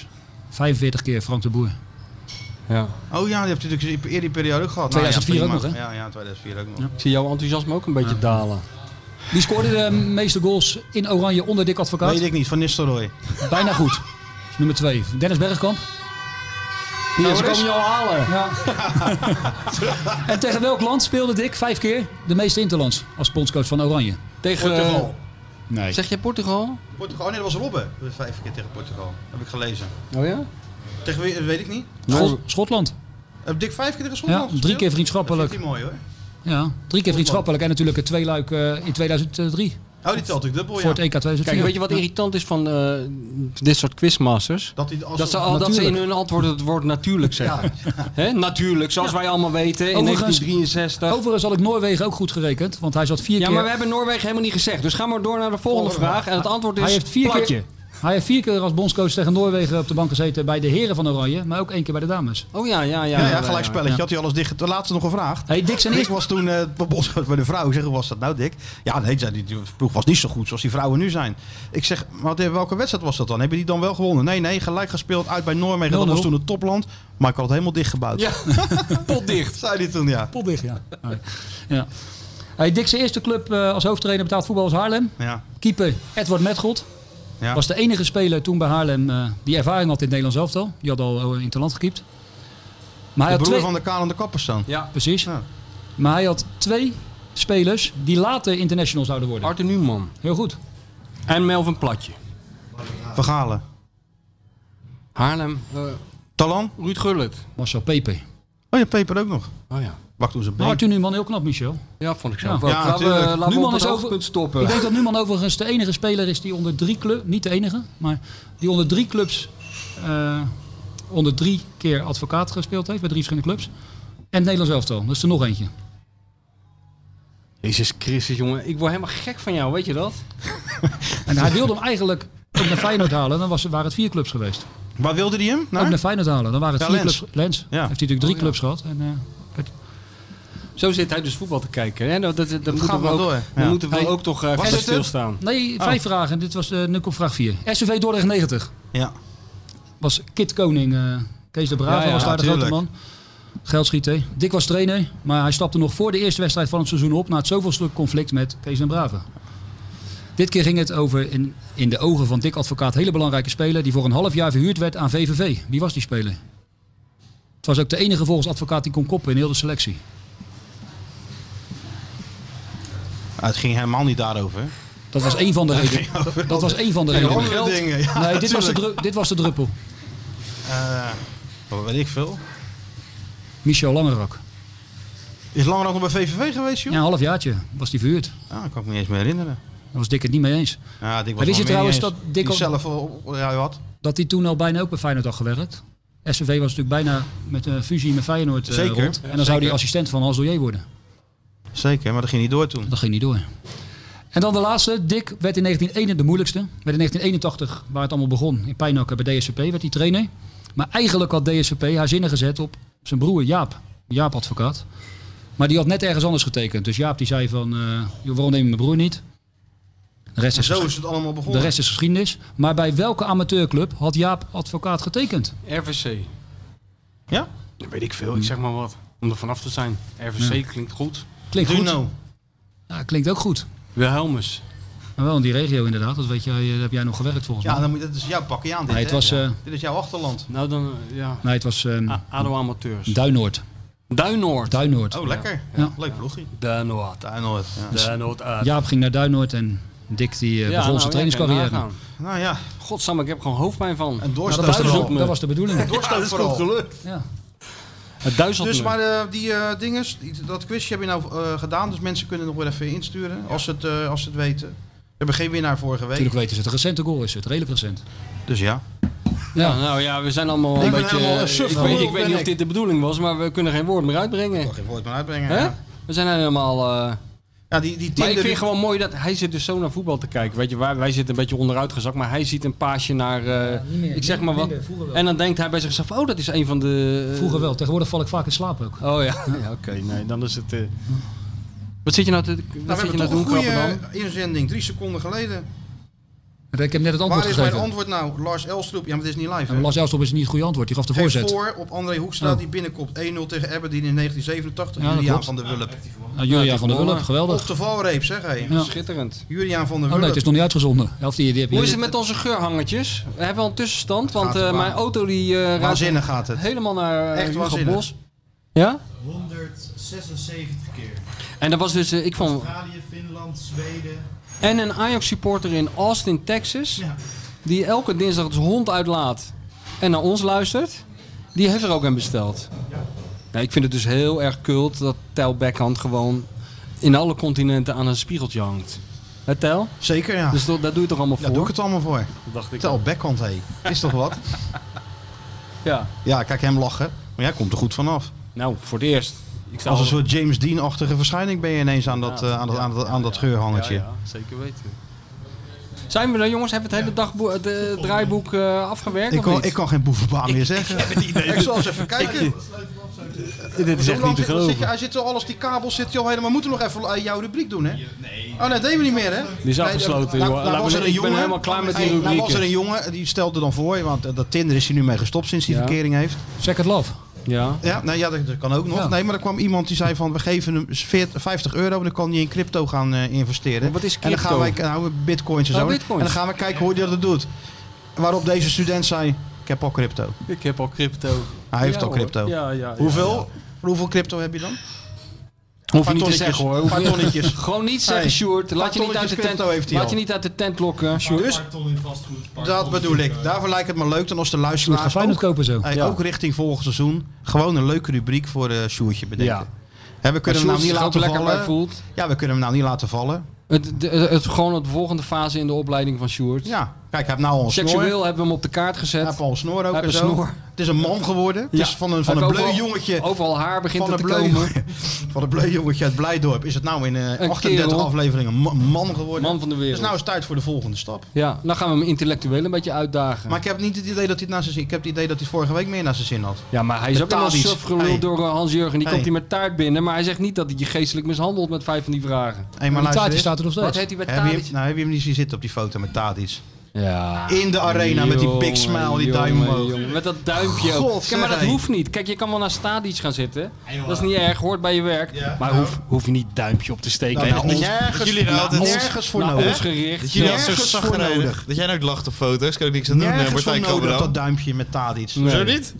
Speaker 6: 45 keer Frank de Boer.
Speaker 5: Ja.
Speaker 4: Oh ja, die heb je natuurlijk eerder die periode ook gehad.
Speaker 6: 2004
Speaker 4: Nou ja,
Speaker 6: ook
Speaker 4: prima.
Speaker 6: nog,
Speaker 4: Ja, ja, 2004 ook nog.
Speaker 5: Ik zie jouw enthousiasme ook een beetje dalen.
Speaker 6: Wie scoorde de meeste goals in Oranje onder Dick Advocaat?
Speaker 4: Weet ik niet, van
Speaker 5: Eh,
Speaker 4: Nistelrooy.
Speaker 6: Bijna goed. Nummer 2. Dennis Bergkamp. Hier,
Speaker 5: ze komen
Speaker 6: jou halen. Ja. en tegen welk land speelde Dick vijf keer de meeste interlands als bondscoach van Oranje?
Speaker 5: Tegen...
Speaker 4: Portugal.
Speaker 6: Nee.
Speaker 5: Zeg jij Portugal?
Speaker 4: Portugal, nee, dat was Robben. Vijf keer tegen Portugal. Heb ik gelezen.
Speaker 5: Oh ja?
Speaker 4: Tegen wie, dat weet ik niet.
Speaker 5: Nou,
Speaker 6: Schot- Schotland.
Speaker 4: Heb Dick vijf keer tegen Schotland
Speaker 6: Ja, drie
Speaker 4: gespeeld?
Speaker 6: keer
Speaker 4: Dat
Speaker 6: vriendschappelijk.
Speaker 4: vindt hij mooi hoor.
Speaker 6: Ja, drie keer vriendschappelijk. En natuurlijk het tweeluik eh in 2003.
Speaker 4: Oh, die telt ik dubbel,
Speaker 6: Voor
Speaker 4: ja.
Speaker 6: het EK 2004.
Speaker 5: Kijk, weet je wat
Speaker 6: Ja.
Speaker 5: irritant is van eh, dit soort quizmasters?
Speaker 4: Dat, hij, als
Speaker 5: Dat ze, al, dat ze in hun antwoorden het woord natuurlijk zeggen. Hè? Natuurlijk, zoals wij allemaal weten in
Speaker 6: Overigens-
Speaker 5: 1963.
Speaker 6: Overigens had ik Noorwegen ook goed gerekend. Want hij zat vier
Speaker 5: Ja,
Speaker 6: keer...
Speaker 5: maar we hebben Noorwegen helemaal niet gezegd. Dus ga maar door naar de volgende vraag. En het antwoord is
Speaker 6: Hij heeft vier
Speaker 5: dus platje.
Speaker 6: keer... Hij heeft vier keer als bondscoach tegen Noorwegen op de bank gezeten bij de heren van Oranje, maar ook één keer bij de dames.
Speaker 5: Oh ja, ja, ja.
Speaker 4: Ja, ja, gelijk spelletje. Had hij alles dicht... De laatste nog gevraagd.
Speaker 6: Hey, Dick zijn
Speaker 4: Dick
Speaker 6: eerste...
Speaker 4: was toen eh, bij Bos- bij de vrouw. Ik zeg, hoe was dat nou, Dick? Ja, nee, zei die, die ploeg was niet zo goed zoals die vrouwen nu zijn. Ik zeg, maar de- welke wedstrijd was dat dan? Hebben die dan wel gewonnen? Nee, nee, gelijk gespeeld uit bij Noorwegen. Dat
Speaker 6: 0-0.
Speaker 4: was toen het topland. Maar ik had het helemaal dichtgebouwd.
Speaker 5: Ja. Potdicht.
Speaker 4: Zei hij toen, ja.
Speaker 6: Potdicht, ja. ja. Hey, Dick zijn eerste club eh, als hoofdtrainer betaald voetbal was Haarlem.
Speaker 4: Ja,
Speaker 6: Keeper Edward Metgold.
Speaker 4: ja.
Speaker 6: Was de enige speler toen bij Haarlem eh, die ervaring had in het Nederlands elftal. Die had al eh, in het land gekiept. Maar hij
Speaker 4: de
Speaker 6: had
Speaker 4: broer
Speaker 6: twee,
Speaker 4: van de kalende kappers dan.
Speaker 5: Ja.
Speaker 6: Precies.
Speaker 4: Ja.
Speaker 6: Maar hij had twee spelers die later international zouden worden.
Speaker 5: Arthur Newman.
Speaker 6: Heel goed.
Speaker 5: En Melvin Platje.
Speaker 4: Vergalen.
Speaker 5: Haarlem. eh,
Speaker 4: Talan?
Speaker 5: Ruud Gullit.
Speaker 6: Marcel Pepe.
Speaker 4: Oh ja, Peper ook nog.
Speaker 5: Oh ja.
Speaker 4: Wacht toen zijn
Speaker 6: Maar
Speaker 4: been.
Speaker 6: Arthur Numan, heel knap, Michel.
Speaker 5: Ja, vond ik
Speaker 6: Ja.
Speaker 5: zelf ook.
Speaker 4: Ja,
Speaker 5: laten we,
Speaker 4: natuurlijk.
Speaker 5: laten we
Speaker 6: Newman
Speaker 5: op
Speaker 6: is
Speaker 5: een
Speaker 6: over-
Speaker 5: hoogtepunt
Speaker 6: Ik
Speaker 5: stoppen.
Speaker 6: denk dat Numan overigens de enige speler is die onder drie clubs, niet de enige, maar die onder drie clubs, eh, onder drie keer advocaat gespeeld heeft bij drie verschillende clubs. En het Nederlands elftal, dat is er nog eentje.
Speaker 5: Jezus Christus, jongen. Ik word helemaal gek van jou, weet je dat?
Speaker 6: En hij wilde hem eigenlijk ook naar Feyenoord halen, dan was, waren het vier clubs geweest.
Speaker 4: Waar wilde die hem?
Speaker 6: Ook
Speaker 4: Naar?
Speaker 6: naar Feyenoord halen, dan waren het
Speaker 4: Ja,
Speaker 6: vier
Speaker 4: Lens.
Speaker 6: clubs. Lens,
Speaker 4: Ja.
Speaker 6: heeft hij natuurlijk drie clubs gehad. En, eh,
Speaker 5: Zo zit hij dus voetbal te kijken. Hè? Dat, dat, dat, moeten
Speaker 4: gaat
Speaker 5: we
Speaker 4: wel
Speaker 5: ook,
Speaker 4: door,
Speaker 5: Dan
Speaker 4: ja.
Speaker 5: moeten we
Speaker 6: Hey,
Speaker 5: ook toch eh
Speaker 4: was
Speaker 5: verder
Speaker 4: het hem?
Speaker 5: stilstaan.
Speaker 6: nee,
Speaker 4: Oh.
Speaker 6: vijf vragen. En dit was eh nu komt vraag vier. SUV Dordrecht 90
Speaker 4: Ja.
Speaker 6: was Kit Koning, eh, Kees de Brave
Speaker 5: Ja, ja,
Speaker 6: was daar de grote
Speaker 4: tuurlijk.
Speaker 6: man. Geldschieter. Dick was trainer, maar hij stapte nog voor de eerste wedstrijd van het seizoen op na het zoveelste conflict met Kees de Brave. Dit keer ging het over in, in de ogen van Dick Advocaat hele belangrijke speler die voor een half jaar verhuurd werd aan VVV. Wie was die speler? Het was ook de enige volgens Advocaat die kon koppen in heel de selectie.
Speaker 4: Ah, het ging helemaal niet daarover.
Speaker 6: Dat was één van de redenen. Dat, dat was één van de redenen.
Speaker 4: andere dingen. Ja,
Speaker 6: nee, dit was, de
Speaker 4: natuurlijk.
Speaker 6: dru- dit was de druppel.
Speaker 4: Eh, wat weet ik veel.
Speaker 6: Michel Langerak.
Speaker 4: Is lang nog bij VVV geweest, joh?
Speaker 6: Ja, een halfjaartje was die verhuurd.
Speaker 4: Ah, kan ik me niet eens meer herinneren.
Speaker 6: Daar was Dick het niet mee eens.
Speaker 4: Ja, Dick was
Speaker 6: Maar wist je
Speaker 4: nog meer
Speaker 6: trouwens
Speaker 4: niet
Speaker 6: dat
Speaker 4: eens.
Speaker 6: Dick
Speaker 4: Die
Speaker 6: ook-
Speaker 4: zelf al- al- ja, wat?
Speaker 6: Dat hij toen al bijna ook bij Feyenoord had gewerkt. SVV was natuurlijk bijna met een fusie met Feyenoord eh,
Speaker 4: Zeker.
Speaker 6: rond.
Speaker 4: Ja,
Speaker 6: En dan zou
Speaker 4: zeker.
Speaker 6: hij assistent van Hans Doyer worden.
Speaker 4: Zeker, maar dat ging niet door toen.
Speaker 6: Dat ging niet door. En dan de laatste. Dick werd in 1981 de moeilijkste. Werd in 1981, waar het allemaal begon, in Pijnakker bij DSVP, werd hij trainer. Maar eigenlijk had DSVP haar zinnen gezet op zijn broer Jaap. Jaap advocaat. Maar die had net ergens anders getekend. Dus Jaap die zei van, eh, joh, waarom neem je mijn broer niet? De rest is,
Speaker 4: Zo
Speaker 6: gesch-
Speaker 4: is het allemaal
Speaker 6: de
Speaker 4: begonnen.
Speaker 6: rest is geschiedenis. Maar bij welke amateurclub had Jaap advocaat getekend?
Speaker 5: RVC.
Speaker 4: Ja?
Speaker 5: Dat weet ik veel, ik zeg maar wat. Om er vanaf te zijn. RVC klinkt goed.
Speaker 6: Klinkt goed.
Speaker 4: Bruno.
Speaker 6: Ja, klinkt ook goed.
Speaker 5: Wilhelmus.
Speaker 6: Maar wel in die regio inderdaad. Dat weet jij, daar heb jij nog gewerkt volgens
Speaker 4: Ja,
Speaker 6: mij.
Speaker 4: dan moet je, dat is jouw pakje aan. Dit,
Speaker 6: Nee, het
Speaker 4: hè?
Speaker 6: was, eh,
Speaker 4: dit is jouw achterland.
Speaker 5: Nou dan, eh, ja.
Speaker 6: Nee, het was ehm
Speaker 5: A- ADO Amateurs.
Speaker 6: Duinoord.
Speaker 5: Duinoord.
Speaker 6: Duinoord.
Speaker 4: Ah. Oh, lekker.
Speaker 6: Ja. Dus-
Speaker 4: Leuk ploegje.
Speaker 5: Duinoord.
Speaker 4: Daar nooit. Ja.
Speaker 5: Duinoord eh, nou, uit.
Speaker 6: Jaap ging naar Duinoord en Dick die eh, begon zijn trainingscarrière.
Speaker 4: Nou ja,
Speaker 5: Godsamme, ik heb gewoon hoofdpijn van.
Speaker 4: een
Speaker 6: Maar Nou, dat, was
Speaker 4: doorstoot
Speaker 6: de,
Speaker 5: Duizelt
Speaker 6: bedo-
Speaker 5: me.
Speaker 6: dat was de bedoeling.
Speaker 4: Doorstoot vooral.
Speaker 6: Ja.
Speaker 5: Het duizelt
Speaker 4: Dus
Speaker 5: me.
Speaker 4: maar eh, die eh dinges, die- dat quizje heb je nou eh, gedaan. Dus mensen kunnen nog weer even insturen als ze het, eh, als ze het weten. We hebben geen winnaar vorige week.
Speaker 6: Natuurlijk weten ze het. Een recente goal is het. Redelijk recent.
Speaker 4: Dus ja.
Speaker 5: Ja, nou ja, we zijn allemaal een
Speaker 4: ben
Speaker 5: beetje...
Speaker 4: helemaal een
Speaker 5: eh,
Speaker 4: suf
Speaker 5: ik
Speaker 4: geworden,
Speaker 5: weet, ik weet
Speaker 4: ben
Speaker 5: niet of
Speaker 4: ik.
Speaker 5: dit de bedoeling was, maar we kunnen geen woord meer uitbrengen.
Speaker 4: Geen woord meer uitbrengen.
Speaker 5: Hè?
Speaker 4: Ja.
Speaker 5: We zijn helemaal... eh,
Speaker 4: Ja, die, die
Speaker 5: Maar ik
Speaker 4: Tinder-
Speaker 5: vind gewoon mooi dat hij zit dus zo naar voetbal te kijken. Weet je, wij, wij zitten een beetje onderuit gezakt, maar hij ziet een paasje naar... eh,
Speaker 6: niet meer,
Speaker 5: ik zeg maar wat.
Speaker 6: minder, vroeger wel.
Speaker 5: En dan denkt hij bij zichzelf, oh, dat is een van de... eh,
Speaker 6: Vroeger wel. Tegenwoordig val ik vaak in slaap ook.
Speaker 5: Oh ja, ja oké. nee, dan is het... eh, Wat zit je nou te, wat
Speaker 4: Nou, we
Speaker 5: zit
Speaker 4: hebben
Speaker 5: je nou
Speaker 4: toch
Speaker 5: te doen,
Speaker 4: een
Speaker 5: Krabbenam?
Speaker 4: goede inzending, drie seconden geleden.
Speaker 6: Ik heb net het antwoord
Speaker 4: Waar is mijn
Speaker 6: gegeven.
Speaker 4: antwoord nou? Lars Elstroep. Ja, maar dit is niet live.
Speaker 6: Ja,
Speaker 4: hè?
Speaker 6: maar Lars Elstop is niet het goede antwoord. Die gaf de
Speaker 4: Geeft
Speaker 6: voorzet.
Speaker 4: voor op André Hoekstra die binnenkomt 1-0 tegen Aberdeen in 1987.
Speaker 6: Ja, dat
Speaker 4: Juliaan
Speaker 6: klopt.
Speaker 4: van der Wulp.
Speaker 6: Nou, Julia
Speaker 5: Ja,
Speaker 6: van der
Speaker 5: gewonnen.
Speaker 6: Wulp.
Speaker 4: Op
Speaker 6: Geweldig.
Speaker 4: de valreep zeg hé.
Speaker 6: Ja.
Speaker 5: Schitterend.
Speaker 4: Juliaan van der
Speaker 6: Oh nee,
Speaker 4: Wulp.
Speaker 6: het is nog niet uitgezonden. De helft die, die heb je
Speaker 5: Hoe is het
Speaker 6: hier.
Speaker 5: met onze geurhangertjes? We hebben al een tussenstand, want
Speaker 4: Gaat het
Speaker 5: eh,
Speaker 4: waar.
Speaker 5: mijn auto die eh raast
Speaker 4: Waanzinnig gaat het.
Speaker 5: helemaal naar
Speaker 4: Echt
Speaker 5: Echt Hugo
Speaker 4: waanzinnig.
Speaker 5: Bos. Ja?
Speaker 7: 176 keer.
Speaker 5: En dat was dus, eh, ik van
Speaker 7: Australië, Finland, Zweden.
Speaker 5: En een Ajax supporter in Austin, Texas,
Speaker 7: Ja.
Speaker 5: die elke dinsdag zijn hond uitlaat en naar ons luistert, die heeft er ook een besteld. Nou, ik vind het dus heel erg kult dat Tel Beckhand gewoon in alle continenten aan een spiegeltje hangt. Hè, Tel?
Speaker 4: Zeker ja.
Speaker 5: Dus dat, daar doe je toch allemaal
Speaker 4: Ja,
Speaker 5: voor?
Speaker 4: doe ik het allemaal voor.
Speaker 5: dacht ik.
Speaker 4: Tel backhand hé. Is toch wat?
Speaker 5: Ja.
Speaker 4: Ja, kijk hem lachen. Maar jij komt er goed vanaf.
Speaker 5: Nou, voor het eerst. Ik sta
Speaker 4: Als een
Speaker 5: al-
Speaker 4: soort James Dean-achtige verschijning ben je ineens aan dat, eh, aan dat, aan dat, aan dat geurhangertje.
Speaker 5: Ja, ja, zeker weten. Zijn we er jongens? Hebben we het hele dagboek, het eh, draaiboek eh, afgewerkt
Speaker 4: Ik,
Speaker 5: of
Speaker 4: kan,
Speaker 5: niet?
Speaker 4: ik kan geen boevenbaan meer zeggen. Ik zal eens even kijken.
Speaker 5: dit
Speaker 4: Hoe lang zit- zit je- Hij zit al alles die kabels zit hij al helemaal. Moeten we nog even eh, jouw rubriek doen, hè? Nee. Oh nee, dat deden we niet meer, hè?
Speaker 5: Die is afgesloten, joh.
Speaker 4: Nou, nou
Speaker 5: Laten we
Speaker 4: was er
Speaker 5: zeggen,
Speaker 4: een
Speaker 5: ik ben
Speaker 4: jongen.
Speaker 5: helemaal klaar met die
Speaker 4: Hey, Nou was er
Speaker 5: rubrieken.
Speaker 4: een jongen die stelde dan voor, want eh, dat Tinder is hij nu mee gestopt sinds hij
Speaker 5: Ja.
Speaker 4: verkering heeft.
Speaker 6: Second Love.
Speaker 5: Ja.
Speaker 4: Ja, nou ja, dat, dat kan ook nog.
Speaker 6: Ja.
Speaker 4: Nee, maar er kwam iemand die zei van we geven hem 40, 50 euro en dan kan hij in crypto gaan eh, investeren.
Speaker 5: Maar wat is
Speaker 4: En dan gaan
Speaker 5: crypto?
Speaker 4: wij nou, bitcoins en
Speaker 5: Oh,
Speaker 4: zo.
Speaker 5: bitcoins.
Speaker 4: En dan gaan we kijken hoe hij dat doet. Waarop deze student zei, ik heb al crypto.
Speaker 5: Ik heb al crypto.
Speaker 4: Hij heeft
Speaker 5: Ja,
Speaker 4: al
Speaker 5: hoor.
Speaker 4: crypto.
Speaker 5: Ja, ja, ja.
Speaker 4: Hoeveel? Hoeveel crypto heb je dan?
Speaker 5: Hoef je
Speaker 4: Paar
Speaker 5: niet te
Speaker 4: tonnetjes.
Speaker 5: zeggen hoor. Hoef
Speaker 4: Paar
Speaker 5: je-
Speaker 4: tonnetjes.
Speaker 5: Gewoon niet zeggen,
Speaker 4: Hey,
Speaker 5: Sjoerd. Laat je niet, uit
Speaker 4: tonnetjes
Speaker 5: de tent,
Speaker 4: crypto heeft hij
Speaker 5: laat
Speaker 4: al.
Speaker 5: je niet uit de tent lokken, Sjoerd.
Speaker 4: Dus
Speaker 7: Paar ton in vastgoed. paar
Speaker 4: dat
Speaker 7: ton
Speaker 4: bedoel
Speaker 7: in,
Speaker 4: ik.
Speaker 7: eh,
Speaker 4: Daarvoor lijkt het me leuk dan als de
Speaker 6: Sjoerd gaat
Speaker 4: luisteraars
Speaker 6: Feyenoord
Speaker 4: ook,
Speaker 6: kopen zo.
Speaker 4: hey,
Speaker 5: Ja.
Speaker 4: ook richting volgend seizoen gewoon een leuke rubriek voor eh Sjoerdje bedenken.
Speaker 5: Ja.
Speaker 4: Hè, we kunnen hem
Speaker 5: Sjoerd
Speaker 4: nou niet
Speaker 5: zich ook
Speaker 4: laten
Speaker 5: lekker bij
Speaker 4: vallen.
Speaker 5: voelt.
Speaker 4: Ja, we kunnen hem nou niet laten vallen.
Speaker 5: Het, de- het, gewoon de volgende fase in de opleiding van Sjoerd.
Speaker 4: Ja, kijk, hij heeft nou al een
Speaker 5: Seksueel
Speaker 4: snor.
Speaker 5: hebben we hem op de kaart gezet.
Speaker 4: Hij heeft al een snor ook
Speaker 5: Hij
Speaker 4: en
Speaker 5: heeft
Speaker 4: zo.
Speaker 5: een snor.
Speaker 4: Het is een man geworden. Het
Speaker 5: Ja.
Speaker 4: is van een, van een
Speaker 5: Hij heeft
Speaker 4: bleu
Speaker 5: overal-
Speaker 4: jongetje.
Speaker 5: Overal haar begint
Speaker 4: Van
Speaker 5: er
Speaker 4: een,
Speaker 5: te
Speaker 4: bleu,
Speaker 5: komen.
Speaker 4: van een bleu jongetje uit Blijdorp is het nou in eh, 38
Speaker 5: kerel.
Speaker 4: afleveringen een ma- man geworden.
Speaker 5: Man van de wereld.
Speaker 4: Dus nou is het tijd voor de volgende stap.
Speaker 5: Ja, dan gaan we hem intellectueel een beetje uitdagen.
Speaker 4: Maar ik heb niet het idee dat hij het naar zijn zin Ik heb het idee dat hij het vorige week meer naar zijn zin had.
Speaker 5: ja, maar hij is ook
Speaker 4: Betaal
Speaker 5: helemaal
Speaker 4: iets.
Speaker 5: suf geluld
Speaker 4: Hey.
Speaker 5: door eh, Hans-Jurgen. Die
Speaker 4: Hey.
Speaker 5: komt hij met taart binnen. Maar hij zegt niet dat hij je geestelijk mishandelt met vijf van die vragen.
Speaker 4: Hey, maar
Speaker 6: die
Speaker 4: luister
Speaker 6: taartje
Speaker 4: eens.
Speaker 6: staat er nog
Speaker 5: Wat
Speaker 6: steeds.
Speaker 5: heet hij met
Speaker 4: Heb je,
Speaker 5: taart?
Speaker 4: hem- nou, heb je hem niet zien zitten op die foto met Tadic?
Speaker 5: Ja.
Speaker 4: In de arena met die big
Speaker 5: Jongen,
Speaker 4: smile, die
Speaker 5: jongen,
Speaker 4: duim omhoog.
Speaker 5: jongen. Met dat duimpje ook.
Speaker 4: God,
Speaker 5: Kijk, maar
Speaker 4: zeg,
Speaker 5: dat
Speaker 4: hé.
Speaker 5: hoeft niet. Kijk, je kan wel naar stadions gaan zitten.
Speaker 7: joh.
Speaker 5: Dat is niet erg, hoort bij je werk.
Speaker 7: Ja.
Speaker 5: maar
Speaker 11: Nou.
Speaker 5: hoef, hoef je niet duimpje op te steken.
Speaker 4: Nou,
Speaker 5: En
Speaker 4: nou,
Speaker 5: ons-
Speaker 4: nergens,
Speaker 11: jullie er
Speaker 4: nou,
Speaker 11: altijd-
Speaker 4: nergens voor
Speaker 5: naar ons
Speaker 4: nodig.
Speaker 5: gericht.
Speaker 4: je
Speaker 5: Ja.
Speaker 4: nergens
Speaker 11: zo
Speaker 4: voor
Speaker 11: chagrijnig.
Speaker 4: nodig.
Speaker 11: Dat jij nou ook lacht op foto's, kan ik niks aan doen. eh,
Speaker 4: Nergens voor
Speaker 11: Martijn
Speaker 4: nodig
Speaker 11: Kamerdam.
Speaker 4: dat duimpje met Tadic.
Speaker 5: Nee.
Speaker 11: Zo niet?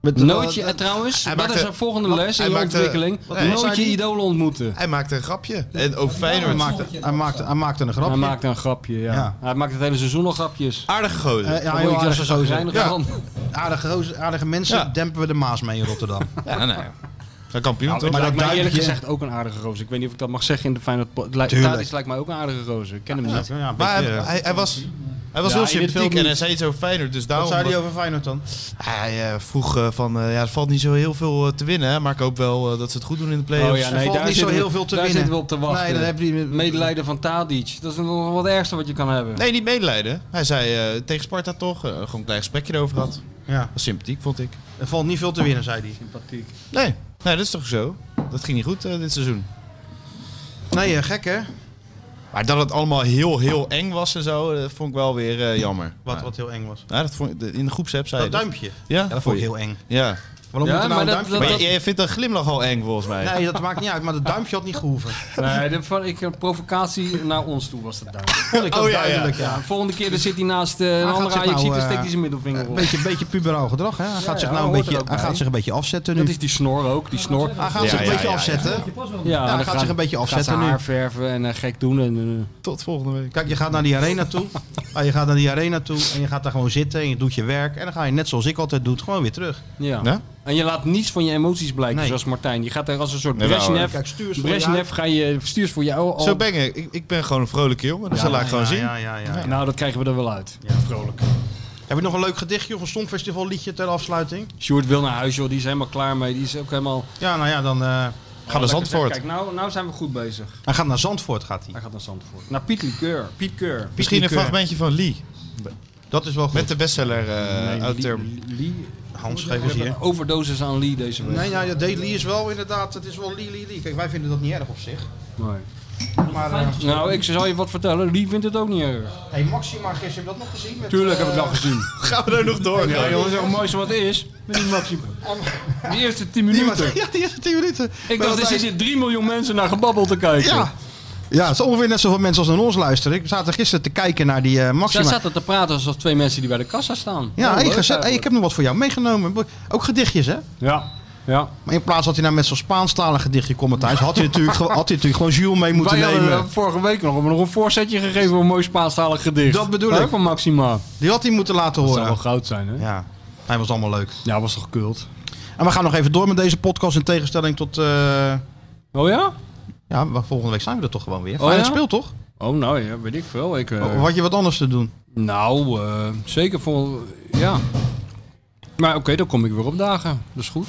Speaker 4: Met
Speaker 5: Nootje, eh, trouwens,
Speaker 11: Hij
Speaker 5: dat
Speaker 11: maakte-
Speaker 5: is een volgende les
Speaker 11: hij
Speaker 5: in je
Speaker 11: maakte-
Speaker 5: ontwikkeling.
Speaker 11: Wat- nee, zei
Speaker 5: Nootje
Speaker 11: hij-
Speaker 5: idolen ontmoeten.
Speaker 11: Hij maakte een grapje. En over
Speaker 4: Hij
Speaker 11: Feyenoord.
Speaker 4: maakte, hij, maakte, hij maakte een grapje.
Speaker 5: Hij maakt een grapje, ja.
Speaker 4: Ja.
Speaker 5: Hij maakt het hele seizoen al grapjes.
Speaker 11: Aardige gozer.
Speaker 4: Eh, ja,
Speaker 5: Daar
Speaker 4: joh,
Speaker 5: word
Speaker 4: aardige
Speaker 5: je zo
Speaker 4: gozer.
Speaker 5: zagrijnig
Speaker 11: Ja.
Speaker 5: van.
Speaker 4: Aardige, gozer- aardige mensen
Speaker 11: Ja.
Speaker 4: dempen we de Maas mee in Rotterdam.
Speaker 11: Ja, nou, nou ja. Ja, kampioen
Speaker 5: Nou,
Speaker 11: toch?
Speaker 5: het lijkt mij eerlijk gezegd ook een aardige roze. Ik weet niet of ik dat mag zeggen in de Feyenoord. po- Het lijkt-
Speaker 11: Tuurlijk.
Speaker 5: Tadic lijkt mij ook een aardige roze. Ik ken hem niet.
Speaker 4: eh,
Speaker 11: maar hij, hij, hij was, hij was
Speaker 5: Ja,
Speaker 11: heel
Speaker 5: in dit
Speaker 11: sympathiek
Speaker 5: veld
Speaker 11: en hij
Speaker 5: niet.
Speaker 11: zei iets over Feyenoord. Dus daarom,
Speaker 4: zei hij over Feyenoord dan?
Speaker 11: Hij eh, vroeg eh, van, eh, ja, er valt niet zo heel veel eh, te winnen. hè, Maar ik hoop wel eh, dat ze het goed doen in de play-offs.
Speaker 5: Oh ja, nee, daar zitten we- daar zitten we op te wachten.
Speaker 11: Nee, dan heb je...
Speaker 5: Medelijden van Tadic. Dat is nog wel het ergste wat je kan hebben.
Speaker 11: nee, niet medelijden. Hij zei eh, tegen Sparta toch, eh, gewoon een klein gesprekje erover had.
Speaker 4: Ja.
Speaker 11: Was sympathiek, vond ik.
Speaker 4: Er valt niet veel te winnen, zei hij.
Speaker 5: Sympathiek.
Speaker 11: Nee, nee, dat is toch zo? Dat ging niet goed eh, dit seizoen.
Speaker 4: Nee, eh, gek hè?
Speaker 11: Maar dat het allemaal heel, heel eng was en zo, eh, vond ik wel weer eh, jammer.
Speaker 4: Wat,
Speaker 11: Ja.
Speaker 4: wat heel eng was.
Speaker 11: Ja, dat vond, ik- in de groepsapp zei
Speaker 4: Dat
Speaker 11: je
Speaker 4: duimpje.
Speaker 11: Ja?
Speaker 4: dat vond ik heel eng.
Speaker 11: Ja.
Speaker 4: Waarom
Speaker 5: Ja,
Speaker 4: moet er
Speaker 5: maar
Speaker 4: nou een
Speaker 5: dat-
Speaker 4: duimpje
Speaker 5: dat-
Speaker 4: bij?
Speaker 11: Maar jij- jij vindt dat glimlach al eng volgens mij.
Speaker 4: Nee, dat maakt niet uit, maar dat duimpje had niet gehoeven.
Speaker 5: Nee, de, van, ik, een provocatie naar ons toe was dat daar.
Speaker 4: Vond ik ook
Speaker 11: Oh, ja, ja.
Speaker 4: duidelijk, ja.
Speaker 5: Ja, volgende keer dan zit hij naast eh, een
Speaker 4: gaat
Speaker 5: andere
Speaker 4: zich
Speaker 5: Ajax,
Speaker 4: nou,
Speaker 5: dan
Speaker 4: eh,
Speaker 5: steekt hij zijn middelvinger
Speaker 4: Een
Speaker 5: op.
Speaker 4: beetje, beetje puberaal gedrag, hè? Hij, gaat,
Speaker 5: ja,
Speaker 4: zich nou een
Speaker 5: hoort er
Speaker 4: beetje,
Speaker 5: ook
Speaker 4: hij
Speaker 5: bij.
Speaker 4: gaat zich een beetje afzetten nu. Ah,
Speaker 5: Dat is die snor ook, die snor.
Speaker 4: Hij gaat
Speaker 11: Ja,
Speaker 4: zich een
Speaker 11: ja,
Speaker 4: beetje
Speaker 11: ja, ja.
Speaker 4: afzetten.
Speaker 5: Ja,
Speaker 4: hij
Speaker 5: dan
Speaker 4: Ah, gaat zich een beetje
Speaker 5: gaat
Speaker 4: afzetten
Speaker 5: zijn
Speaker 4: nu.
Speaker 5: haar verven en eh, gek doen. En, eh,
Speaker 11: Tot volgende week.
Speaker 4: Kijk, je gaat naar die arena toe. Ah, je gaat naar die arena toe en je gaat daar gewoon zitten en je doet je werk. En dan ga je net zoals ik altijd doe, gewoon weer terug.
Speaker 5: ja.
Speaker 11: Ja?
Speaker 5: En je laat niets van je emoties blijken,
Speaker 4: Nee.
Speaker 5: zoals Martijn. Je gaat er als een soort
Speaker 11: Nee, wel,
Speaker 5: Brezhnev.
Speaker 4: Kijk, stuurs voor
Speaker 5: Brezhnev ga je stuurs voor jou al.
Speaker 11: Zo ben ik. ik. Ik ben gewoon een vrolijke jongen, dus dat laat ik gewoon zien.
Speaker 4: Ja, ja, ja, ja.
Speaker 5: Nou, dat krijgen we er wel uit. Vrolijk.
Speaker 4: Heb je nog een leuk gedichtje of een songfestival liedje ter afsluiting?
Speaker 5: Sjoerd wil naar huis, joh. Die is helemaal klaar mee. Die is ook helemaal...
Speaker 4: Ja, nou ja, dan... eh
Speaker 11: Ga naar Zandvoort.
Speaker 5: Kijk, nou, nou zijn we goed bezig.
Speaker 4: hij gaat naar Zandvoort, gaat hij.
Speaker 5: Hij gaat naar Zandvoort. Naar Piet Likeur. Piet Keur.
Speaker 11: Misschien een
Speaker 4: Keur.
Speaker 11: fragmentje van Lee.
Speaker 4: Dat is wel goed.
Speaker 11: Met de bestseller eh
Speaker 5: Nee,
Speaker 11: auteur.
Speaker 5: Lee- Lee-
Speaker 4: Hans, geef eens hier.
Speaker 5: Overdosis aan Lee deze week.
Speaker 4: Nee, nou, ja, Daily is wel inderdaad, het is wel Lee Lee Lee. Kijk, wij vinden dat niet erg op zich.
Speaker 5: Nee.
Speaker 4: Maar eh
Speaker 5: Nou, ik zal je wat vertellen. Lee vindt het ook niet erg.
Speaker 4: hey, Maxima gisteren, heb je dat nog gezien? Met,
Speaker 5: Tuurlijk heb ik
Speaker 4: eh,
Speaker 5: dat gezien.
Speaker 11: Gaan we er nog door?
Speaker 5: Ja, jongens, het mooiste wat is, met die Maxime. Die eerste 10 minuten.
Speaker 4: Ja, die eerste 10 minuten.
Speaker 5: Ik dacht, er zitten 3 miljoen mensen naar gebabbel te kijken.
Speaker 4: Ja. Ja, het is ongeveer net zoveel mensen als naar ons luisteren. Ik zat er gisteren te kijken naar die eh
Speaker 5: Zij
Speaker 4: Maxima.
Speaker 5: zaten Oh, te praten alsof twee mensen die bij de kassa staan.
Speaker 4: Ja, hey,
Speaker 5: leuk
Speaker 4: gezellig. Hey, ik
Speaker 5: eigenlijk.
Speaker 4: heb nog wat voor jou meegenomen. Bo- Ook gedichtjes, hè?
Speaker 5: Ja, ja.
Speaker 4: Maar in plaats dat hij nou met zo'n Spaanstalig gedichtje komt thuis, had hij natuurlijk, ge- had hij natuurlijk gewoon Jules mee moeten
Speaker 5: Wij hadden
Speaker 4: nemen.
Speaker 5: eh, vorige week nog, nog een voorzetje gegeven voor een mooi Spaanstalig gedicht.
Speaker 4: Dat bedoel
Speaker 5: Leuk
Speaker 4: ik.
Speaker 5: van Maxima.
Speaker 4: Die had hij moeten laten
Speaker 5: Dat zou wel
Speaker 4: horen.
Speaker 5: goud zijn, hè?
Speaker 4: Ja, hij was allemaal leuk.
Speaker 5: Ja, was toch kult.
Speaker 4: En we gaan nog even door met deze podcast in tegenstelling tot... eh,
Speaker 5: Oh ja?
Speaker 4: ja, maar volgende week zijn we er toch gewoon weer.
Speaker 5: Oh,
Speaker 4: Feyenoord
Speaker 5: ja?
Speaker 4: speelt toch?
Speaker 5: Oh, nou ja, weet ik veel. Ik, eh,
Speaker 4: Of had je wat anders te doen?
Speaker 5: Nou, eh, zeker voor. Ja. Maar oké, dan kom ik weer op dagen. Dat is goed.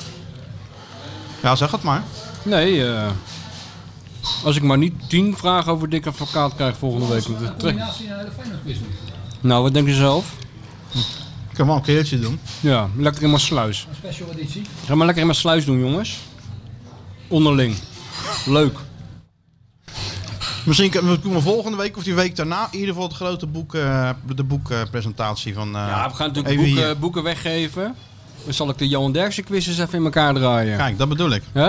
Speaker 4: Ja, zeg het maar.
Speaker 5: Nee, eh, als ik maar niet tien vragen over dik advocaat krijg volgende week. want dat trek-
Speaker 6: Combinatie naar de Feyenoord quiz.
Speaker 5: Nou, wat denk je zelf?
Speaker 4: Ik kan wel een keertje doen.
Speaker 5: Ja, lekker in mijn sluis.
Speaker 6: Een special editie.
Speaker 5: Ga maar lekker in mijn sluis doen, jongens. Onderling. Leuk.
Speaker 4: Misschien kunnen we doen we volgende week of die week daarna in ieder geval het grote boek, eh, de boekpresentatie van... eh,
Speaker 5: Ja, we gaan natuurlijk
Speaker 4: even hier.
Speaker 5: boeken, boeken weggeven. Dan zal ik de Johan Derksen quiz eens even in elkaar draaien.
Speaker 4: Kijk, dat bedoel ik.
Speaker 5: Hè?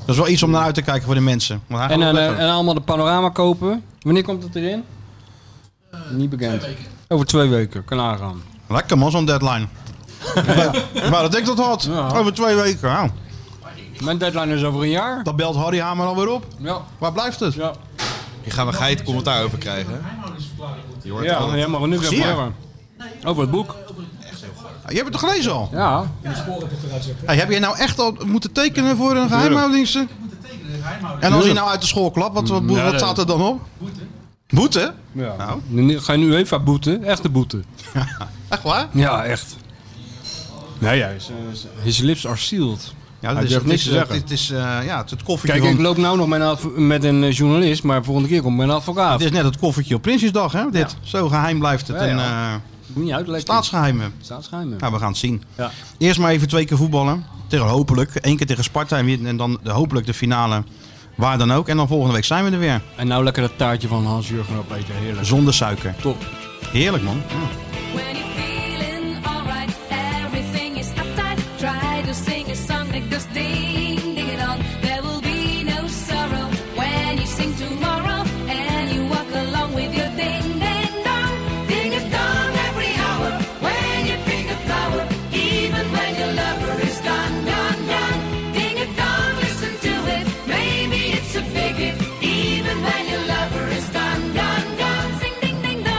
Speaker 4: Dat is wel iets om naar uit te kijken voor de mensen. Want hij gaat
Speaker 5: En,
Speaker 4: het
Speaker 5: dan, eh,
Speaker 4: leggen.
Speaker 5: en allemaal de panorama kopen. Wanneer komt het erin? Niet bekend. Over Eh, twee weken, kan aangaan.
Speaker 4: Lekker man, zo'n deadline. maar dat ik dat had.
Speaker 5: Ja.
Speaker 4: Over twee weken. Nou,
Speaker 5: Mijn deadline is over een jaar.
Speaker 4: dan belt Harry Hamer alweer op.
Speaker 5: Ja,
Speaker 4: Waar blijft het?
Speaker 5: ja.
Speaker 11: Hier gaan we geit commentaar over krijgen. hè? Je hoort
Speaker 5: Ja,
Speaker 11: het al.
Speaker 5: ja maar nu
Speaker 4: Zie
Speaker 5: weer
Speaker 4: je?
Speaker 5: horen. Over het boek.
Speaker 4: Ah, Je hebt het toch gelezen al?
Speaker 5: Ja.
Speaker 4: Hey, heb je nou echt al moeten tekenen voor een geheimhoudingsje? En als je nou uit de school klapt, wat, wat,
Speaker 5: Ja,
Speaker 4: wat
Speaker 5: dat-
Speaker 4: staat er dan op? Boete.
Speaker 5: ja.
Speaker 4: Nou.
Speaker 5: Dan ga je nu even boete. Echte boete.
Speaker 4: Echt waar?
Speaker 5: Ja, echt. Nee, ja. is- eh, is- His lips are sealed.
Speaker 4: Ja,
Speaker 5: Hij durft
Speaker 4: het
Speaker 5: niks te
Speaker 4: het-
Speaker 5: zeggen.
Speaker 4: Het is, eh, ja, het, het koffertje
Speaker 5: Kijk,
Speaker 4: van-
Speaker 5: ik loop nou nog mijn adv- met een eh, journalist, maar volgende keer komt mijn advocaat.
Speaker 4: Het is net het koffertje op Prinsjesdag, hè? Dit. Zo geheim blijft het.
Speaker 5: Ja,
Speaker 4: en,
Speaker 5: ja.
Speaker 4: eh,
Speaker 5: Moet niet uitleggen.
Speaker 4: staatsgeheimen.
Speaker 5: Staatsgeheimen.
Speaker 4: Nou, we gaan het zien.
Speaker 5: Ja.
Speaker 4: Eerst maar even twee keer voetballen. Tegen hopelijk. Eén keer tegen Sparta en weer- en dan de, hopelijk de finale. Waar dan ook. En dan volgende week zijn we er weer.
Speaker 5: En nou lekker dat taartje van Hans-Jurgen opeten. Heerlijk.
Speaker 4: Zonder suiker.
Speaker 5: Top.
Speaker 4: Heerlijk, man. Ja.
Speaker 12: When you're feeling alright, everything is uptight. Try to sing a song that goes ding ding it on. There will be no sorrow when you sing tomorrow and you walk along with your ding ding dong, ding a dong every hour. When you pick a flower, even when your lover is gone, gone, gone. Ding a dong, listen to it. Maybe it's a big hit, even when your lover is gone, gone, gone. Sing ding ding dong.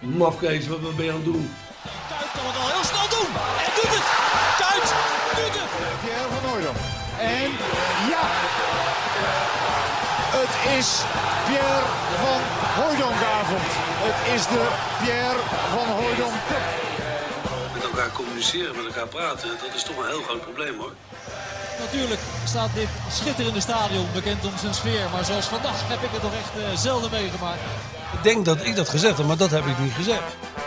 Speaker 1: mafkees, wat, wat ben je aan het doen?
Speaker 2: kan het al heel snel doen. En doet het. Kuit doet het.
Speaker 3: Pierre van Hooydonk. En ja, het is Pierre van Hooydonkavond. Het is de Pierre van Hooydonk
Speaker 1: Met elkaar communiceren, met elkaar praten, dat is toch een heel groot probleem hoor.
Speaker 2: Natuurlijk staat dit schitterende stadion bekend om zijn sfeer. Maar zoals vandaag heb ik het toch echt eh, zelden meegemaakt.
Speaker 13: Ik denk dat ik dat gezegd heb, maar dat heb ik niet gezegd.